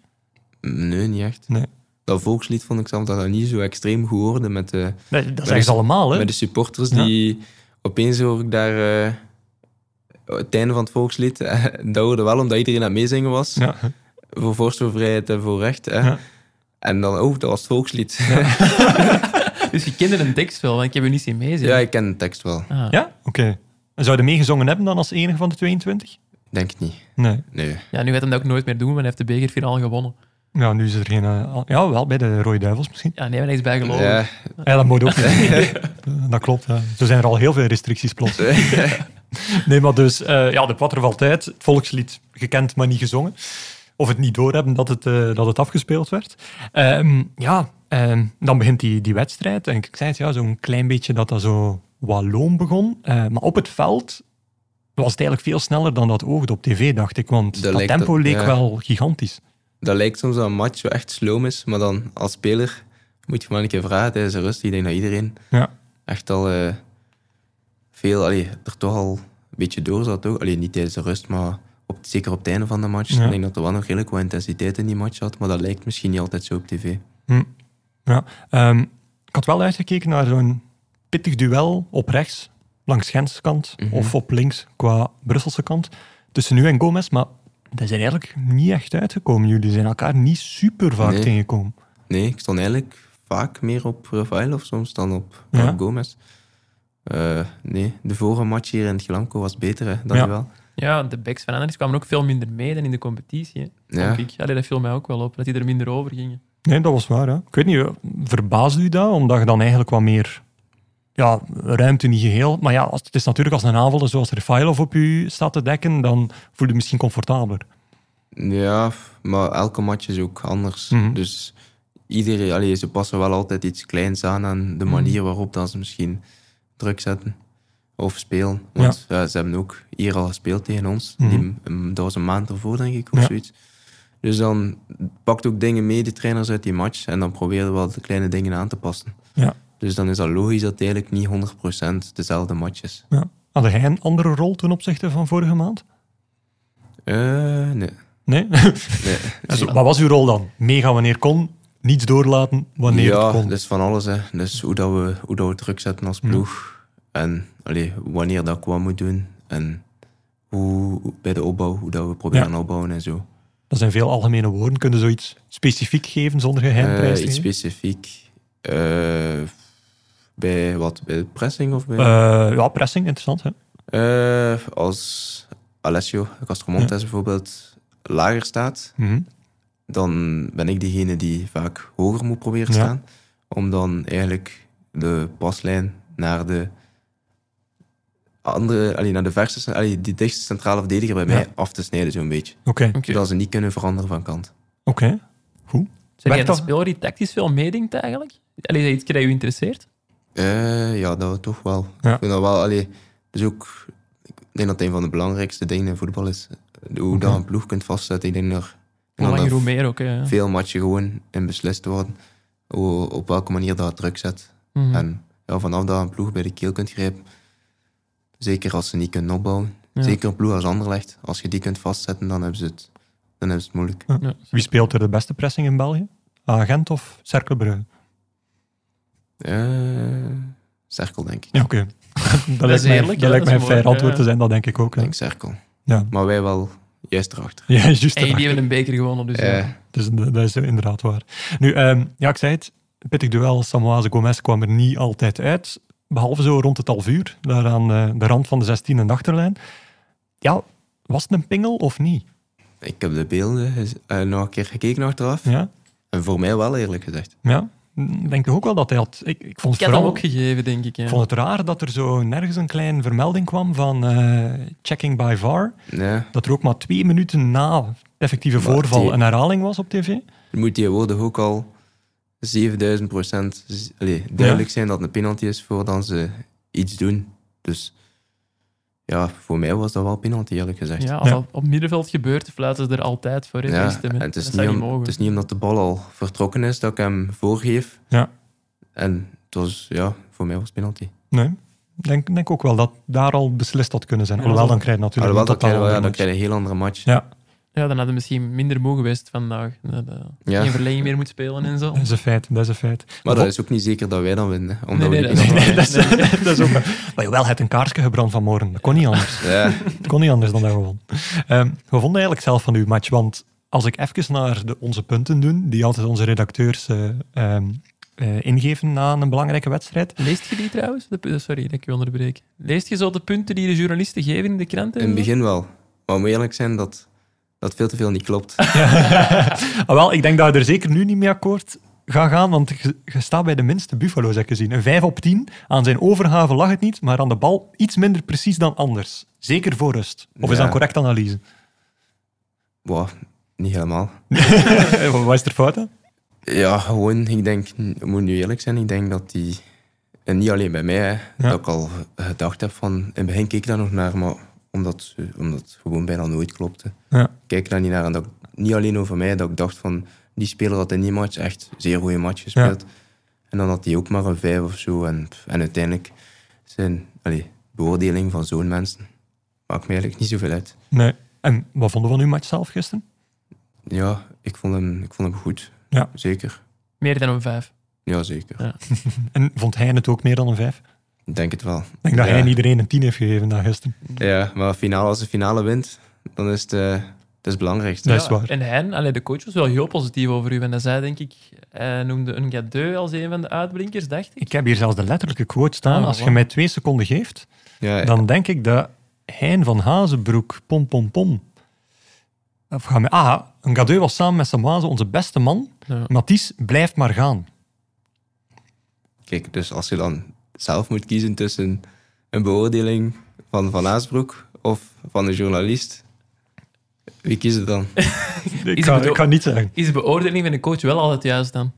Speaker 4: Nee, niet echt.
Speaker 1: Nee.
Speaker 4: Dat volkslied vond ik zelf dat dat niet zo extreem goed hoorde met de,
Speaker 1: Nee, Dat, zeggen ze
Speaker 4: de-
Speaker 1: allemaal, hè?
Speaker 4: met de supporters.
Speaker 1: Ja.
Speaker 4: Die opeens hoor ik daar eh, het einde van het volkslied. eh, dat hoorde wel omdat iedereen aan het meezingen was.
Speaker 1: Ja.
Speaker 4: Voor vorst, voor vrijheid en voor recht. Hè.
Speaker 1: Ja.
Speaker 4: En dan, oh, dat was het volkslied. Ja,
Speaker 3: Dus je kende een tekst wel, want ik heb je niet zien meezingen.
Speaker 4: ik ken de tekst wel.
Speaker 3: Ah.
Speaker 1: Ja? Oké. En Zou je meegezongen hebben dan als enige van de 22?
Speaker 4: Denk het niet.
Speaker 1: Nee.
Speaker 4: Nee.
Speaker 3: Ja, nu gaat hem dat ook nooit meer doen, want hij heeft de bekerfinale gewonnen.
Speaker 1: Ja, nu is er geen... eh, al- ja, wel, bij de Rode Duivels misschien.
Speaker 3: Ja, nee, maar niks bij
Speaker 1: Oh.
Speaker 3: geloven.
Speaker 4: Ja,
Speaker 1: Ja, dat moet ook niet. dat klopt. Ja. Zo zijn er al heel veel restricties plots. nee, maar dus, eh, ja, de Quattro Valtijd, het volkslied gekend, maar niet gezongen. Of het niet doorhebben dat het, eh, dat het afgespeeld werd. Ehm, ja, ehm, dan begint die, die wedstrijd. En ik zei het, ja, zo'n klein beetje dat dat zo walloon begon. Eh, maar op het veld was het eigenlijk veel sneller dan dat oogde op tv, dacht ik. Want
Speaker 4: Dat
Speaker 1: dat,
Speaker 4: lijkt
Speaker 1: tempo
Speaker 4: het,
Speaker 1: leek
Speaker 4: ja.
Speaker 1: wel gigantisch.
Speaker 4: dat lijkt soms dat een match zo echt sloom is, maar dan als speler moet je maar een keer vragen tijdens de rust. Ik denk dat iedereen
Speaker 1: Ja.
Speaker 4: echt al eh, veel, allee, er toch al een beetje door zat. Ook. Allee, niet tijdens de rust, maar op, zeker op het einde van de match.
Speaker 1: Ja.
Speaker 4: Ik denk dat er wel nog redelijk wat intensiteit in die match zat, maar dat lijkt misschien niet altijd zo op tv.
Speaker 1: Ja, ehm, ik had wel uitgekeken naar zo'n pittig duel op rechts, langs Gentse kant, of op links qua Brusselse kant, tussen nu en Gomez, maar dat zijn eigenlijk niet echt uitgekomen. Jullie zijn elkaar niet super vaak
Speaker 4: Nee.
Speaker 1: tegengekomen.
Speaker 4: Nee, ik stond eigenlijk vaak meer op Rafael of soms dan op,
Speaker 1: Ja.
Speaker 4: op Gomez. Eh, nee, de vorige match hier in het Glamco was beter, hè, dat
Speaker 1: Ja.
Speaker 4: wel.
Speaker 3: Ja, de backs van Anderlecht kwamen ook veel minder mee dan in de competitie. Hè.
Speaker 4: Ja.
Speaker 3: Vond ik. Allee, dat viel mij ook wel op, dat die er minder over gingen.
Speaker 1: Nee, dat was waar. Hè. Ik weet niet, eh, verbaasde u dat? Omdat je dan eigenlijk wat meer ja, ruimte niet geheel. Maar ja, als, het is natuurlijk als een aanvaller zoals Refailov op u staat te dekken, dan voel je je misschien comfortabeler.
Speaker 4: Ja, maar elke match is ook anders.
Speaker 1: Mhm.
Speaker 4: Dus iedereen, allee, ze passen wel altijd iets kleins aan aan de
Speaker 1: Mhm.
Speaker 4: manier waarop dan ze misschien druk zetten of spelen. Want ja. ze hebben ook hier al gespeeld tegen ons. Die, mm, dat was een maand ervoor, denk ik, of
Speaker 1: Mhm. Ja.
Speaker 4: zoiets. Dus dan pakt ook dingen mee, de trainers uit die match. En dan proberen we wel de kleine dingen aan te passen.
Speaker 1: Ja.
Speaker 4: Dus dan is dat logisch dat het eigenlijk niet 100% dezelfde match is.
Speaker 1: Ja. Had jij een andere rol ten opzichte van vorige maand?
Speaker 4: Eh, nee.
Speaker 1: Nee?
Speaker 4: nee.
Speaker 1: Dus wat was uw rol dan? Meegaan wanneer kon, niets doorlaten wanneer
Speaker 4: ja,
Speaker 1: het kon.
Speaker 4: dus van alles. Hè. Dus hoe, dat we, hoe dat we druk zetten als ploeg. En allee, wanneer dat ik wat moet doen. En hoe, bij de opbouw, hoe dat we proberen opbouwen en zo.
Speaker 1: Dat zijn veel algemene woorden. Kunnen zoiets specifiek geven zonder
Speaker 4: Eh,
Speaker 1: geheimprijs?
Speaker 4: iets specifiek. eh, bij wat? Bij de pressing of bij...
Speaker 1: Eh, ja, pressing, interessant. Hè?
Speaker 4: Eh, als Alessio Castromontes bijvoorbeeld lager staat,
Speaker 1: Mhm.
Speaker 4: dan ben ik degene die vaak hoger moet proberen
Speaker 1: Ja.
Speaker 4: staan. Om dan eigenlijk de paslijn naar de andere, allee, naar de verste, allee, die dichtste centrale verdediger bij mij
Speaker 1: Ja.
Speaker 4: af te snijden, zo'n beetje.
Speaker 1: Oké, oké.
Speaker 3: Oké.
Speaker 4: Zodat ze niet kunnen veranderen van kant.
Speaker 3: Zijn jij
Speaker 1: Werkt
Speaker 3: een
Speaker 1: dat-
Speaker 3: speler die tactisch veel meedenkt eigenlijk? Allee, is dat iets dat je interesseert?
Speaker 4: Eh, ja, dat toch wel.
Speaker 1: Ja.
Speaker 4: Ik vind dat wel, allee, dus ook, ik denk dat een van de belangrijkste dingen in voetbal is. Hoe
Speaker 1: Mhm.
Speaker 4: dat een ploeg kunt vastzetten. Ik denk dat, ik
Speaker 3: Hoe
Speaker 4: denk dat
Speaker 3: langer,
Speaker 4: dat
Speaker 3: hoe meer ook. hè, ja.
Speaker 4: veel matchen gewoon in beslist worden. Hoe, op welke manier dat het druk zet.
Speaker 3: Mhm.
Speaker 4: En ja, vanaf dat je een ploeg bij de keel kunt grijpen, zeker als ze niet kunnen opbouwen,
Speaker 3: Ja.
Speaker 4: zeker een ploeg als Anderlecht, als je die kunt vastzetten, dan hebben ze het, dan hebben ze het moeilijk.
Speaker 3: Ja.
Speaker 1: Wie speelt er de beste pressing in België? Agent of Cercle Brugge?
Speaker 4: Eh, cirkel, denk ik.
Speaker 1: Ja, oké. dat, lijkt mij,
Speaker 3: eerlijk,
Speaker 1: dat
Speaker 3: ja,
Speaker 1: lijkt
Speaker 3: dat
Speaker 1: mij
Speaker 3: is
Speaker 1: een fair
Speaker 3: mooi,
Speaker 1: antwoord
Speaker 3: ja.
Speaker 1: te zijn, dat denk ik ook.
Speaker 4: Ik
Speaker 1: hè.
Speaker 4: denk cirkel.
Speaker 1: Ja,
Speaker 4: Maar wij wel juist erachter.
Speaker 1: ja juist.
Speaker 3: En
Speaker 1: daar.
Speaker 3: die hebben een beker gewonnen, dus ja.
Speaker 4: Eh,
Speaker 1: Dus dat dat is inderdaad waar. Nu, ehm, ja, ik zei het, pittig duel, Samoise Gomez kwam er niet altijd uit. Behalve zo rond het half uur, daar aan eh, de rand van de 16 en de achterlijn. Ja, was het een pingel of niet?
Speaker 4: ik heb de beelden eh, nog een keer gekeken achteraf.
Speaker 1: Ja,
Speaker 4: En voor mij wel, eerlijk gezegd.
Speaker 1: ja. Ik denk toch ook wel dat hij had... Ik, ik vond het
Speaker 3: Ik heb hem
Speaker 1: vooral...
Speaker 3: ook gegeven, denk ik. Ja.
Speaker 1: Ik vond het raar dat er zo nergens een kleine vermelding kwam van eh, checking by VAR.
Speaker 4: Ja.
Speaker 1: Dat er ook maar twee minuten na het effectieve
Speaker 4: Maar
Speaker 1: voorval
Speaker 4: die-
Speaker 1: een herhaling was op tv.
Speaker 4: Dan moet tegenwoordig ook al 7000 procent duidelijk zijn dat het een penalty is voordat ze iets doen. Dus ja, voor mij was dat wel penalty, eerlijk gezegd.
Speaker 3: Ja, als
Speaker 1: Ja.
Speaker 3: dat op middenveld gebeurt, fluiten ze er altijd voor in.
Speaker 4: Ja,
Speaker 3: Ja,
Speaker 4: en het is,
Speaker 3: dat
Speaker 4: niet
Speaker 3: zou
Speaker 4: om-
Speaker 3: niet mogen.
Speaker 4: het is niet omdat de bal al vertrokken is dat ik hem voorgeef.
Speaker 1: Ja.
Speaker 4: En het was, ja, voor mij was het penalty.
Speaker 1: Nee, ik denk, denk ook wel dat daar al beslist had kunnen zijn.
Speaker 3: Ja,
Speaker 1: Alhoewel,
Speaker 3: dat-
Speaker 1: dan krijg je natuurlijk
Speaker 4: Alhoewel, dat
Speaker 1: een
Speaker 4: krijg je, wel- ja,
Speaker 1: totaal
Speaker 4: dan krijg je een heel andere match.
Speaker 1: Ja.
Speaker 3: Ja, dan hadden we misschien minder mogen geweest vandaag. Dat, eh,
Speaker 4: Ja.
Speaker 3: Geen verlenging meer moet spelen en zo.
Speaker 1: Dat is een feit, dat is een feit.
Speaker 4: Maar dat is ook niet zeker dat wij dan winnen. hè, Omdat
Speaker 3: Nee, nee,
Speaker 4: we
Speaker 3: dat
Speaker 4: die
Speaker 3: is
Speaker 4: penalty-
Speaker 3: waar. Nee.
Speaker 1: dat is ook... Maar jawel, het een kaarsje gebrand vanmorgen. Dat kon niet anders.
Speaker 4: Ja.
Speaker 1: Het kon niet anders dan dat we wonnen. Ehm, we vonden eigenlijk zelf van uw match, want als ik even naar de, onze punten doe, die altijd onze redacteurs eh, ehm, eh, ingeven na een belangrijke wedstrijd.
Speaker 3: Leest je die trouwens? De pu- sorry dat ik je onderbreek. Leest je zo de punten die de journalisten geven in de kranten?
Speaker 4: In het begin wel. Maar om eerlijk te zijn, dat, dat veel te veel niet klopt.
Speaker 1: Ah, wel, ik denk dat je er zeker nu niet mee akkoord gaat gaan, want je je staat bij de minste Buffalo's, heb ik gezien. Een 5 op 10. Aan zijn overgave lag het niet, maar aan de bal iets minder precies dan anders. Zeker voor rust. Of is
Speaker 4: Ja.
Speaker 1: dat een correcte analyse?
Speaker 4: Wow, niet helemaal.
Speaker 1: Eh, Wat is er fout aan?
Speaker 4: Ja, gewoon, ik denk, ik moet nu eerlijk zijn, ik denk dat die, en niet alleen bij mij, hè, dat ik al gedacht heb van, in het begin keek ik daar nog naar, maar omdat, omdat het gewoon bijna nooit klopte,
Speaker 1: Ja.
Speaker 4: kijk ik daar niet naar. En dat, ik- niet alleen over mij, dat ik dacht van, die speler had in die match echt zeer goede match gespeeld. En dan had hij ook maar een vijf of zo. En, en uiteindelijk zijn, allee, beoordeling van zo'n mensen maakt me eigenlijk niet zoveel uit.
Speaker 1: Nee. En wat vonden we van uw match zelf gisteren?
Speaker 4: Ja, ik vond hem, ik vond hem goed.
Speaker 1: Ja.
Speaker 4: Zeker.
Speaker 3: Meer dan een vijf.
Speaker 4: Ja, zeker.
Speaker 3: Ja.
Speaker 1: En vond hij het ook meer dan een 5? Ik
Speaker 4: Ik denk het wel.
Speaker 1: denk dat
Speaker 4: Ja.
Speaker 1: hij iedereen een 10 heeft gegeven na gisteren.
Speaker 4: Ja, maar finale, als de finale wint, dan is het, eh, dat is het belangrijkste.
Speaker 1: Ja. Dat is waar.
Speaker 3: En hij, allee, de coach, was wel heel positief over u. En dat zei, denk ik, hij noemde een gadeu als een van de uitblinkers, dacht ik.
Speaker 1: Ik heb hier zelfs de letterlijke quote staan.
Speaker 3: Ah,
Speaker 1: Als je
Speaker 3: wat?
Speaker 1: mij twee seconden geeft,
Speaker 4: Ja,
Speaker 1: dan denk ik dat Hein van Hazenbroek, pom pom pom. Of gaan we, ah, een gadeu was samen met Samaze onze beste man.
Speaker 3: Ja.
Speaker 1: Mathies, blijft maar gaan.
Speaker 4: Kijk, dus als je dan zelf moet kiezen tussen een beoordeling van Van Aasbroek of van een journalist, wie kies je dan?
Speaker 1: Ik
Speaker 3: Is
Speaker 1: ga,
Speaker 3: het
Speaker 1: ik
Speaker 3: ook-
Speaker 1: ga niet zeggen.
Speaker 3: Is de beoordeling van de coach wel altijd juist dan?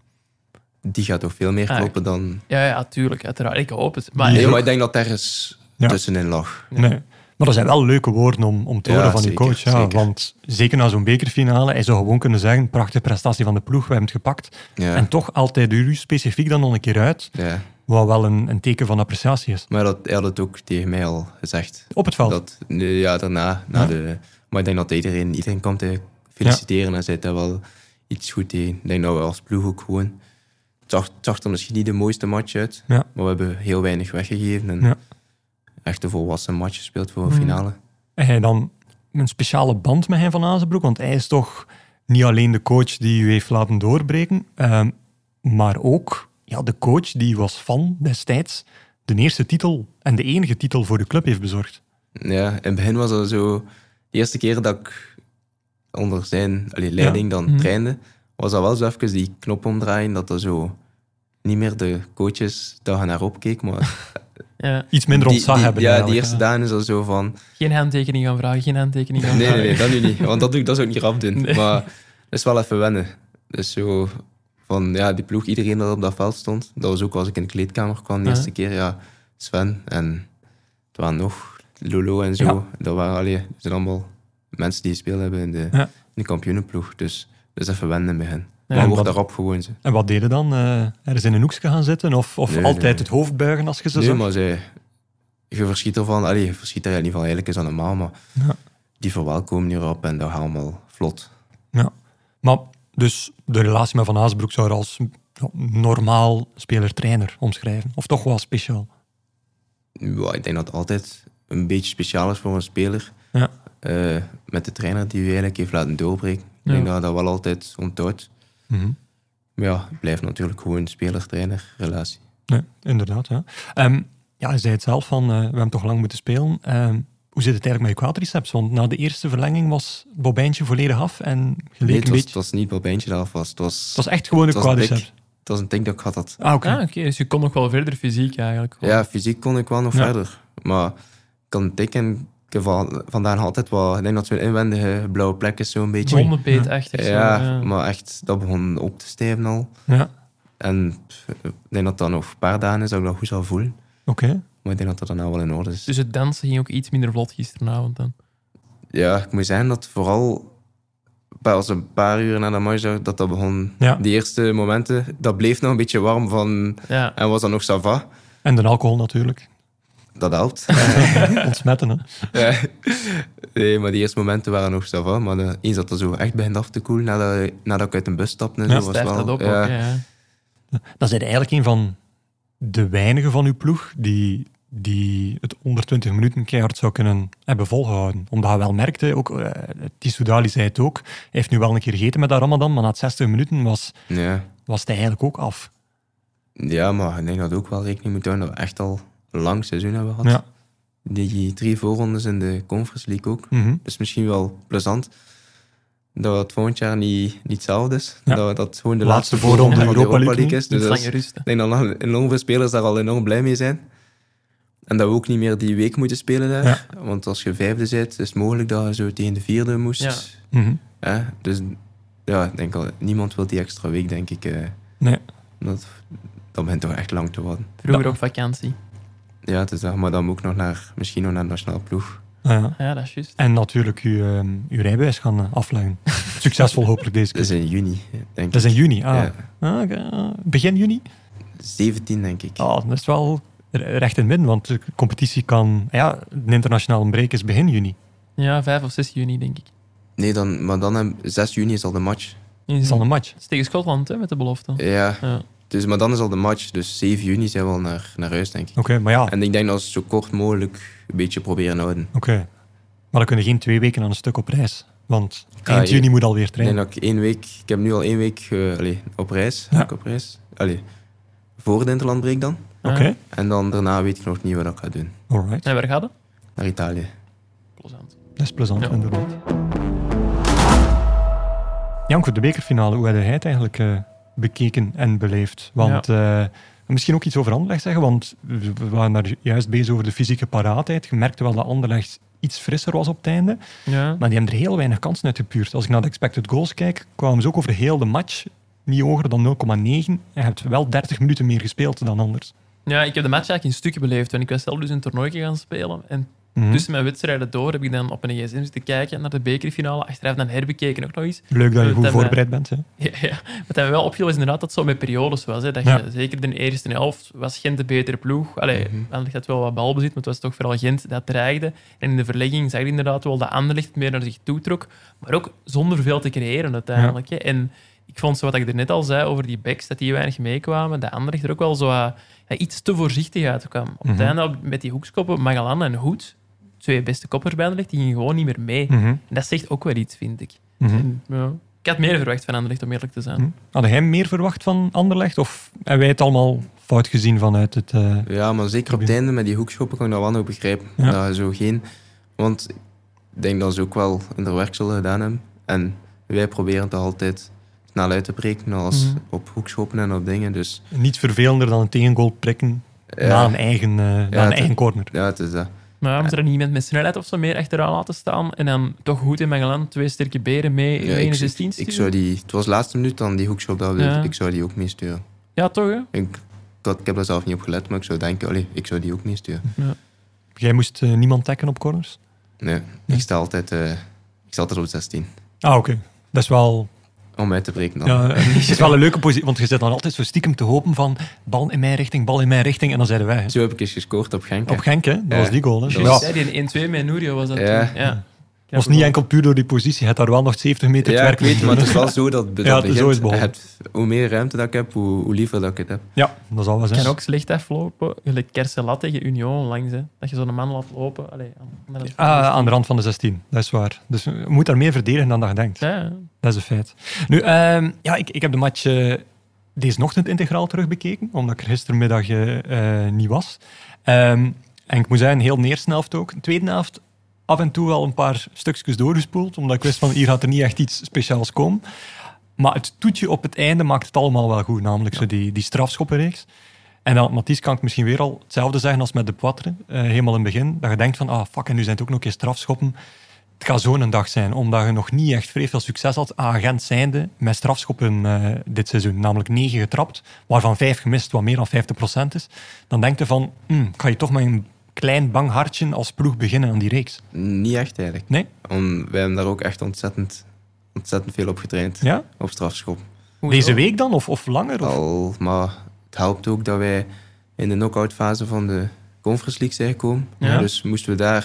Speaker 4: Die gaat toch veel meer
Speaker 3: Ah,
Speaker 4: kloppen dan...
Speaker 3: Ja, ja, tuurlijk, uiteraard. Ik hoop het. Maar
Speaker 4: Nee, maar ik denk dat daar eens
Speaker 1: Ja.
Speaker 4: tussenin lag.
Speaker 1: Nee. Maar dat zijn wel leuke woorden om, om te
Speaker 4: Ja,
Speaker 1: horen van
Speaker 4: zeker,
Speaker 1: uw coach. Ja.
Speaker 4: zeker.
Speaker 1: Want zeker na zo'n bekerfinale, hij zou gewoon kunnen zeggen, prachtige prestatie van de ploeg, we hebben het gepakt.
Speaker 4: Ja.
Speaker 1: En toch altijd u specifiek dan nog een keer uit,
Speaker 4: Ja.
Speaker 1: wat wel een, een teken van appreciatie is.
Speaker 4: Maar dat, hij had het ook tegen mij al gezegd.
Speaker 1: Op het veld.
Speaker 4: Dat, nee, ja, daarna. Na De, maar ik denk dat iedereen, iedereen kwam te feliciteren en zei daar wel iets goed tegen. Ik denk dat we als ploeg ook gewoon... Het zag, het zag er misschien niet de mooiste match uit,
Speaker 1: Ja.
Speaker 4: maar we hebben heel weinig weggegeven. En
Speaker 1: Ja. Mm.
Speaker 4: echt een volwassen match gespeeld voor een finale.
Speaker 1: En hij dan een speciale band met hem van Azenbroek, want hij is toch niet alleen de coach die u heeft laten doorbreken, ehm, maar ook ja, de coach die was van destijds de eerste titel en de enige titel voor de club heeft bezorgd.
Speaker 4: Ja, in het begin was dat zo... De eerste keer dat ik onder zijn allee, leiding
Speaker 1: Mhm.
Speaker 4: dan trainde, was dat wel zo even die knop omdraaien, dat er zo niet meer de coaches daar naar opkeek, maar
Speaker 3: ja,
Speaker 1: Iets minder
Speaker 4: Die-
Speaker 1: ontzag
Speaker 4: die-
Speaker 1: hebben.
Speaker 4: Ja, die
Speaker 1: eigenlijk,
Speaker 4: eerste
Speaker 1: hè.
Speaker 4: dagen is al zo van...
Speaker 3: geen handtekening gaan vragen, geen handtekening gaan
Speaker 4: Nee, nee,
Speaker 3: vragen.
Speaker 4: nee, dat nu niet. Want dat, doe ik, dat zou ik niet rap doen. Maar dat is wel even wennen. Dus zo van, ja, die ploeg, iedereen dat op dat veld stond. Dat was ook als ik in de kleedkamer kwam
Speaker 3: Ja.
Speaker 4: de eerste keer. Ja, Sven en het waren nog Lolo en zo.
Speaker 1: Ja.
Speaker 4: Dat waren allee, dat zijn allemaal mensen die gespeeld hebben in de,
Speaker 1: Ja.
Speaker 4: in de kampioenenploeg. Dus dat is even wennen in het begin.
Speaker 3: Ja,
Speaker 4: maar
Speaker 1: en
Speaker 4: wordt
Speaker 1: dat-
Speaker 4: daarop gewoon. Ze.
Speaker 1: En wat deden dan? Eh ergens in een hoekje gaan zitten? Of, of
Speaker 4: Nee,
Speaker 1: altijd
Speaker 4: nee.
Speaker 1: het hoofd buigen als je ze
Speaker 4: Nee,
Speaker 1: zag?
Speaker 4: maar zij, je verschiet ervan. Allee, je verschiet er in ieder geval eigenlijk is dat normaal. Maar
Speaker 1: Ja.
Speaker 4: die verwelkomen hierop en dat gaat allemaal vlot.
Speaker 1: Ja. Maar dus de relatie met Van Azenbroek zou je als ja, normaal speler-trainer omschrijven. Of toch wel speciaal.
Speaker 4: Ja, ik denk dat het altijd een beetje speciaal is voor een speler.
Speaker 1: Ja.
Speaker 4: Eh, met de trainer die we eigenlijk heeft laten doorbreken. Ik
Speaker 3: Ja.
Speaker 4: denk dat hij dat wel altijd onthoudt.
Speaker 1: Mhm.
Speaker 4: Maar ja, het blijft natuurlijk gewoon een speler-trainer relatie.
Speaker 1: Nee, inderdaad. Ja. Ehm, ja, je zei het zelf van, eh, we hebben toch lang moeten spelen. Ehm, hoe zit het eigenlijk met je quadriceps? Want na de eerste verlenging was het Bobijntje volledig af en geleek
Speaker 4: Nee, het
Speaker 1: een
Speaker 4: was,
Speaker 1: beetje...
Speaker 4: het was niet Bobijntje dat af was. Het was,
Speaker 1: Het was echt gewoon een
Speaker 4: het was dik.
Speaker 1: quadriceps.
Speaker 4: Het Dat is een ding dat ik had. Dat.
Speaker 1: Ah, oké.
Speaker 3: Ah, oké. Dus je kon nog wel verder fysiek eigenlijk.
Speaker 4: Ja, fysiek kon ik wel nog
Speaker 3: Ja.
Speaker 4: verder. Maar ik kan tikken van, vandaan altijd wel. Ik denk dat zo'n inwendige blauwe plek is zo'n beetje.
Speaker 3: Hondenbeet echt. echt zo,
Speaker 4: ja, maar echt, dat begon op te steven al.
Speaker 1: Ja.
Speaker 4: En pff, ik denk dat dat nog een paar dagen is dat ik dat goed zal voelen.
Speaker 1: Oké.
Speaker 4: Maar ik denk dat dat daarna wel in orde is.
Speaker 3: Dus het dansen ging ook iets minder vlot gisteravond dan.
Speaker 4: ja, ik moet zeggen dat vooral bij- als een paar uur na de match dat dat begon.
Speaker 1: Ja.
Speaker 4: Die eerste momenten, dat bleef nog een beetje warm van...
Speaker 3: Ja.
Speaker 4: En was dan nog Sava.
Speaker 1: En de alcohol natuurlijk.
Speaker 4: Dat helpt.
Speaker 1: Ontsmetten, hè.
Speaker 4: Ja. nee, maar die eerste momenten waren nog Sava. Maar de- eens dat dat zo echt begint af te koelen, nadat, nadat ik uit de bus stapte en
Speaker 1: Ja,
Speaker 4: zo, was
Speaker 3: Stijft
Speaker 4: wel...
Speaker 3: dat op.
Speaker 4: ja. Dus
Speaker 3: ook, ja.
Speaker 1: Dat zijn eigenlijk een van de weinigen van uw ploeg die, die het onder 20 minuten keihard zou kunnen hebben volgehouden. Omdat hij wel merkte, ook eh Tissoudali zei het ook, hij heeft nu wel een keer gegeten met dat Ramadan, maar na het 60 minuten was,
Speaker 4: ja.
Speaker 1: was hij eigenlijk ook af.
Speaker 4: Ja, maar ik denk dat we ook wel rekening moet houden dat we echt al een lang seizoen hebben gehad.
Speaker 1: Ja.
Speaker 4: Die drie voorrondes in de Conference League ook.
Speaker 1: Mhm.
Speaker 4: Dus misschien wel plezant dat het volgend jaar niet, niet hetzelfde is.
Speaker 1: Ja.
Speaker 4: Dat dat gewoon de
Speaker 1: Laatste
Speaker 4: laatste,
Speaker 1: voorronde
Speaker 4: van de
Speaker 1: Europa
Speaker 4: Europa
Speaker 1: League
Speaker 4: League is. Dus
Speaker 3: Iets
Speaker 4: dat is-
Speaker 3: langer rusten.
Speaker 4: ik denk dat nog enorm veel spelers daar al enorm blij mee zijn. En dat we ook niet meer die week moeten spelen daar. Want als je vijfde zit, is het mogelijk dat je zo tegen de vierde moest.
Speaker 3: Ja.
Speaker 1: Mhm.
Speaker 4: Hè? Dus ja, ik denk al, niemand wil die extra week, denk ik. eh,
Speaker 1: Nee.
Speaker 4: dat, dat begint toch echt lang te worden.
Speaker 3: Vroeger op vakantie.
Speaker 4: Ja, het is dat, maar dan moet ik nog naar, misschien nog naar de nationale ploeg.
Speaker 1: nou Ja.
Speaker 3: Ja, dat is juist.
Speaker 1: En natuurlijk uw, eh, uw rijbewijs gaan eh, afleggen. Succesvol hopelijk deze
Speaker 4: Dat
Speaker 1: keer.
Speaker 4: is in juni, denk
Speaker 1: Dat
Speaker 4: ik.
Speaker 1: is in juni. Ah.
Speaker 4: Ja.
Speaker 1: Ah, oké, ah. Begin juni?
Speaker 4: 17, denk ik.
Speaker 1: Ah, dat is wel recht in het midden, want de competitie kan... Ja, de internationale break is begin juni.
Speaker 3: Ja, 5 of 6 juni denk ik.
Speaker 4: Nee, dan, maar dan heb- 6 juni is al de match.
Speaker 1: Dat is al een match.
Speaker 3: Het is tegen Schotland hè, met de belofte.
Speaker 4: Ja,
Speaker 3: Ja.
Speaker 4: dus, maar dan is al de match. Dus 7 juni zijn we al naar, naar huis, denk ik.
Speaker 1: Oké, maar ja,
Speaker 4: En ik denk dat ze zo kort mogelijk een beetje proberen te houden.
Speaker 1: Oké. Maar dan kunnen geen twee weken aan een stuk op reis. Want
Speaker 4: Ah,
Speaker 1: eind
Speaker 4: je-
Speaker 1: juni moet alweer
Speaker 4: Ik denk
Speaker 1: trainen.
Speaker 4: dat ik één week... Ik heb nu al één week eh, allee, op reis.
Speaker 1: Ja.
Speaker 4: Ik op reis. Allee, voor de interlandbreek dan.
Speaker 3: Ja.
Speaker 1: Oké,
Speaker 4: En dan daarna weet ik nog niet wat ik ga doen.
Speaker 1: alright.
Speaker 3: En waar gaat het?
Speaker 4: Naar Italië.
Speaker 3: Plezant.
Speaker 1: Dat is plezant,
Speaker 3: Ja.
Speaker 1: inderdaad. Janko, de bekerfinale, hoe heb jij het eigenlijk eh, bekeken en beleefd? Want eh, misschien ook iets over Anderlecht zeggen, want we we waren daar juist bezig over de fysieke paraatheid. Je merkte wel dat Anderlecht iets frisser was op het einde,
Speaker 3: Ja.
Speaker 1: maar die hebben er heel weinig kansen uit gepuurd. Als ik naar de expected goals kijk, kwamen ze ook over heel de match niet hoger dan 0,9. En je hebt wel 30 minuten meer gespeeld dan anders.
Speaker 3: ja, ik heb de match eigenlijk in stukken beleefd. Want ik was zelf dus een toernooi gaan spelen. En
Speaker 1: Mhm.
Speaker 3: tussen mijn wedstrijden door heb ik dan op een gsm zitten kijken naar de bekerfinale. Achteraf dan herbekeken ook nog eens.
Speaker 1: Leuk dat je
Speaker 3: Dat
Speaker 1: goed
Speaker 3: hebben-
Speaker 1: voorbereid bent. Hè?
Speaker 3: Ja, ja. Wat mij wel opviel is inderdaad dat het zo met periodes was. Hè. Dat
Speaker 1: Ja. Mhm.
Speaker 3: je, zeker de eerste helft was Gent de betere ploeg. Allee, Anderlecht had wel wat balbezit, maar het was toch vooral Gent dat dreigde. En in de verlegging zag je inderdaad wel dat Anderlecht meer naar zich toe trok. Maar ook zonder veel te creëren uiteindelijk. Hè. En ik vond, zo wat ik er net al zei over die backs, dat die weinig meekwamen. Dat Anderlecht er ook wel zo wat- ja, iets te voorzichtig uitkwam. Op het
Speaker 1: Mhm.
Speaker 3: einde op- met die hoekskoppen, Magalan en Hoed, twee beste koppers bij Anderlecht, die gingen gewoon niet meer mee.
Speaker 1: Mhm,
Speaker 3: En dat zegt ook wel iets, vind ik.
Speaker 1: mhm.
Speaker 3: En, ja, ik had meer verwacht van Anderlecht, om eerlijk te zijn.
Speaker 1: Hm. Hadden jij meer verwacht van Anderlecht? Of hebben wij het allemaal fout gezien vanuit het... eh,
Speaker 4: Ja, maar zeker op het einde met die hoekschoppen kan ik dat wel nog begrijpen.
Speaker 1: Ja.
Speaker 4: Dat je zo geen... Want ik denk dat ze ook wel in haar werk zullen gedaan hebben. En wij proberen het altijd snel uit te breken als
Speaker 3: Mhm.
Speaker 4: op hoekschoppen en op dingen. Dus
Speaker 1: Niet vervelender dan een tegengoal prikken na een
Speaker 4: ja,
Speaker 1: eigen, eh, na een
Speaker 4: het-
Speaker 1: eigen corner?
Speaker 4: ja, het is dat.
Speaker 3: Maar ja, moet er dan iemand met snelheid of zo meer achteraan laten staan en dan toch goed in Mengelen twee sterke beren mee
Speaker 4: Ja,
Speaker 3: in
Speaker 4: ik,
Speaker 3: 16
Speaker 4: ik zou die, het was de laatste minuut dan die hoekschop dat we,
Speaker 3: Ja.
Speaker 4: ik zou die ook meesturen.
Speaker 3: Ja, toch hè?
Speaker 4: Ik, dat, ik heb daar zelf niet op gelet, maar ik zou denken, allee, ik zou die ook meesturen.
Speaker 1: Jij moest eh, niemand tacken op corners?
Speaker 4: Nee, ik sta altijd, eh, ik sta altijd op 16.
Speaker 1: Ah, oké. Dat is wel,
Speaker 4: Om uit te breken dan.
Speaker 1: ja, het is wel een leuke positie, want je zit dan altijd zo stiekem te hopen van bal in mijn richting, bal in mijn richting, en dan zeiden wij. hè.
Speaker 4: Zo heb ik eens gescoord op Genk. hè.
Speaker 1: Op Genk, hè? dat
Speaker 4: Ja.
Speaker 1: was die goal. Hè?
Speaker 4: Dat
Speaker 1: Ja.
Speaker 4: was-
Speaker 1: Het
Speaker 3: Ja, die in 1-2 met Nourio was dat
Speaker 4: Ja.
Speaker 3: toen. Ja.
Speaker 1: was niet enkel puur door die positie. Je had daar wel nog 70 meter het
Speaker 4: Ja, ik
Speaker 1: werk
Speaker 4: weet,
Speaker 1: moeten
Speaker 4: maar het
Speaker 1: doen,
Speaker 4: is wel zo dat, dat
Speaker 1: Ja, het is
Speaker 4: begint.
Speaker 1: zo is het begonnen.
Speaker 4: Het- hoe meer ruimte dat ik heb, hoe, hoe liever dat ik het heb.
Speaker 1: hè. Ja, dat zal wel
Speaker 3: Het
Speaker 1: zijn.
Speaker 3: kan ook slecht aflopen, gelijk Kerselat tegen Union langs. Hè. Dat je zo'n man laat lopen. Allee, aan-
Speaker 1: Ah, aan de rand van de 16, dat is waar. Dus je moet daar meer verdedigen dan dat je denkt.
Speaker 3: Ja, ja.
Speaker 1: Dat is een feit. Nu, ehm, ja, ik, ik heb de match eh, deze ochtend integraal terugbekeken, omdat ik er gistermiddag eh, eh, niet was. Ehm, en ik moet zeggen, heel de eerste helft ook. De tweede helft af en toe wel een paar stukjes doorgespoeld, omdat ik wist van hier gaat er niet echt iets speciaals komen. Maar het toetje op het einde maakt het allemaal wel goed. Namelijk zo die, die strafschoppenreeks. En dan, Mathies kan ik misschien weer al hetzelfde zeggen als met de Poitre. eh, helemaal in het begin. Dat je denkt van, ah fuck, en nu zijn het ook nog eens strafschoppen. Het gaat zo'n dag zijn. Omdat je nog niet echt vrij veel succes had aan agent zijnde met strafschoppen eh, dit seizoen. Namelijk negen getrapt, waarvan vijf gemist, wat meer dan 50% is. Dan denk je van, hm, ga je toch met een klein bang hartje als ploeg beginnen aan die reeks.
Speaker 4: Niet echt eigenlijk.
Speaker 1: Nee?
Speaker 4: Om, wij hebben daar ook echt ontzettend, ontzettend veel op getraind.
Speaker 1: Ja?
Speaker 4: Op strafschop.
Speaker 1: Deze week dan? Of, of langer? Of?
Speaker 4: Al, maar het helpt ook dat wij in de knock-out fase van de Conference League zijn gekomen.
Speaker 3: Ja.
Speaker 4: Dus moesten we daar...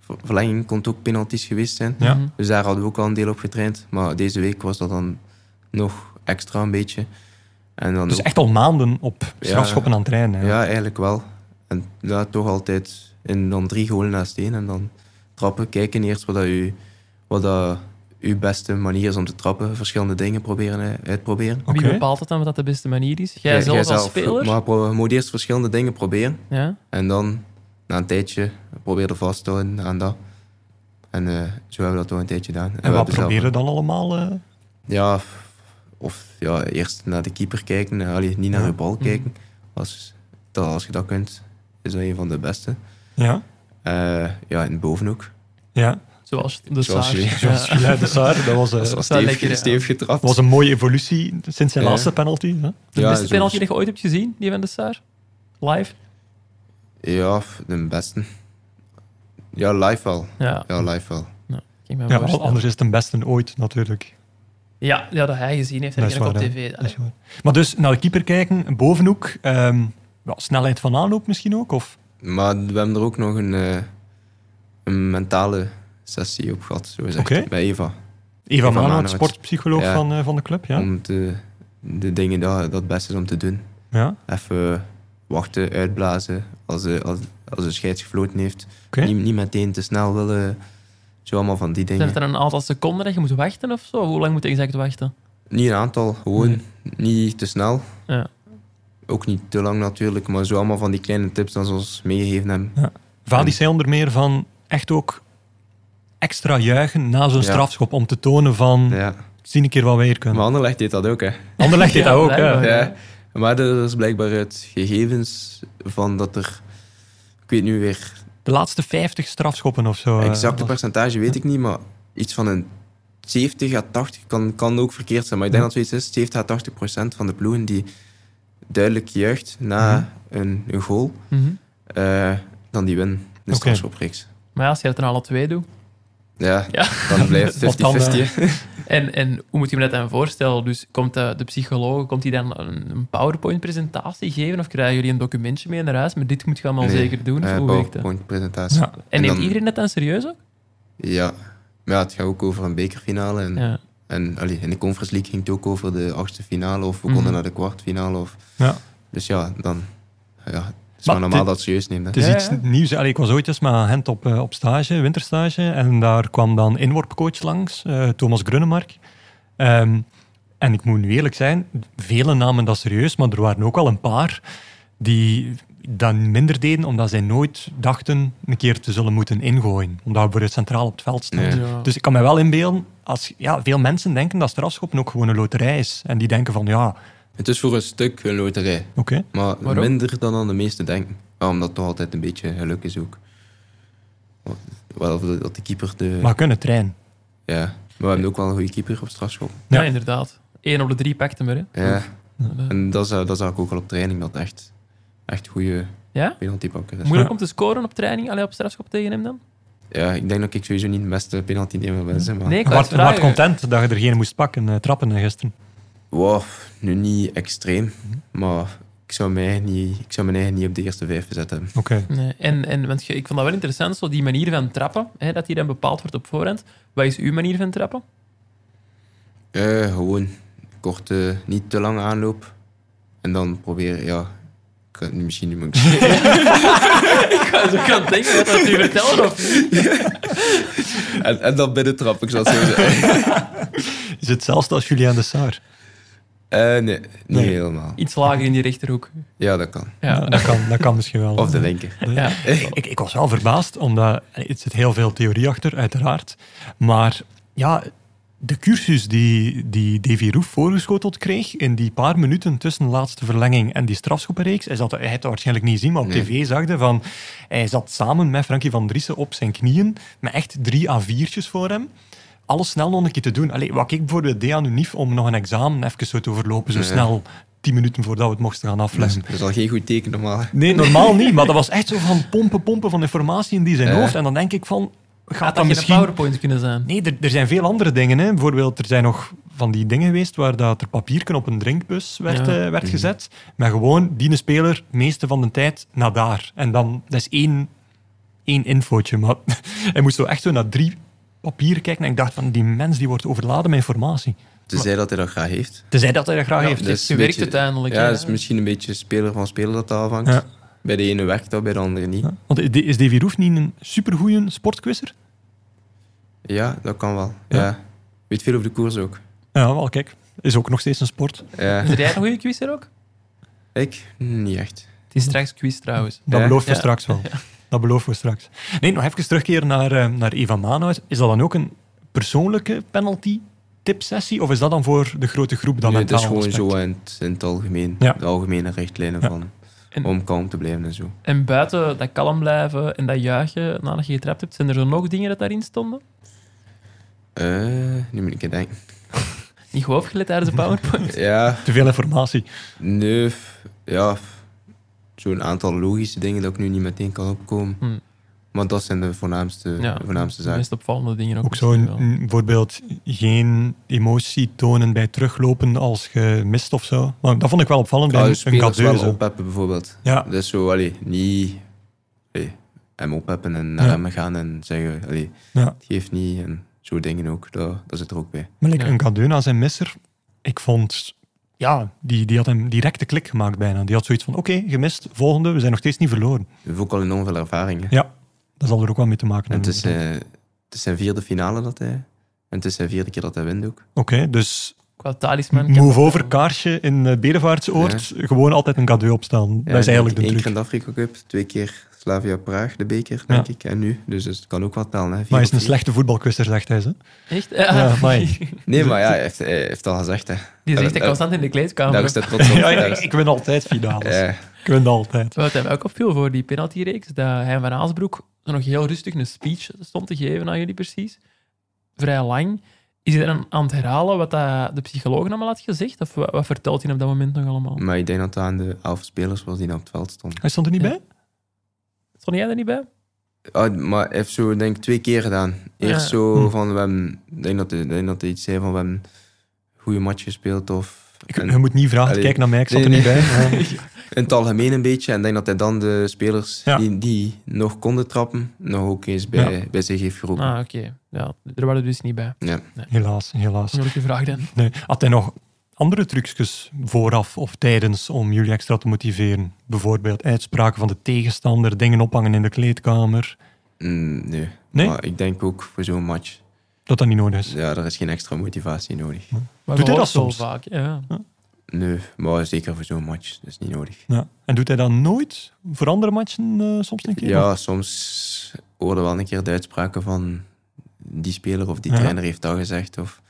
Speaker 4: ver- Verlenging kon ook penalties geweest zijn.
Speaker 1: Ja.
Speaker 3: Mhm.
Speaker 4: Dus daar hadden we ook al een deel op getraind. Maar deze week was dat dan nog extra een beetje. En dan
Speaker 1: Dus
Speaker 4: ook-
Speaker 1: echt al maanden op strafschoppen aan het trainen. hè.
Speaker 4: Ja, eigenlijk wel. En ja, toch altijd in dan drie golen naast één. En dan trappen, kijken eerst wat, dat u, wat dat uw beste manier is om te trappen. Verschillende dingen proberen, hè, uitproberen.
Speaker 1: Oké.
Speaker 3: Wie bepaalt het dan wat dat de beste manier is? Jij zelf als speler?
Speaker 4: Maar pro- je moet eerst verschillende dingen proberen.
Speaker 3: Ja.
Speaker 4: En dan, na een tijdje, probeer er vast te houden aan dat. En eh, zo hebben we dat toch een tijdje gedaan.
Speaker 1: En
Speaker 4: we
Speaker 1: wat
Speaker 4: hebben zelf-
Speaker 1: proberen dan allemaal? eh?
Speaker 4: Ja, of ja, eerst naar de keeper kijken. eh, allee, niet naar
Speaker 1: Ja.
Speaker 4: je bal kijken. Als, dat, als je dat kunt, is dat een van de beste.
Speaker 1: Ja.
Speaker 4: Eh, ja, en boven ook.
Speaker 1: Ja.
Speaker 3: Zoals de
Speaker 4: Zoals
Speaker 3: Saar.
Speaker 4: je-
Speaker 3: Ja.
Speaker 1: Ja, de Saar, dat was, eh,
Speaker 4: Dat was
Speaker 3: wel
Speaker 4: stevig,
Speaker 3: lekker, ja.
Speaker 4: stevig getrapt.
Speaker 1: was een mooie evolutie sinds zijn
Speaker 4: Ja.
Speaker 1: laatste penalty. Hè?
Speaker 3: De
Speaker 4: Ja,
Speaker 3: beste
Speaker 4: zo-
Speaker 3: penalty die je ooit hebt gezien, die van de Saar? Live?
Speaker 4: Ja, de beste. Ja, live wel.
Speaker 3: Ja.
Speaker 4: Ja, live wel.
Speaker 3: ik me
Speaker 1: Ja, want
Speaker 3: voorstellen.
Speaker 1: anders is het een beste ooit natuurlijk.
Speaker 3: Ja, ja, dat hij gezien heeft en
Speaker 1: Dat is
Speaker 3: ik op
Speaker 1: waar, hè.
Speaker 3: tv.
Speaker 1: Dat is waar. Maar dus naar de keeper kijken, een bovenhoek, ehm, ja, snelheid van aanloop misschien ook? Of?
Speaker 4: Maar we hebben er ook nog een, eh, een mentale sessie op gehad, zo gezegd,
Speaker 1: Oké.
Speaker 4: bij Eva.
Speaker 1: Eva,
Speaker 4: Eva
Speaker 1: Manhout,
Speaker 4: Manhout.
Speaker 1: sportpsycholoog
Speaker 4: Ja. Mm.
Speaker 1: van, eh, van de club. Ja.
Speaker 4: Om te, de dingen dat, dat het beste is om te doen.
Speaker 1: Ja.
Speaker 4: Even wachten, uitblazen. Als de, als, als de scheids gefloten heeft,
Speaker 1: Oké.
Speaker 4: niet, niet meteen te snel willen. Zo allemaal van die
Speaker 3: Zijn
Speaker 4: dingen.
Speaker 3: het dan een aantal seconden dat je moet wachten of zo? Hoe lang moet je exact wachten?
Speaker 4: Niet een aantal, gewoon
Speaker 1: Hmm.
Speaker 3: Nee.
Speaker 4: niet te snel.
Speaker 3: Ja.
Speaker 4: Ook niet te lang natuurlijk, maar zo allemaal van die kleine tips dat ze ons meegegeven hebben.
Speaker 1: Vadi
Speaker 4: Mm.
Speaker 1: zei onder meer van echt ook extra juichen na zo'n
Speaker 4: Ja.
Speaker 1: strafschop om te tonen van,
Speaker 4: Ja.
Speaker 1: zie een keer wat we hier kunnen.
Speaker 4: Maar Anderlecht deed dat ook, hè.
Speaker 1: Anderlecht deed
Speaker 3: Ja,
Speaker 1: dat ook.
Speaker 3: blijkbaar.
Speaker 1: Ah, Ja.
Speaker 3: Oké.
Speaker 4: Ja. Maar er is blijkbaar uit gegevens van dat er... Ik weet nu weer...
Speaker 1: De laatste 50 strafschoppen of zo. eh,
Speaker 4: Exacte
Speaker 1: was-
Speaker 4: percentage weet ik niet, maar iets van een 70 à 80 kan, kan ook verkeerd zijn. Maar ik denk dat zoiets is, 70 à 80 procent van de ploegen die duidelijk juicht na een, een goal,
Speaker 3: Mhm.
Speaker 4: eh, dan die winnen. De
Speaker 1: Oké.
Speaker 4: strafschopreeks.
Speaker 3: Maar ja, als je het dan alle twee doet.
Speaker 4: Ja,
Speaker 3: Ja.
Speaker 4: dan blijft
Speaker 1: Of dan,
Speaker 4: 50-50. hè.
Speaker 3: eh, En, en hoe moet je me dat dan voorstellen? Dus komt de, de psycholoog komt die dan een, een PowerPoint-presentatie geven? Of krijgen jullie een documentje mee naar huis? Maar dit moet je allemaal
Speaker 4: Nee,
Speaker 3: zeker doen? Of
Speaker 4: Eh,
Speaker 3: hoe werkt dat?
Speaker 4: PowerPoint-presentatie.
Speaker 1: Ja.
Speaker 3: En neemt
Speaker 4: dan-
Speaker 3: iedereen dat dan serieus ook?
Speaker 4: Ja. Maar ja, het gaat ook over een bekerfinale. En,
Speaker 3: Ja.
Speaker 4: en allee, in de Conference League ging het ook over de achtste finale. Of we
Speaker 3: Mhm.
Speaker 4: konden naar de kwartfinale. Of,
Speaker 1: Ja.
Speaker 4: dus ja, dan... Ja, het is
Speaker 1: Maar
Speaker 4: maar normaal
Speaker 1: dit-
Speaker 4: dat ze serieus neemt. hè.
Speaker 1: Het is
Speaker 3: Ja,
Speaker 1: iets
Speaker 3: ja.
Speaker 1: nieuws. Allee, ik was ooit eens met Gent op, eh, op stage, winterstage. En daar kwam dan inworpcoach langs, eh, Thomas Grunnemark. Ehm, en ik moet nu eerlijk zijn, velen namen dat serieus, maar er waren ook al een paar die dat minder deden, omdat zij nooit dachten een keer te zullen moeten ingooien. Omdat we voor het centraal op het veld staan.
Speaker 4: Nee.
Speaker 3: Ja.
Speaker 1: Dus ik kan me wel inbeelden, als, ja, veel mensen denken dat strafschoppen ook gewoon een loterij is. En die denken van, ja, oké.
Speaker 4: Het is voor een stuk een loterij. Maar
Speaker 3: Waarom?
Speaker 4: minder dan aan de meesten denken. Ja, omdat het toch altijd een beetje geluk is ook. Wat- Wel, dat- dat de keeper de...
Speaker 1: Maar kunnen trainen.
Speaker 4: Ja. Maar we hebben ook wel een goede keeper op strafschop.
Speaker 3: Ja,
Speaker 1: Ja.
Speaker 3: inderdaad. Eén op de drie pakt hem er. hè.
Speaker 4: Ja.
Speaker 3: Ja.
Speaker 4: En dat, zag- dat zag ik ook al op training, dat echt, echt goede
Speaker 3: Ja?
Speaker 4: penaltypakker is.
Speaker 3: Moeilijk om te scoren op training, alleen op strafschop tegen hem dan?
Speaker 4: Ja, ik denk dat ik sowieso niet de beste penaltynemer ben. zeg Maar...
Speaker 3: Nee, ik
Speaker 1: Je
Speaker 3: wou het
Speaker 1: werd, je werd
Speaker 3: vragen.
Speaker 1: content dat je er geen moest pakken, eh, trappen eh, gisteren.
Speaker 4: Wow, nu niet extreem,
Speaker 3: Mhm.
Speaker 4: maar ik zou, mij niet, ik zou mijn eigen niet op de eerste vijf zetten.
Speaker 1: Oké.
Speaker 3: Nee, en, en want je- ik vond dat wel interessant, zo die manier van trappen, hè, dat die dan bepaald wordt op voorhand. Wat is uw manier van trappen?
Speaker 4: Eh, gewoon korte, niet te lange aanloop. En dan proberen, ja, ik kan het niet- misschien niet meer.
Speaker 3: Als ik kan denken wat dat u vertelt, of
Speaker 4: en, en dan binnen trap, ik zal het zo zeggen.
Speaker 1: Is hetzelfde als Julien de Saar?
Speaker 4: Eh, nee, niet
Speaker 1: Nee.
Speaker 4: helemaal.
Speaker 3: iets lager in die rechterhoek.
Speaker 4: Ja, dat kan.
Speaker 3: Ja,
Speaker 1: Dat kan, dat kan dus misschien wel.
Speaker 4: Of de linker.
Speaker 3: ja.
Speaker 1: Eh, ik, ik was wel eh, verbaasd, omdat er zit heel veel theorie achter, uiteraard. Maar ja, de cursus die, die Davy Roef voorgeschoteld kreeg in die paar minuten tussen de laatste verlenging en die strafschoppenreeks, hij, zat, hij had dat waarschijnlijk niet gezien, maar op
Speaker 4: Nee.
Speaker 1: tv zag je van... Hij zat samen met Frankie van Driessen op zijn knieën, met echt drie A4'tjes voor hem. Alles snel nog een keer te doen. Allee, wat ik bijvoorbeeld deed aan UNIF om nog een examen even zo te overlopen, zo snel, tien minuten voordat we het moesten gaan afleggen.
Speaker 4: Dat is al geen goed teken normaal.
Speaker 1: Nee, normaal niet. Maar dat was echt zo van pompen, pompen van informatie in die zijn
Speaker 4: Ja.
Speaker 1: hoofd. En dan denk ik van, gaat
Speaker 3: Had
Speaker 1: dat
Speaker 3: dat geen
Speaker 1: misschien...
Speaker 3: PowerPoint kunnen zijn?
Speaker 1: Nee, er, er zijn veel andere dingen. Hè. Bijvoorbeeld, er zijn nog van die dingen geweest waar dat er papierken op een drinkbus werd,
Speaker 3: Ja.
Speaker 1: eh, werd gezet. Maar gewoon, die een speler, meeste van de tijd, naar daar. En dan, dat is één, één infootje. Maar hij moest zo echt zo naar drie papieren kijken. En ik dacht van, die mens die wordt overladen met informatie.
Speaker 4: Tenzij dat hij dat graag heeft.
Speaker 1: Tenzij dat hij dat graag heeft.
Speaker 4: Dat is
Speaker 3: je
Speaker 4: dus een
Speaker 3: werkt uiteindelijk,
Speaker 4: Ja,
Speaker 3: hè.
Speaker 4: dat is misschien een beetje speler van speler dat dat afhangt.
Speaker 1: Ja.
Speaker 4: Bij de ene werkt dat, bij de andere niet.
Speaker 1: Ja. Want is Davy Roef niet een supergoeie sportquizzer?
Speaker 4: Ja, dat kan wel. Ja. Weet veel over de koers ook.
Speaker 1: Ja, wel, kijk. Is ook nog steeds een sport.
Speaker 4: Ja.
Speaker 3: Is er jij nog een quiz er ook?
Speaker 4: Ik? Niet echt.
Speaker 3: Het is straks quiz trouwens.
Speaker 1: Dat
Speaker 4: Ja.
Speaker 1: beloven we
Speaker 3: Ja.
Speaker 1: straks wel. Dat beloven we straks. Nee, nog even terugkeren naar, eh, naar Eva Maanhuis. Is dat dan ook een persoonlijke penalty tipsessie? Of is dat dan voor de grote groep dan
Speaker 4: Nee, het
Speaker 1: mentaal
Speaker 4: is
Speaker 1: aspect?
Speaker 4: gewoon zo in het, in het algemeen.
Speaker 1: Ja.
Speaker 4: De algemene richtlijnen van
Speaker 3: En-
Speaker 4: om kalm te blijven en zo.
Speaker 3: En buiten dat kalm blijven en dat juichen nadat je getrapt hebt, zijn er zo nog dingen dat daarin stonden?
Speaker 4: Eh, nu moet ik het denken.
Speaker 3: Niet goed opgelet tijdens de PowerPoint.
Speaker 4: Ja,
Speaker 1: Te veel informatie.
Speaker 4: nee, f- ja. f- Zo'n aantal logische dingen dat ik nu niet meteen kan opkomen.
Speaker 1: Hmm.
Speaker 3: Hm.
Speaker 4: Maar dat zijn de voornaamste,
Speaker 3: Ja,
Speaker 4: de voornaamste
Speaker 3: de
Speaker 4: zaken.
Speaker 3: meest opvallende dingen ook.
Speaker 1: Ook zo
Speaker 3: misschien wel.
Speaker 1: mm, bijvoorbeeld geen emotie tonen bij teruglopen als je mist of zo. Maar dat vond ik wel opvallend bij
Speaker 4: Ja,
Speaker 1: een-
Speaker 4: de
Speaker 1: een
Speaker 4: spelers wel
Speaker 1: cadeau.
Speaker 4: opheppen bijvoorbeeld.
Speaker 1: Ja,
Speaker 4: Dat is zo, allee, niet allee, hem opheppen en naar
Speaker 1: Ja.
Speaker 4: hem gaan en zeggen, allee,
Speaker 1: ja.
Speaker 4: het geeft niet en zo dingen ook, dat, dat zit er ook bij.
Speaker 1: Maar like
Speaker 3: Ja.
Speaker 1: een cadeau naar zijn misser, ik vond... Ja, die, die had hem direct de klik gemaakt bijna. Die had zoiets van, oké, gemist, volgende, we zijn nog steeds niet verloren.
Speaker 4: We hebben ook al enorm veel ervaring. hè.
Speaker 1: Ja, dat zal er ook wel mee te maken
Speaker 4: En het
Speaker 1: hebben.
Speaker 4: is, eh, het is zijn vierde finale dat hij, en het is zijn vierde keer dat hij wint ook.
Speaker 1: Oké, dus
Speaker 3: Qua talisman... kan
Speaker 1: move
Speaker 3: dat
Speaker 1: over
Speaker 3: wel.
Speaker 1: kaarsje in eh, Bedevaartsoord. Gewoon altijd een cadeau opstellen.
Speaker 4: Ja,
Speaker 1: dat is eigenlijk de
Speaker 4: één
Speaker 1: truc.
Speaker 4: keer in de Afrika Cup, twee keer Slavia Praag, de beker, denk
Speaker 1: Ja.
Speaker 4: ik, en nu. Dus het kan ook wat tellen. Hè. Vier
Speaker 1: Maar hij
Speaker 4: op
Speaker 1: is een
Speaker 4: vier.
Speaker 1: slechte voetbalkwister, zegt hij. Ze.
Speaker 3: Echt? Ja,
Speaker 1: Ja, amai.
Speaker 4: Nee, maar ja, hij heeft, hij heeft al gezegd. Hè.
Speaker 3: Die zegt dat
Speaker 4: Daar-
Speaker 3: constant in de kleedkamer.
Speaker 4: Daar is het trots op.
Speaker 1: Ja,
Speaker 4: Daar
Speaker 1: ik,
Speaker 4: is-
Speaker 1: ik win altijd finales.
Speaker 4: eh,
Speaker 1: Ik win altijd.
Speaker 3: Wat hem ook opviel voor die penaltyreeks, dat hij van Aasbroek zo nog heel rustig een speech stond te geven aan jullie precies. Vrij lang. Is hij dan aan het herhalen wat dat de psycholoog allemaal had gezegd? Of wat, wat vertelt hij op dat moment nog allemaal?
Speaker 1: Mm.
Speaker 4: Maar ik denk dat dat aan de elf spelers was die dan op het veld stond.
Speaker 1: Hij stond er niet
Speaker 3: Ja.
Speaker 1: bij?
Speaker 3: Stond jij er niet bij?
Speaker 4: Ah, maar hij heeft zo, denk ik, twee keer gedaan. Eerst
Speaker 3: Ja.
Speaker 4: zo
Speaker 1: Hm.
Speaker 4: van, we hebben, ik denk dat hij, ik denk dat hij iets zei van, we hebben een goede match gespeeld of...
Speaker 1: Ik,
Speaker 4: en-
Speaker 1: je moet niet vragen.
Speaker 4: Allee.
Speaker 1: Kijk naar mij, ik zat
Speaker 4: Nee,
Speaker 1: er niet bij. Ja.
Speaker 4: in het algemeen een beetje. En ik denk dat hij dan de spelers
Speaker 1: Ja.
Speaker 4: die, die nog konden trappen, nog ook eens bij, bij zich heeft geroepen.
Speaker 3: Ah, oké. Ja, er waren er dus niet bij.
Speaker 4: Ja.
Speaker 1: Helaas, helaas.
Speaker 3: Moeilijke vraag dan.
Speaker 1: Nee. Had hij nog andere trucjes vooraf of tijdens om jullie extra te motiveren? Bijvoorbeeld uitspraken van de tegenstander, dingen ophangen in de kleedkamer.
Speaker 4: Mm, nee.
Speaker 1: Nee?
Speaker 4: Maar ik denk ook voor zo'n match,
Speaker 1: Dat dat niet nodig is.
Speaker 4: ja, er is geen extra motivatie nodig.
Speaker 1: Hm.
Speaker 3: Maar
Speaker 1: Doet hij
Speaker 3: je
Speaker 1: dat
Speaker 3: hoort wel
Speaker 1: soms?
Speaker 3: Vaak. Ja.
Speaker 4: Nee, maar zeker voor zo'n match, dat is niet nodig.
Speaker 1: Ja. En doet hij dat nooit? Voor andere matchen eh, soms een keer?
Speaker 4: Ja, soms hoorde wel een keer de uitspraken van die speler of die
Speaker 1: Ja.
Speaker 4: trainer heeft dat gezegd. Of...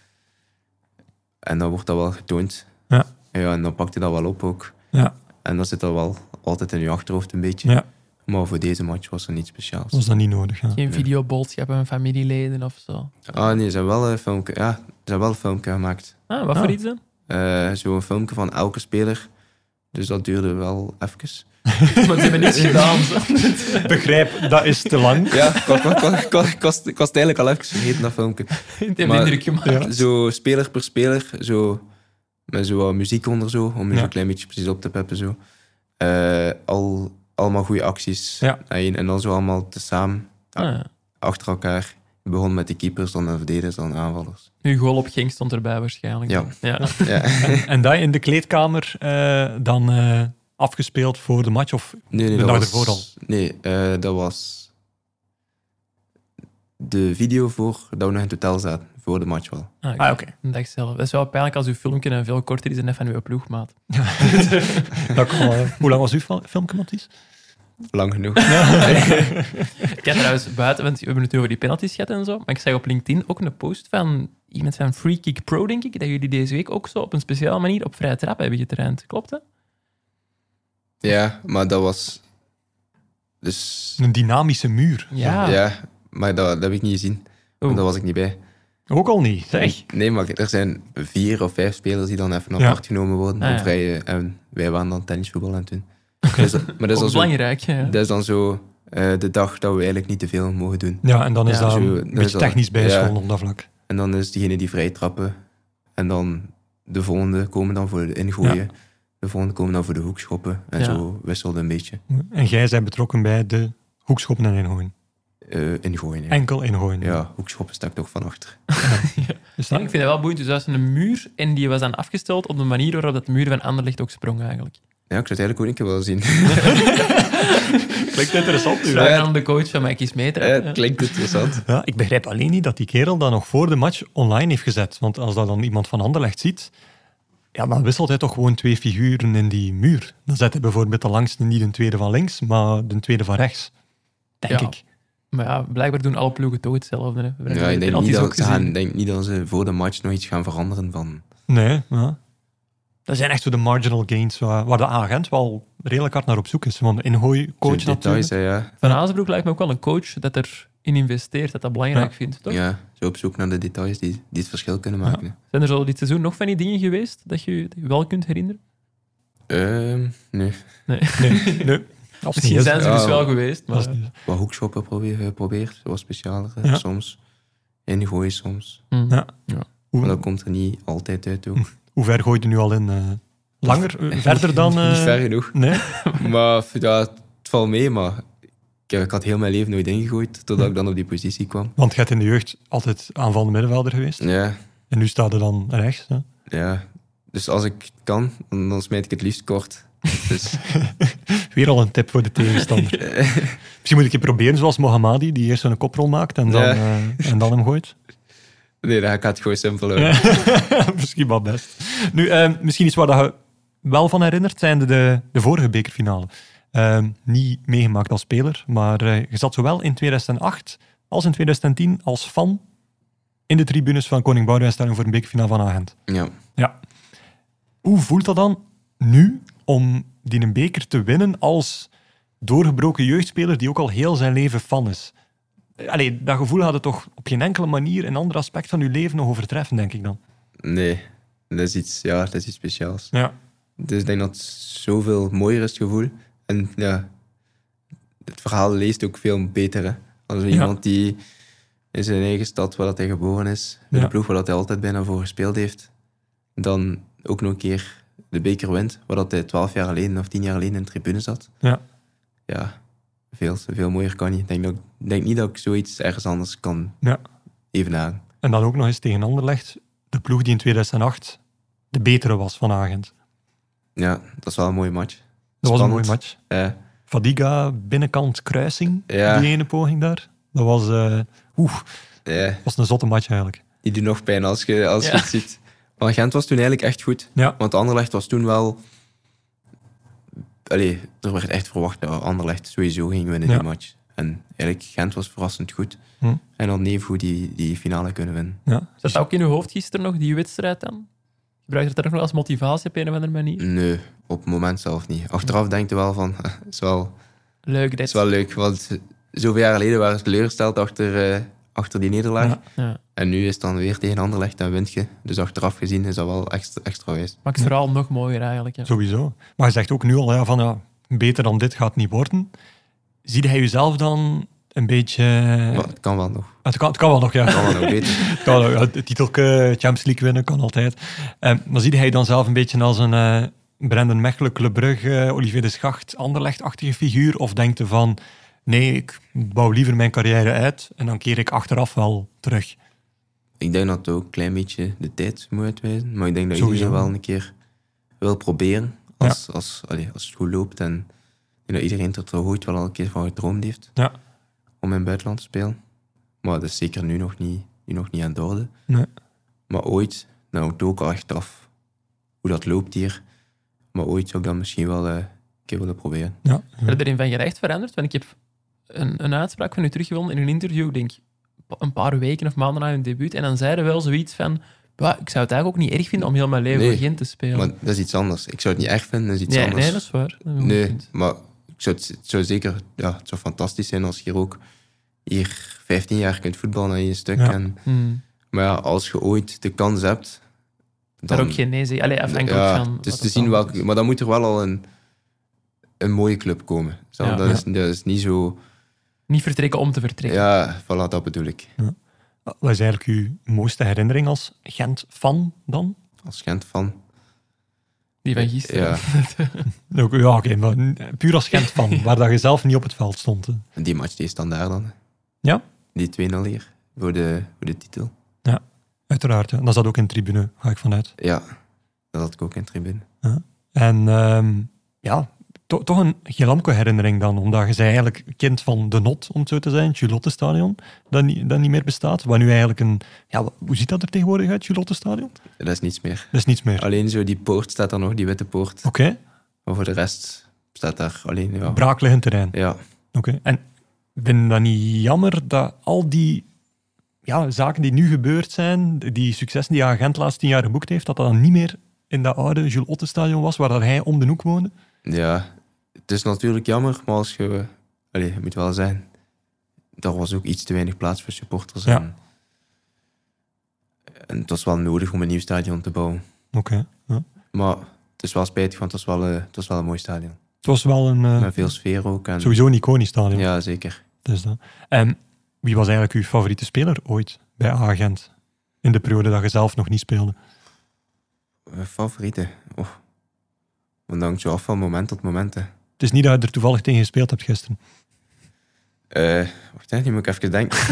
Speaker 4: En dan wordt dat wel getoond.
Speaker 1: Ja.
Speaker 4: ja. En dan pakt hij dat wel op ook.
Speaker 1: Ja.
Speaker 4: En dat zit dan wel altijd in je achterhoofd een beetje.
Speaker 1: Ja.
Speaker 4: Maar voor deze match was er niets speciaals.
Speaker 1: Was dat niet nodig? Ja.
Speaker 3: Geen videoboodschappen met familieleden of zo.
Speaker 4: Ah nee, ze hebben wel een filmpje, ja, ze hebben wel een filmpje gemaakt.
Speaker 3: Ah, wat
Speaker 1: Ah.
Speaker 3: voor iets dan?
Speaker 4: Eh, Zo'n filmpje van elke speler. Dus dat duurde wel even.
Speaker 3: Want ze hebben niets gedaan.
Speaker 1: Begrijp, dat is te lang.
Speaker 4: Ja, ik was- ik was- ik was- ik was ik was het eigenlijk al even vergeten, dat filmpje.
Speaker 3: Het heeft
Speaker 4: Maar-
Speaker 3: indruk gemaakt.
Speaker 1: Ja.
Speaker 4: Zo speler per speler, zo, met zo wat muziek onder zo, om je
Speaker 1: Ja.
Speaker 4: zo'n klein beetje precies op te peppen. Zo. Eh, al, allemaal goede acties.
Speaker 1: Ja.
Speaker 4: En, en dan zo allemaal tezamen,
Speaker 3: Ah.
Speaker 4: achter elkaar. Je begon met de keepers, dan de verdedigers, dan de aanvallers.
Speaker 3: Nu goal op ging stond erbij waarschijnlijk.
Speaker 4: Ja.
Speaker 3: ja.
Speaker 4: Ja.
Speaker 1: En, en dat in de kleedkamer eh, dan eh, afgespeeld voor de match? Of,
Speaker 4: Nee, nee,
Speaker 1: De
Speaker 4: dat
Speaker 1: dag
Speaker 4: was,
Speaker 1: ervoor al.
Speaker 4: Nee, eh, dat was de video voor dat we nog in het hotel zaten, voor de match wel.
Speaker 3: Ah,
Speaker 1: Ah,
Speaker 3: oké.
Speaker 1: oké.
Speaker 3: Een dag zelf. Dat is wel pijnlijk als uw filmpje en veel korter is dan dat van uw ploegmaat.
Speaker 1: Dat kan wel, hè. Hoe lang was uw fil- filmpje, Matthijs?
Speaker 4: Lang genoeg.
Speaker 3: Ik heb trouwens buiten, want we hebben het nu over die penalties gehad en zo, maar ik zag op LinkedIn ook een post van iemand van Free Kick Pro, denk ik, dat jullie deze week ook zo op een speciale manier op vrije trap hebben getraind. Klopt dat?
Speaker 4: Ja, maar dat was. Dus.
Speaker 1: Een dynamische muur.
Speaker 3: Ja.
Speaker 4: Ja, maar dat, dat heb ik niet gezien.
Speaker 3: Oeh.
Speaker 4: want Daar was ik niet bij.
Speaker 1: Ook al niet, zeg.
Speaker 4: Nee, maar er zijn vier of vijf spelers die dan even
Speaker 1: Ja.
Speaker 4: apart genomen worden.
Speaker 3: Ah,
Speaker 4: om
Speaker 3: ja.
Speaker 4: vrije, en eh, wij waren dan tennisvoetbal aan het doen. Dus, maar dat is,
Speaker 3: Ook
Speaker 4: dan zo,
Speaker 3: belangrijk. Ja.
Speaker 4: dat is dan zo eh, de dag dat we eigenlijk niet te veel mogen doen.
Speaker 1: Ja, en dan is
Speaker 3: Ja,
Speaker 1: dat
Speaker 4: zo, dat
Speaker 1: een
Speaker 4: is
Speaker 1: beetje
Speaker 4: dat-
Speaker 1: technisch bijscholen
Speaker 4: ja.
Speaker 1: op dat vlak.
Speaker 4: En dan is diegene die vrij trappen. En dan de volgende komen dan voor de ingooien. De volgende komen dan voor de hoekschoppen. En
Speaker 3: Ja.
Speaker 4: zo wisselde een beetje
Speaker 1: En jij bent betrokken bij de hoekschoppen en ingooien.
Speaker 4: eh ingooien. Ja.
Speaker 1: Enkel ingooien.
Speaker 4: ja, hoekschoppen sta ik toch van achter.
Speaker 1: Is
Speaker 3: Ja,
Speaker 1: dat?
Speaker 3: ik vind dat wel boeiend. Dus dat is een muur en die was dan afgesteld op de manier waarop dat de muur van Anderlecht ook sprong eigenlijk.
Speaker 4: Ja, ik zou het eigenlijk ook een keer willen zien.
Speaker 1: Klinkt interessant
Speaker 3: Vraag aan de coach van mij kies meter.
Speaker 4: Eh, het klinkt interessant.
Speaker 1: Ja, ik begrijp alleen niet dat die kerel dat nog voor de match online heeft gezet. Want als dat dan iemand van Anderlecht ziet, ja, dan wisselt hij toch gewoon twee figuren in die muur. Dan zet hij bijvoorbeeld de langste niet een tweede van links, maar de tweede van rechts. Denk
Speaker 3: Ja.
Speaker 1: ik.
Speaker 3: Maar ja, blijkbaar doen alle ploegen toch hetzelfde. Hè. We hebben
Speaker 4: Ja,
Speaker 3: de
Speaker 4: ik denk,
Speaker 3: penalties
Speaker 4: niet
Speaker 3: ook
Speaker 4: dat, ze
Speaker 3: gezien.
Speaker 4: gaan, ik denk niet dat ze voor de match nog iets gaan veranderen van...
Speaker 1: Nee, ja. Dat zijn echt zo de marginal gains waar, waar de agent wel redelijk hard naar op zoek is. Want de ingooicoach
Speaker 4: de details,
Speaker 1: natuurlijk.
Speaker 4: hè, ja.
Speaker 3: Van Azenbroek lijkt me ook wel een coach dat erin investeert, dat dat belangrijk
Speaker 1: Ja.
Speaker 3: vindt, toch?
Speaker 4: ja. Zo op zoek naar de details die, die het verschil kunnen maken. hè.
Speaker 3: Zijn er zo dit seizoen nog van die dingen geweest dat je, dat je wel kunt herinneren?
Speaker 4: Ehm, nee.
Speaker 1: Nee,
Speaker 3: Nee.
Speaker 1: dat is niet
Speaker 3: Misschien
Speaker 1: eens.
Speaker 3: zijn ze
Speaker 4: ja.
Speaker 3: dus wel geweest,
Speaker 1: Dat
Speaker 3: maar
Speaker 1: is niet eens.
Speaker 4: Wat hoekschoppen probeer, geprobeerd, wat specialer eh,
Speaker 1: Ja.
Speaker 4: soms. Ingooien soms.
Speaker 3: Hmm.
Speaker 1: Ja.
Speaker 4: Maar
Speaker 1: Hoe,
Speaker 4: dat komt er niet altijd uit, ook.
Speaker 1: hoe ver gooi je nu al in? eh, langer? Eh, verder dan...
Speaker 4: Niet
Speaker 1: eh,
Speaker 4: ver genoeg.
Speaker 1: Nee?
Speaker 4: Maar ja, het valt mee, maar ik, heb- ik had heel mijn leven nooit ingegooid totdat ik dan op die positie kwam.
Speaker 1: Want je hebt in de jeugd altijd aanvallende middenvelder geweest.
Speaker 4: Ja,
Speaker 1: En nu staat er dan rechts. Hè?
Speaker 4: ja. Dus als ik kan, dan, dan smijt ik het liefst kort. Dus,
Speaker 1: Weer al een tip voor de tegenstander. Misschien moet ik je proberen zoals Mohammadi, die eerst een koprol maakt en dan,
Speaker 4: Ja.
Speaker 1: eh, en dan hem gooit.
Speaker 4: nee, dan ga ik het gewoon simpel houden.
Speaker 1: misschien wel best. Nu, eh, misschien iets waar dat je wel van herinnert, zijn de, de, de vorige bekerfinale. Eh, niet meegemaakt als speler, maar eh, je zat zowel in 2008 als in 2010 als fan in de tribunes van Koning Boudewijn Stadion voor een bekerfinale van Agent.
Speaker 4: Ja.
Speaker 1: Ja. Hoe voelt dat dan nu om die een beker te winnen als doorgebroken jeugdspeler die ook al heel zijn leven fan is? Allee, dat gevoel had het toch op geen enkele manier een ander aspect van je leven nog overtreffen, denk ik dan.
Speaker 4: Nee, dat is iets, ja, dat is iets speciaals.
Speaker 1: Ja.
Speaker 4: Dus ik denk dat het zoveel mooier is het gevoel. En ja, het verhaal leest ook veel beter. Hè? Als iemand die in zijn eigen stad waar dat hij geboren is, bij
Speaker 1: Ja.
Speaker 4: de ploeg waar dat hij altijd bijna voor gespeeld heeft, dan ook nog een keer de beker wint, waar dat hij twaalf jaar geleden of tien jaar geleden in de tribune zat.
Speaker 1: Ja.
Speaker 4: Ja, veel, veel mooier kan niet. Ik denk, dat, ik denk niet dat ik zoiets ergens anders kan
Speaker 1: Ja.
Speaker 4: evenaren.
Speaker 1: En dan ook nog eens tegen Anderlecht, de ploeg die in 2008 de betere was van Agent.
Speaker 4: Ja, dat is wel een mooie match.
Speaker 1: Dat was een mooie
Speaker 4: Spannend.
Speaker 1: match.
Speaker 4: Eh,
Speaker 1: Fadiga, binnenkant kruising,
Speaker 4: Ja.
Speaker 1: die ene poging daar. Dat was, eh, oeh,
Speaker 4: eh.
Speaker 1: was een zotte match eigenlijk.
Speaker 4: die doen nog pijn als je, als je
Speaker 3: Ja.
Speaker 4: het ziet. Maar Gent was toen eigenlijk echt goed.
Speaker 1: Ja.
Speaker 4: Want Anderlecht was toen wel... Allee, er werd echt verwacht dat Anderlecht sowieso ging winnen
Speaker 1: Ja.
Speaker 4: die match. En eigenlijk, Gent was verrassend goed.
Speaker 1: Hm.
Speaker 4: En dan Neefgoed die, die finale kunnen winnen.
Speaker 1: Ja.
Speaker 3: zat dat ook in uw hoofd gisteren nog, die wedstrijd dan? Gebruik je dat nog wel als motivatie op een of andere manier?
Speaker 4: Nee, op het moment zelf niet. Achteraf denk je wel van, het is wel,
Speaker 3: Leuk,
Speaker 4: het is
Speaker 3: dit.
Speaker 4: wel leuk. Want zoveel jaar geleden waren ze teleurgesteld achter, eh, achter die nederlaag.
Speaker 1: Ja.
Speaker 3: Ja.
Speaker 4: En nu is het dan weer tegen Anderlecht en wint je. Dus achteraf gezien is dat wel extra, extra wijs.
Speaker 3: Maakt het verhaal nog mooier eigenlijk. Ja.
Speaker 1: Sowieso. Maar je zegt ook nu al ja, van ja, beter dan dit gaat het niet worden. Zie hij jezelf dan een beetje.
Speaker 4: Maar het kan wel nog.
Speaker 1: Het kan, het kan wel nog, ja.
Speaker 4: Het kan wel nog beter.
Speaker 1: Het kan wel, ja. Het titelke, Champions League winnen kan altijd. Eh, maar zie hij dan zelf een beetje als een eh Brendan Mechelen, Club Brugge, Olivier de Schacht, Anderlecht-achtige figuur? Of denkt hij van nee, ik bouw liever mijn carrière uit en dan keer ik achteraf wel terug?
Speaker 4: Ik denk dat het ook een klein beetje de tijd moet uitwijzen. Maar ik denk dat
Speaker 1: Sowieso.
Speaker 4: iedereen wel een keer wil proberen. Als, als, allee, als het goed loopt. En ik denk dat iedereen er toch ooit wel al een keer van gedroomd heeft.
Speaker 1: Ja.
Speaker 4: Om in het buitenland te spelen. Maar dat is zeker nu nog niet, nu nog niet aan de orde.
Speaker 1: Nee.
Speaker 4: Maar ooit, nou het ook al echt af hoe dat loopt hier. Maar ooit zou ik dat misschien wel eh, een keer willen proberen.
Speaker 1: Ja.
Speaker 3: Heb je erin van gerecht veranderd? Want ik heb een, een uitspraak van u teruggevonden in een interview, denk een pa- een paar weken of maanden na hun debuut. En dan zeiden wel zoiets van... "Bah, ik zou het eigenlijk ook niet erg vinden om heel mijn leven
Speaker 4: Nee,
Speaker 3: voor Gent te spelen.
Speaker 4: Maar dat is iets anders. Ik zou het niet echt vinden, dat is iets
Speaker 3: nee,
Speaker 4: anders.
Speaker 3: nee, dat is waar. Dat heb ik ook
Speaker 4: Nee,
Speaker 3: gekund.
Speaker 4: maar ik zou, het, het zou zeker, ja, het zou fantastisch zijn als je hier ook hier 15 jaar kunt voetballen in je stuk.
Speaker 1: Ja.
Speaker 4: En,
Speaker 3: Hmm.
Speaker 4: maar ja, als je ooit de kans hebt,
Speaker 3: Daar
Speaker 4: dan
Speaker 3: ook geen nee zeggen. Allee, afhankelijk
Speaker 4: ja,
Speaker 3: van...
Speaker 4: het is
Speaker 3: wat
Speaker 4: te
Speaker 3: het
Speaker 4: zien
Speaker 3: dan
Speaker 4: welke,
Speaker 3: is.
Speaker 4: maar dan moet er wel al een, een mooie club komen. Zo,
Speaker 3: Ja.
Speaker 4: dat,
Speaker 3: Ja.
Speaker 4: Is, dat is niet zo.
Speaker 3: Niet vertrekken om te vertrekken.
Speaker 4: Ja, voilà, dat bedoel ik.
Speaker 1: Wat is eigenlijk uw mooiste herinnering als Gent-fan dan?
Speaker 4: Als Gent van.
Speaker 3: Die van gisteren.
Speaker 4: Ja,
Speaker 1: Ja, oké, maar puur als Gent-fan, waar dat je zelf niet op het veld stond. hè.
Speaker 4: die match die is dan daar dan. hè.
Speaker 1: Ja?
Speaker 4: Die 2-0 hier voor de, voor de titel.
Speaker 1: Uiteraard, ja. dat zat ook in tribune, ga ik vanuit.
Speaker 4: Ja, dat had ik ook in tribune.
Speaker 1: En ehm, ja, to- toch een Gelamco-herinnering dan, omdat je zei eigenlijk kind van de not, om het zo te zijn, het Julotte-stadion, dat niet, dat niet meer bestaat. Wat nu eigenlijk een... Ja, wa- hoe ziet dat er tegenwoordig uit, het Julotte-stadion?
Speaker 4: Dat is niets meer.
Speaker 1: Dat is niets meer.
Speaker 4: Alleen zo die poort staat er nog, die witte poort.
Speaker 1: Oké,
Speaker 4: Maar voor de rest staat daar alleen. Ja.
Speaker 1: braakliggend terrein.
Speaker 4: ja.
Speaker 1: Oké, en ik vind dat niet jammer dat al die ja, zaken die nu gebeurd zijn, die successen die agent de laatste tien jaar geboekt heeft, dat dat dan niet meer in dat oude Jules Otte-stadion was, waar dat hij om de hoek woonde?
Speaker 4: ja, het is natuurlijk jammer, maar als je. Allee, het moet wel zijn. Daar was ook iets te weinig plaats voor supporters.
Speaker 1: Ja.
Speaker 4: En, en het was wel nodig om een nieuw stadion te bouwen.
Speaker 1: Oké. ja.
Speaker 4: Maar het is wel spijtig, want het was wel, eh, het was wel een mooi stadion.
Speaker 1: Het was wel een, eh,
Speaker 4: Met veel sfeer ook. En,
Speaker 1: sowieso een iconisch stadion.
Speaker 4: Ja, zeker.
Speaker 1: Dus dat. En wie was eigenlijk uw favoriete speler ooit bij agent? In de periode dat je zelf nog niet speelde.
Speaker 4: Mijn favoriete. Oh. Want dan hangt zo af van moment tot moment. hè.
Speaker 1: Het is niet dat je er toevallig tegen gespeeld hebt gisteren.
Speaker 4: Eh, wacht, hè, nu moet ik even denken.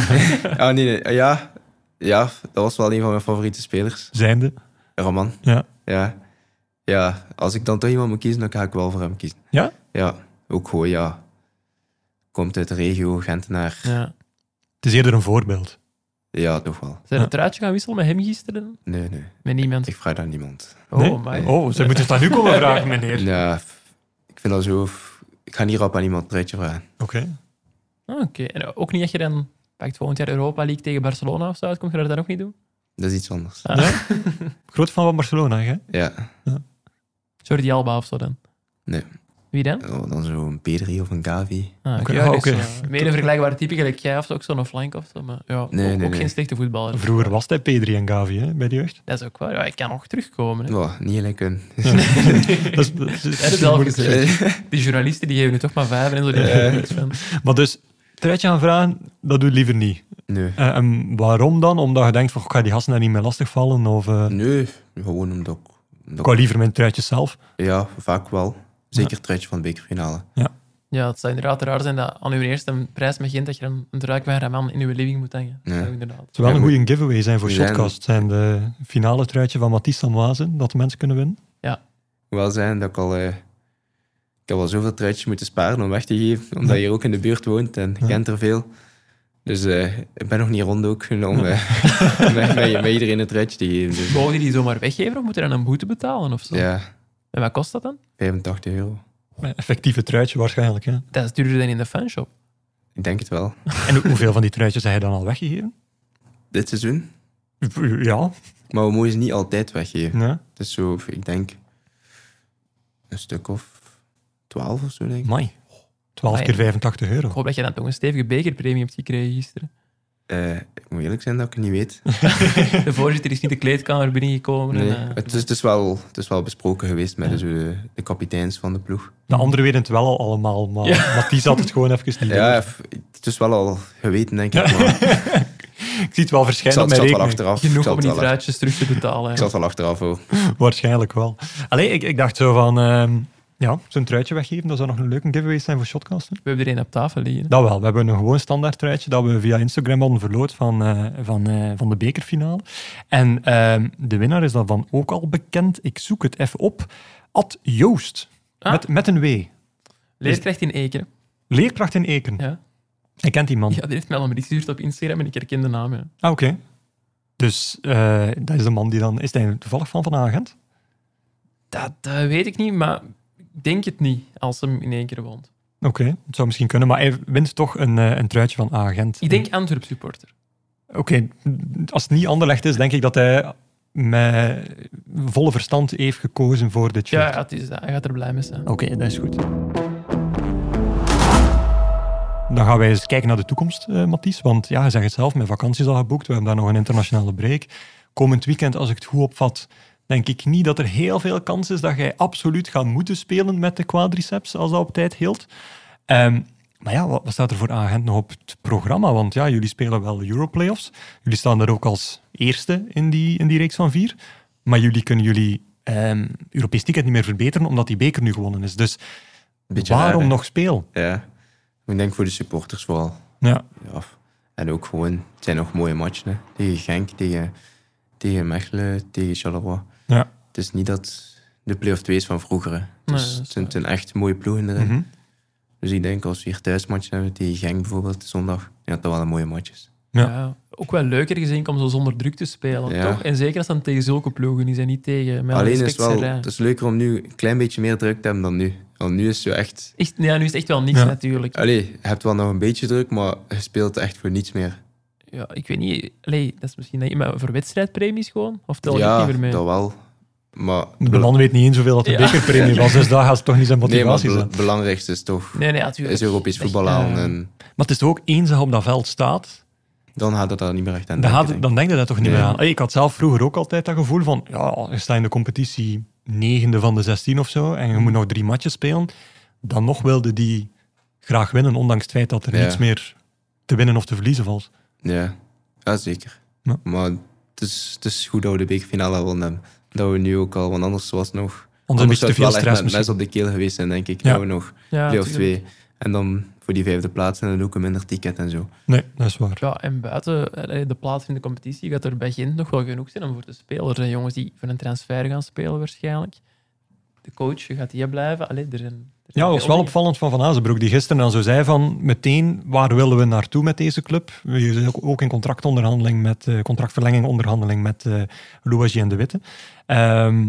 Speaker 4: ah, nee, nee, ja. ja, dat was wel een van mijn favoriete spelers.
Speaker 1: Zijnde.
Speaker 4: Roman.
Speaker 1: Ja.
Speaker 4: Ja. ja, als ik dan toch iemand moet kiezen, dan ga ik wel voor hem kiezen.
Speaker 1: Ja?
Speaker 4: Ja, ook gewoon, ja. Komt uit de regio, Gentenaar.
Speaker 3: Ja.
Speaker 1: Het is eerder een voorbeeld.
Speaker 4: Ja, toch wel.
Speaker 3: Zijn we
Speaker 1: Ja.
Speaker 3: het truitje gaan wisselen met hem gisteren?
Speaker 4: Nee, nee.
Speaker 3: Met niemand?
Speaker 4: Ik vraag dat niemand.
Speaker 3: Oh,
Speaker 1: Nee?
Speaker 3: amai.
Speaker 1: Oh, ze moeten het dan nu komen vragen, meneer.
Speaker 4: Ja, f- ik vind dat zo... f- Ik ga niet rap aan iemand een truitje vragen.
Speaker 1: Oké.
Speaker 3: Ah, Oké, en ook niet dat je dan pakt volgend jaar Europa League tegen Barcelona of zo uitkomt, ga je dat dan ook niet doen?
Speaker 4: Dat is iets anders.
Speaker 3: Ah.
Speaker 1: Ja? Groot fan van Barcelona, hè?
Speaker 4: Ja,
Speaker 3: Jordi Alba of zo dan?
Speaker 4: Nee.
Speaker 3: Wie dan?
Speaker 4: oh, dan zo'n Pedri of een Gavi.
Speaker 3: Ah,
Speaker 1: Oké,
Speaker 3: oké. ja,
Speaker 1: ah,
Speaker 3: dus,
Speaker 1: oké.
Speaker 3: eh, Meer een vergelijkbaar type, gelijk jij of zo, ook zo'n flank of zo. Maar ja,
Speaker 4: Nee,
Speaker 3: ook,
Speaker 4: nee,
Speaker 3: ook
Speaker 4: nee.
Speaker 3: geen slechte voetballer.
Speaker 1: Vroeger was hij Pedri en Gavi hè, bij de jeugd.
Speaker 3: Dat is ook waar. Ja, ik kan nog terugkomen. Hè.
Speaker 4: Oh, niet gelijk een...
Speaker 1: Dat is, dat is-
Speaker 3: Hij heeft het zelf gezegd. Die journalisten die geven nu toch maar vijf en zo. Die hebben er niks van.
Speaker 1: Maar dus, truitje aan vragen, dat doe je liever niet.
Speaker 4: Nee.
Speaker 1: Eh, en waarom dan? Omdat je denkt, van, "Goh, ik ga die gasten daar niet mee lastigvallen? Of eh,
Speaker 4: Nee, gewoon omdat ik...
Speaker 1: ik
Speaker 4: omdat
Speaker 1: wou liever mijn truitjes zelf.
Speaker 4: ik- ja, vaak wel. Zeker het truitje van de bekerfinale.
Speaker 3: Ja, het zou inderdaad raar zijn dat aan uw eerste prijs met Gent dat je dan een draak bij Raman in uw living moet hangen.
Speaker 4: Ja.
Speaker 3: Ja. inderdaad.
Speaker 1: Het zou wel een
Speaker 4: Ja,
Speaker 1: goede giveaway zijn voor
Speaker 4: we zijn-
Speaker 1: Shotcast. Zijn de finale truitje van Mathies Sanwazen, dat de mensen kunnen winnen.
Speaker 4: wel zijn dat ik al... eh, ik heb al zoveel truitjes moeten sparen om weg te geven. Omdat je hier ook in de buurt woont en je kent er veel. Dus eh, ik ben nog niet rond ook om eh, met, met- met iedereen een truitje te geven. Dus,
Speaker 3: Mogen die die zomaar weggeven of moet er dan een boete betalen of zo?
Speaker 4: ja,
Speaker 3: En wat kost dat dan?
Speaker 4: 85 euro.
Speaker 1: Een Effectieve truitje waarschijnlijk. Hè?
Speaker 3: Dat is duurder dan in de fanshop.
Speaker 4: Ik denk het wel.
Speaker 1: En hoe- hoeveel van die truitjes heb je dan al weggegeven?
Speaker 4: Dit seizoen.
Speaker 1: Ja,
Speaker 4: Maar we moeten ze niet altijd weggeven.
Speaker 1: nee.
Speaker 4: Het is zo, ik denk, een stuk of 12 of zo, denk ik.
Speaker 1: Mai. 12
Speaker 3: Amai.
Speaker 1: keer 85
Speaker 3: Ik
Speaker 1: euro.
Speaker 3: hoop dat je dan toch een stevige bekerpremie hebt gekregen gisteren.
Speaker 4: Eh, ik moet eerlijk zijn dat ik het niet weet.
Speaker 3: De voorzitter is niet de kleedkamer binnengekomen.
Speaker 4: Nee,
Speaker 3: en, eh,
Speaker 4: het, is, het, is wel, het is wel besproken geweest met dus, eh, de, kapiteins van de ploeg.
Speaker 1: De anderen weten het wel al allemaal, maar Mathies had het gewoon even niet door.
Speaker 4: Ja, f- het is wel al geweten, denk ik. Maar ik
Speaker 1: Ik zie het wel verschijnen
Speaker 4: zal,
Speaker 1: op
Speaker 4: ik
Speaker 1: mijn
Speaker 4: zal het wel
Speaker 1: rekening.
Speaker 4: achteraf. ik
Speaker 3: genoeg
Speaker 4: zal
Speaker 3: om
Speaker 4: het
Speaker 3: die
Speaker 4: wel ach-
Speaker 3: truitjes terug te betalen.
Speaker 4: Ik
Speaker 3: hè.
Speaker 4: zal het wel achteraf hoor.
Speaker 1: Waarschijnlijk wel. Allee, ik, ik dacht zo van... ehm, ja, zo'n truitje weggeven, dat zou nog een leuke giveaway zijn voor Shotcasten.
Speaker 3: We hebben er één op tafel liggen.
Speaker 1: Dat wel. We hebben een gewoon standaard truitje dat we via Instagram hadden verloot van, eh, van, eh, van de bekerfinale. En ehm, de winnaar is daarvan ook al bekend. Ik zoek het even op. Ad Joost.
Speaker 3: Ah.
Speaker 1: Met, met een W.
Speaker 3: Leerkracht in Ekeren.
Speaker 1: Leerkracht in Eken.
Speaker 3: Ja.
Speaker 1: Ik kent die man.
Speaker 3: ja, die heeft mij al een bericht gestuurd op Instagram en ik herken de naam. Ja.
Speaker 1: Ah, oké. Dus eh, dat is de man die dan... Is hij toevallig van Van Agent?
Speaker 3: Dat eh, weet ik niet, maar ik denk het niet als hem in Ekeren woont.
Speaker 1: Oké, het zou misschien kunnen, maar hij wint toch een, eh, een truitje van Agent.
Speaker 3: Ik denk Antwerp supporter.
Speaker 1: Oké, als het niet Anderlecht is, denk ik dat hij met volle verstand heeft gekozen voor dit shirt.
Speaker 3: Ja, ja, het is dat. Hij gaat er blij mee zijn.
Speaker 1: Oké, dat is goed. Dan gaan wij eens kijken naar de toekomst, eh Mathies. Want ja, je zegt het zelf, mijn vakantie is al geboekt. We hebben daar nog een internationale break. Komend weekend, als ik het goed opvat, denk ik niet dat er heel veel kans is dat jij absoluut gaat moeten spelen met de quadriceps, als dat op tijd hield. Ehm, maar ja, wat, wat staat er voor agent nog op het programma? Want ja, jullie spelen wel Europlayoffs. Jullie staan daar ook als eerste in die, in die reeks van vier. Maar jullie kunnen jullie ehm, Europees ticket niet meer verbeteren, omdat die beker nu gewonnen is. Dus
Speaker 4: Beetje
Speaker 1: waarom
Speaker 4: raar, hè?
Speaker 1: nog speel?
Speaker 4: Ja. Ik denk voor de supporters vooral.
Speaker 1: Ja.
Speaker 4: Ja. En ook gewoon, het zijn nog mooie matchen. Hè. Tegen Genk, tegen, tegen Mechelen, tegen Charleroi.
Speaker 1: Ja.
Speaker 4: Het is niet dat de play-off 2 is van vroeger. hè.
Speaker 3: Nee,
Speaker 4: Dus
Speaker 3: dat
Speaker 4: het
Speaker 3: is
Speaker 4: zijn een echt mooie ploegen erin.
Speaker 1: Mhm.
Speaker 4: Dus ik denk als we hier thuismatchen hebben tegen Genk bijvoorbeeld zondag, ik denk dat dat wel een mooie match is.
Speaker 1: Ja.
Speaker 3: Ja. Ook wel leuker gezien om zo zonder druk te spelen,
Speaker 4: Ja.
Speaker 3: toch? En zeker als dan tegen zulke ploegen, die zijn niet tegen. Met alle
Speaker 4: Alleen is
Speaker 3: respect,
Speaker 4: wel,
Speaker 3: Serrain.
Speaker 4: het is leuker om nu een klein beetje meer druk te hebben dan nu. Want nu is het zo echt...
Speaker 3: Echt, ja, nu is het echt wel niks
Speaker 1: Ja.
Speaker 3: natuurlijk.
Speaker 4: Allee, je hebt wel nog een beetje druk, maar je speelt echt voor niets meer.
Speaker 3: Ja, ik weet niet. Allee, dat is misschien dat je- maar voor wedstrijdpremies gewoon? Of tel je
Speaker 4: ja,
Speaker 3: het niet meer mee?
Speaker 4: dat wel. Maar...
Speaker 1: De man weet niet eens hoeveel dat de
Speaker 3: Ja.
Speaker 1: bekerpremie was, dus daar gaat het toch niet zijn
Speaker 4: Nee, maar
Speaker 1: motivatie zijn.
Speaker 4: het belangrijkste is toch...
Speaker 3: Nee, nee, natuurlijk.
Speaker 4: Is Europees
Speaker 3: Echt,
Speaker 4: voetbal
Speaker 3: eh,
Speaker 4: aan en
Speaker 1: Maar het is toch ook, eens dat je op dat veld staat,
Speaker 4: dan gaat het daar niet meer echt aan
Speaker 1: dan,
Speaker 4: denken,
Speaker 1: gaat-
Speaker 4: denk ik.
Speaker 1: dan denk je daar toch niet
Speaker 4: Nee.
Speaker 1: meer aan. Hey, Ik had zelf vroeger ook altijd dat gevoel van, ja, je staat in de competitie negende van de 16 of zo, en je moet nog drie matjes spelen, dan nog wilde die graag winnen, ondanks het feit dat er
Speaker 4: Ja.
Speaker 1: niets meer te winnen of te verliezen valt.
Speaker 4: Ja, ja zeker.
Speaker 1: Ja.
Speaker 4: Maar het is, het is goed dat we de bekerfinale al hebben. Dat we nu ook al, want anders was het nog...
Speaker 1: Anders een beetje
Speaker 4: zou
Speaker 1: te
Speaker 4: het
Speaker 1: veel
Speaker 4: wel echt
Speaker 1: stress
Speaker 4: met mes
Speaker 1: misschien.
Speaker 4: op de keel geweest zijn, denk ik.
Speaker 1: Ja.
Speaker 4: Nou we nog
Speaker 3: Ja,
Speaker 4: play-off
Speaker 3: tuurlijk.
Speaker 4: twee. En dan voor die vijfde plaats en dan ook een minder ticket en zo.
Speaker 1: Nee, dat is waar.
Speaker 3: Ja, en buiten eh, de plaats in de competitie gaat er bij Gent nog wel genoeg zijn om voor te spelen. Er zijn jongens die voor een transfer gaan spelen waarschijnlijk. De coach gaat hier blijven. Allee, er zijn, er
Speaker 1: Ja,
Speaker 3: zijn
Speaker 1: dat was
Speaker 3: veel
Speaker 1: wel
Speaker 3: dingen.
Speaker 1: opvallend van Van Azenbroek, die gisteren dan zo zei van meteen, waar willen we naartoe met deze club? Je zit ook- ook in contractonderhandeling met, eh, contractverlenging onderhandeling met eh Louwagie en De Witte. Ehm,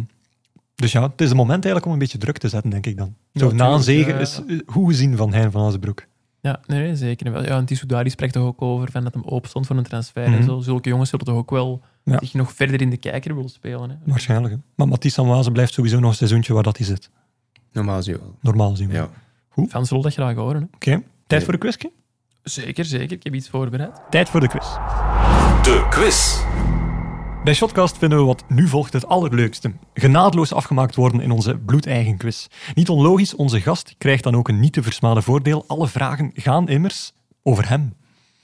Speaker 1: dus ja, het is het moment eigenlijk om een beetje druk te zetten, denk ik dan. Zo
Speaker 3: Ja,
Speaker 1: na een
Speaker 3: tuurlijk,
Speaker 1: zegen
Speaker 3: ja,
Speaker 1: is eh, goed gezien van Hein Van Azenbroek.
Speaker 3: Ja, nee, nee, zeker. en wel. Ja, en Tissoudari spreekt toch ook over van dat hem open stond voor een transfer
Speaker 1: Mhm.
Speaker 3: en zo. Zulke jongens zullen toch ook wel
Speaker 1: Ja.
Speaker 3: zich nog verder in de kijker willen spelen. Hè?
Speaker 1: Waarschijnlijk. hè. Maar Matthijs van Wazen blijft sowieso nog een seizoentje waar dat hij zit.
Speaker 4: Normaal zo wel.
Speaker 1: Normaal zien we.
Speaker 4: Ja.
Speaker 3: Fans zullen dat graag horen. Hè?
Speaker 1: Oké, tijd voor de quizje?
Speaker 3: Zeker, zeker. Ik heb iets voorbereid.
Speaker 1: Tijd voor de quiz.
Speaker 9: De quiz.
Speaker 1: Bij Shotcast vinden we wat nu volgt het allerleukste. Genadeloos afgemaakt worden in onze bloedeigen quiz. Niet onlogisch, onze gast krijgt dan ook een niet te versmaden voordeel. Alle vragen gaan immers over hem.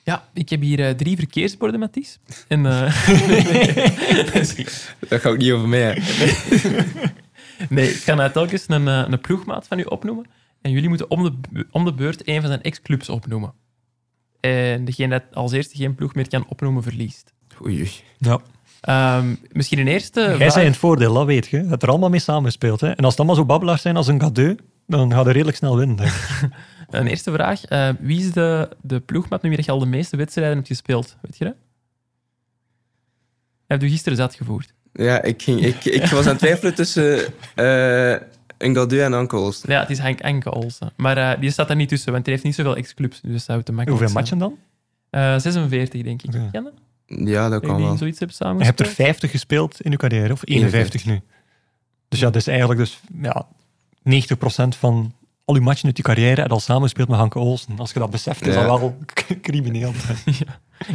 Speaker 3: Ja, ik heb hier eh, drie verkeersborden, Mathies. En, eh,
Speaker 4: Dat gaat ook niet over mij. hè.
Speaker 3: nee, ik ga nou telkens een, eh, een ploegmaat van u opnoemen. En jullie moeten om de, bu- om de beurt een van zijn ex-clubs opnoemen. En degene dat als eerste geen ploeg meer kan opnoemen, verliest.
Speaker 4: Oei, oei.
Speaker 1: Ja.
Speaker 3: Ehm, misschien een eerste...
Speaker 1: Jij
Speaker 3: vraag.
Speaker 1: zei in het voordeel, dat weet je. Het er allemaal mee samengespeeld. Hè? En als het allemaal zo babbelaars zijn als een gadeu, dan gaat hij redelijk snel winnen. denk ik.
Speaker 3: Een eerste vraag. eh, wie is de, de ploegmaat met wie dat je al de meeste wedstrijden hebt gespeeld? Weet je dat? Heb je gisteren zat gevoerd?
Speaker 4: Ja, ik, ging, ik, ik was aan het twijfelen tussen eh een Gadu en Anke Olsen.
Speaker 3: Ja, het is Henk Enke Olsen. Maar eh, die staat daar niet tussen, want die heeft niet zoveel ex-clubs. Dus dat zou te makkelijk
Speaker 1: Hoeveel
Speaker 3: zijn.
Speaker 1: matchen dan?
Speaker 3: Eh, 46, denk ik.
Speaker 1: Ja.
Speaker 3: Ken je?
Speaker 4: Ja, dat
Speaker 3: Dat
Speaker 4: kan
Speaker 3: jullie
Speaker 4: wel.
Speaker 3: zoiets hebben
Speaker 1: Je
Speaker 3: samen
Speaker 1: hebt er 50 gespeeld in je carrière, of 51 nu. Dus ja, dat is eigenlijk dus, ja, 90% van al je matchen uit je carrière en al samenspeelt met Hanke Olsen. Als je dat beseft, is
Speaker 4: Ja.
Speaker 1: dat wel crimineel.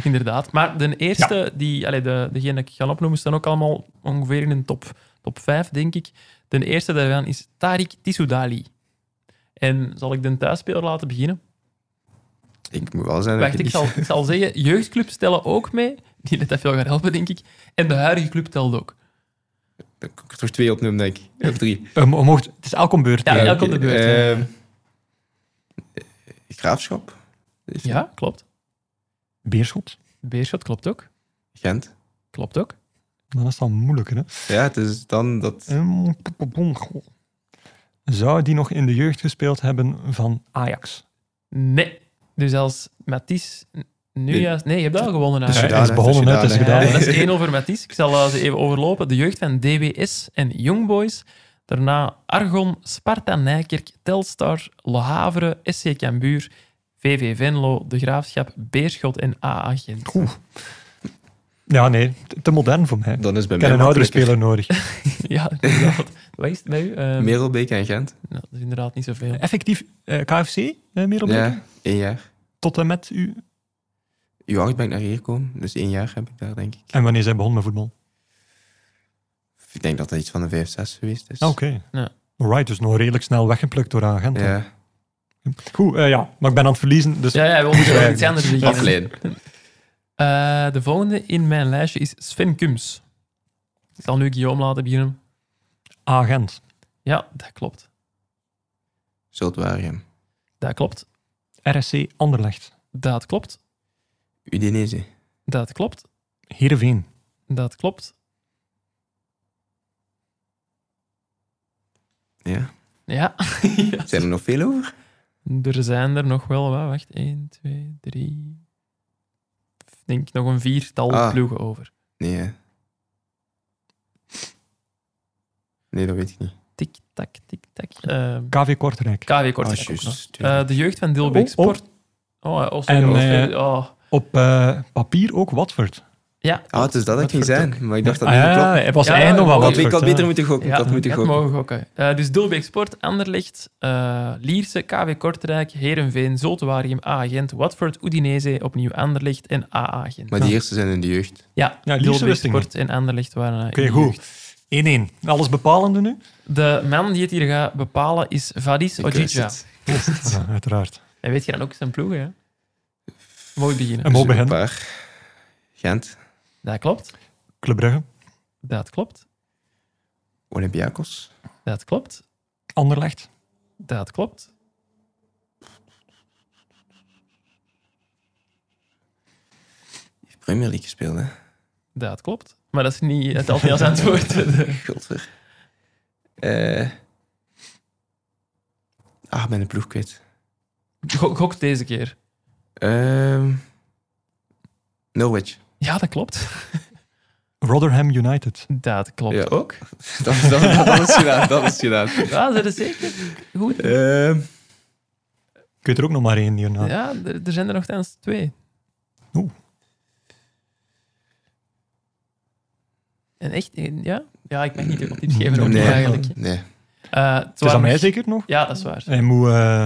Speaker 3: Inderdaad. Maar de eerste, die, allee, de, degene dat ik ga opnoemen, staan ook allemaal ongeveer in een top, top 5, denk ik. De eerste daarvan is Tariq Tissoudali. En zal ik de thuisspeler laten beginnen?
Speaker 4: Ik moet wel zijn dat
Speaker 3: Wacht, ik
Speaker 4: het
Speaker 3: zal,
Speaker 4: niet-
Speaker 3: ik zal zeggen, jeugdclubs tellen ook mee. Die dat dat veel gaan helpen, denk ik. En de huidige club telt ook.
Speaker 4: dat kan ik er toch twee opnoemen, denk ik. Of drie.
Speaker 1: Eh, mo- mocht, het is elk om beurt.
Speaker 3: Ja,
Speaker 1: hè.
Speaker 3: elk op de beurt, ja.
Speaker 4: Ehm, Graafschap.
Speaker 3: Ja, klopt.
Speaker 1: Beerschot.
Speaker 3: Beerschot klopt ook.
Speaker 4: Gent.
Speaker 3: Klopt ook.
Speaker 1: Dan is het al moeilijker. Hè?
Speaker 4: Ja, het is dan dat...
Speaker 1: Ehm, pop, pop, pom, goh. Zou die nog in de jeugd gespeeld hebben van Ajax?
Speaker 3: Nee. Dus als Mathies n- nu
Speaker 4: Nee.
Speaker 3: juist... Nee, je hebt dat al gewonnen.
Speaker 1: Dus
Speaker 3: eigenlijk.
Speaker 1: het is begonnen, hè, het is gedaan.
Speaker 3: Ja,
Speaker 1: hè.
Speaker 3: dat is 1 over Mathies. Ik zal eh, ze even overlopen. De jeugd van DWS en Young Boys. Daarna Argon, Sparta Nijkerk, Telstar, Le Havre, SC Cambuur, VV Venlo, De Graafschap, Beerschot en AA Gent.
Speaker 1: Oeh. Ja, nee, te- te modern voor mij.
Speaker 4: Dan is bij
Speaker 1: Ik
Speaker 4: mij
Speaker 1: heb een oudere
Speaker 4: makkelijker.
Speaker 1: speler nodig.
Speaker 3: ja, inderdaad. Wat is het bij u? Ehm,
Speaker 4: Merelbeek en Gent.
Speaker 3: nou, dat is inderdaad niet zoveel.
Speaker 1: Effectief eh, KFC, eh, Merelbeke?
Speaker 4: Ja, één jaar.
Speaker 1: Tot en met u.
Speaker 4: Uw acht ben ik naar hier gekomen, dus één jaar heb ik daar, denk ik.
Speaker 1: En wanneer zij begon met voetbal?
Speaker 4: Ik denk dat dat iets van de 5, 6 geweest is.
Speaker 1: Ah, Oké.
Speaker 3: Ja.
Speaker 1: Alright, dus nog redelijk snel weggeplukt door agent.
Speaker 4: Ja,
Speaker 1: Goed, eh, ja, maar ik ben aan het verliezen, dus
Speaker 3: Ja, ja, we moeten wel iets anders beginnen.
Speaker 4: afleiden.
Speaker 3: Eh, de volgende in mijn lijstje is Sven Kums. Ik zal nu Guillaume laten beginnen.
Speaker 1: agent.
Speaker 3: Ja, dat klopt.
Speaker 4: Zultwarium.
Speaker 3: Dat klopt.
Speaker 1: RSC Anderlecht.
Speaker 3: Dat klopt.
Speaker 4: Udinese.
Speaker 3: Dat klopt.
Speaker 1: Heerenveen.
Speaker 3: Dat klopt.
Speaker 4: Ja.
Speaker 3: Ja,
Speaker 4: Zijn er nog veel over?
Speaker 3: er zijn er nog wel wat. Wacht, 1, 2, 3. Ik denk nog een viertal
Speaker 4: Ah.
Speaker 3: ploegen over.
Speaker 4: Nee, hè. Nee, dat weet ik niet.
Speaker 3: Tik, tak, tik, tak. Eh,
Speaker 1: KV Kortrijk.
Speaker 3: KW Kortrijk.
Speaker 4: Ah,
Speaker 3: ook nog.
Speaker 4: juist, tuurlijk.
Speaker 3: Eh, de jeugd van Dilbeek
Speaker 1: Oh, oh.
Speaker 3: Sport. Oh, eh, oh,
Speaker 1: En,
Speaker 3: sorry, oh,
Speaker 1: eh,
Speaker 3: oh.
Speaker 1: Op eh, papier ook Watford.
Speaker 3: Ja,
Speaker 4: Ah, het is dat ik ging
Speaker 3: Watford ook.
Speaker 4: zijn, maar ik dacht dat
Speaker 1: Ah,
Speaker 4: niet
Speaker 1: ja, eh,
Speaker 4: klopt.
Speaker 1: het was
Speaker 3: Ja,
Speaker 1: eigendom van
Speaker 3: oh,
Speaker 4: Dat
Speaker 1: Watford.
Speaker 4: ik had
Speaker 1: hè.
Speaker 4: beter moeten gokken,
Speaker 3: Ja,
Speaker 4: dat moet ik
Speaker 3: dat
Speaker 4: gokken.
Speaker 3: mogen we gokken. Eh, dus Dilbeek Sport, Anderlecht, eh, Lierse, KW Kortrijk, Herenveen, Zoltewarium, A-agent, Watford, Udinese, opnieuw Anderlecht en AA-agent.
Speaker 4: Maar die eerste zijn in de jeugd.
Speaker 3: Ja,
Speaker 1: Ja, Lierse
Speaker 3: Dilbeek
Speaker 1: wist ik
Speaker 3: Sport en Anderlecht waren... eh,
Speaker 1: Oké,
Speaker 3: in de jeugd.
Speaker 1: goed. 1-1. Alles bepalende nu?
Speaker 3: De man die het hier gaat bepalen is Vadis
Speaker 4: Ik eh, wist
Speaker 3: Ojidja.
Speaker 4: het.
Speaker 1: Ja, uiteraard.
Speaker 3: En weet je dan ook zijn ploegen, hè? Mooi beginnen.
Speaker 1: En mooi
Speaker 4: Een
Speaker 1: begin.
Speaker 4: paar. Gent.
Speaker 3: Dat klopt.
Speaker 1: Club Brugge.
Speaker 3: Dat klopt.
Speaker 4: Olympiakos.
Speaker 3: Dat klopt.
Speaker 1: Anderlecht.
Speaker 3: Dat klopt.
Speaker 4: Die Premier League gespeeld, hè.
Speaker 3: Dat klopt. Maar dat is niet, het telt niet als antwoord. De-
Speaker 4: Godver. Eh. Ah, ik ben de ploeg kwijt.
Speaker 3: Gok, gok deze keer.
Speaker 4: Ehm, Norwich.
Speaker 3: Ja, dat klopt.
Speaker 1: Rotherham United.
Speaker 3: Dat klopt
Speaker 4: Ja.
Speaker 3: ook.
Speaker 4: Dat, dat, dat is gedaan, dat is gedaan.
Speaker 3: Ja, ze is zeker goed.
Speaker 4: Ehm,
Speaker 1: Kun je er ook nog maar één hierna?
Speaker 3: Ja, er, er zijn er nog tijdens twee.
Speaker 1: Oeh.
Speaker 3: En echt, eh, ja? Ja, ik mag niet op dit geven ook
Speaker 4: nee,
Speaker 3: eigenlijk.
Speaker 4: nee.
Speaker 3: Eh, het
Speaker 1: Het is
Speaker 3: waren
Speaker 1: aan mij
Speaker 3: nog-
Speaker 1: zeker nog?
Speaker 3: Ja, dat is waar.
Speaker 1: Hij moet... eh,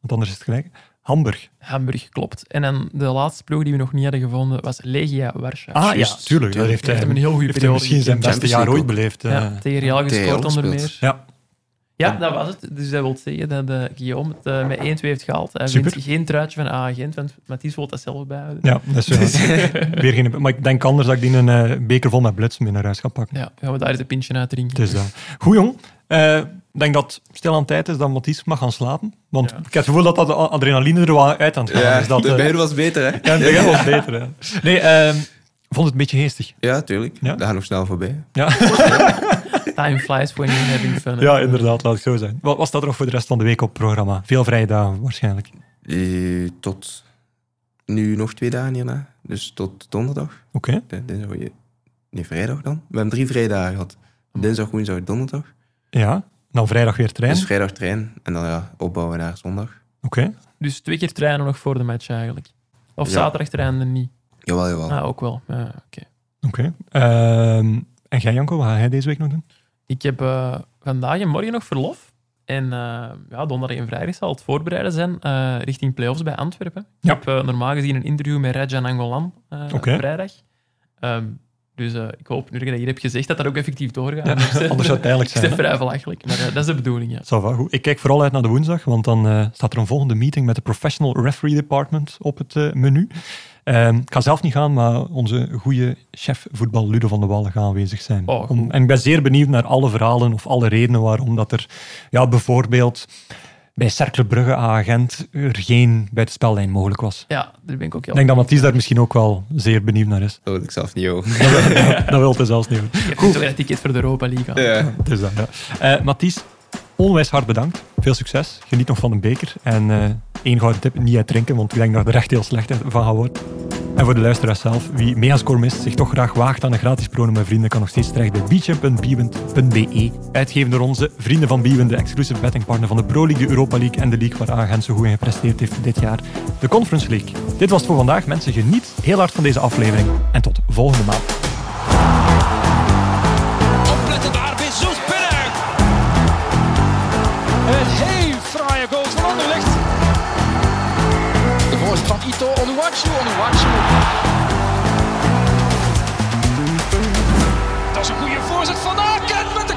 Speaker 1: want anders is het gelijk. Hamburg.
Speaker 3: Hamburg, klopt. En dan de laatste ploeg die we nog niet hadden gevonden was Legia Warschau.
Speaker 1: Ah, ja,
Speaker 4: juist.
Speaker 1: tuurlijk. Dat heeft
Speaker 3: Die
Speaker 1: hij,
Speaker 3: hebben een heel goede
Speaker 1: heeft hij
Speaker 3: periode.
Speaker 1: misschien zijn
Speaker 3: gekend.
Speaker 1: beste
Speaker 4: Champions
Speaker 1: jaar
Speaker 4: League
Speaker 1: ooit beleefd. eh.
Speaker 3: Ja, tegen Real gescoord
Speaker 4: TL
Speaker 3: onder
Speaker 4: gespeeld.
Speaker 3: meer.
Speaker 1: ja.
Speaker 3: Ja, dat was het. Dus dat wil zeggen dat eh, Guillaume het eh, met 1-2 heeft gehaald. Hij
Speaker 1: Super.
Speaker 3: wint geen truitje van A-agent, want Mathies wil dat zelf bijhouden.
Speaker 1: Ja, dat is
Speaker 4: Dus, eh,
Speaker 1: waar. Weer geen, maar ik denk anders dat ik die een eh, beker vol met blitz mee naar huis ga pakken.
Speaker 3: Ja, gaan we daar eens een pintje uit drinken.
Speaker 1: Het is dat. Goed, jong. Eh, Ik denk dat het stil aan tijd is dat Mathies mag gaan slapen. Want
Speaker 3: Ja.
Speaker 1: ik heb het gevoel dat dat a- adrenaline er wel uit aan het gaan
Speaker 4: Ja,
Speaker 1: is. Dat,
Speaker 4: de
Speaker 1: eh,
Speaker 4: beide was beter, hè?
Speaker 1: ja, het begin was beter. hè. Nee, ehm, ik vond het een beetje geestig.
Speaker 4: Ja, tuurlijk.
Speaker 1: Ja?
Speaker 4: Dat gaat nog snel voorbij.
Speaker 3: Time flies when you're having fun. hè.
Speaker 1: Ja, inderdaad, laat ik zo zijn. Wat, wat staat er nog voor de rest van de week op het programma? Veel vrije dagen waarschijnlijk. Oké.
Speaker 4: Eh, tot nu nog twee dagen hierna. Dus tot donderdag. Eh, Dinsdag, wil je- nee, vrijdag dan. We hebben drie vrijdagen gehad.
Speaker 3: Hm.
Speaker 4: Dinsdag, woensdag, donderdag.
Speaker 1: Ja. Dan vrijdag weer trein.
Speaker 4: Dus vrijdag trein. En dan ja, opbouwen naar zondag.
Speaker 1: Oké.
Speaker 3: Dus twee keer trainen nog voor de match eigenlijk. Of
Speaker 4: Ja.
Speaker 3: zaterdag trainen niet.
Speaker 4: Jawel, jawel.
Speaker 3: Ah, ook wel. Ja, oké.
Speaker 1: Oké. Ehm, en jij, Janko, wat ga jij deze week nog doen?
Speaker 3: Ik heb eh, vandaag en morgen nog verlof. En eh, ja, donderdag en vrijdag zal het voorbereiden zijn eh, richting play-offs bij Antwerpen.
Speaker 1: Ja.
Speaker 3: Ik heb eh, normaal gezien een interview met Rajan Angolan eh, op
Speaker 1: Oké.
Speaker 3: vrijdag. Ehm, dus eh, ik hoop, nu dat je dat hier hebt gezegd, dat dat ook effectief doorgaat. Dus, eh,
Speaker 1: Anders zou het pijnlijk
Speaker 3: is het
Speaker 1: zijn. hè?
Speaker 3: vrij belachelijk, maar eh, dat is de bedoeling, ja.
Speaker 1: Ça va, goed. Ik kijk vooral uit naar de woensdag, want dan eh, staat er een volgende meeting met de Professional Referee Department op het eh, menu. Ehm, ik ga zelf niet gaan, maar onze goede chef voetbal Ludo van de Wallen gaat aanwezig zijn.
Speaker 3: Oh, goed.
Speaker 1: en ik ben zeer benieuwd naar alle verhalen of alle redenen waarom dat er ja, bijvoorbeeld bij Cercle Brugge aan agent er geen bij de spellijn mogelijk was.
Speaker 3: Ja, daar ben ik ook heel
Speaker 1: Ik denk dat Mathies daar misschien ook wel zeer benieuwd naar is.
Speaker 4: Dat wil Oh, ik zelf niet over.
Speaker 1: Dat wil hij zelfs niet. doen.
Speaker 3: Ik heb toch weer een ticket voor de Europa League. aan.
Speaker 4: Ja.
Speaker 1: Het is dat, ja. Eh, Mathies, onwijs hard bedankt. Veel succes. Geniet nog van een beker. En eh één gouden tip, niet uitdrinken, want ik denk dat er echt heel slecht van gaat worden. En voor de luisteraars zelf, wie mee als columnist zich toch graag waagt aan een gratis prono met vrienden, kan nog steeds terecht bij beachamp.bwend.be. Uitgeven door onze vrienden van Biewen, de exclusive bettingpartner van de Pro League, de Europa League en de league waar Agent zo goed in gepresteerd heeft dit jaar, de Conference League. Dit was het voor vandaag. Mensen, geniet heel hard van deze aflevering en tot volgende maand.
Speaker 5: Opletten daar bij Zoesberg.
Speaker 2: Een heel fraaie goal van Anderlecht. De voorzet van Ito Onuwachu. Onuwachu. Dat is een goede voorzet van Aken. Met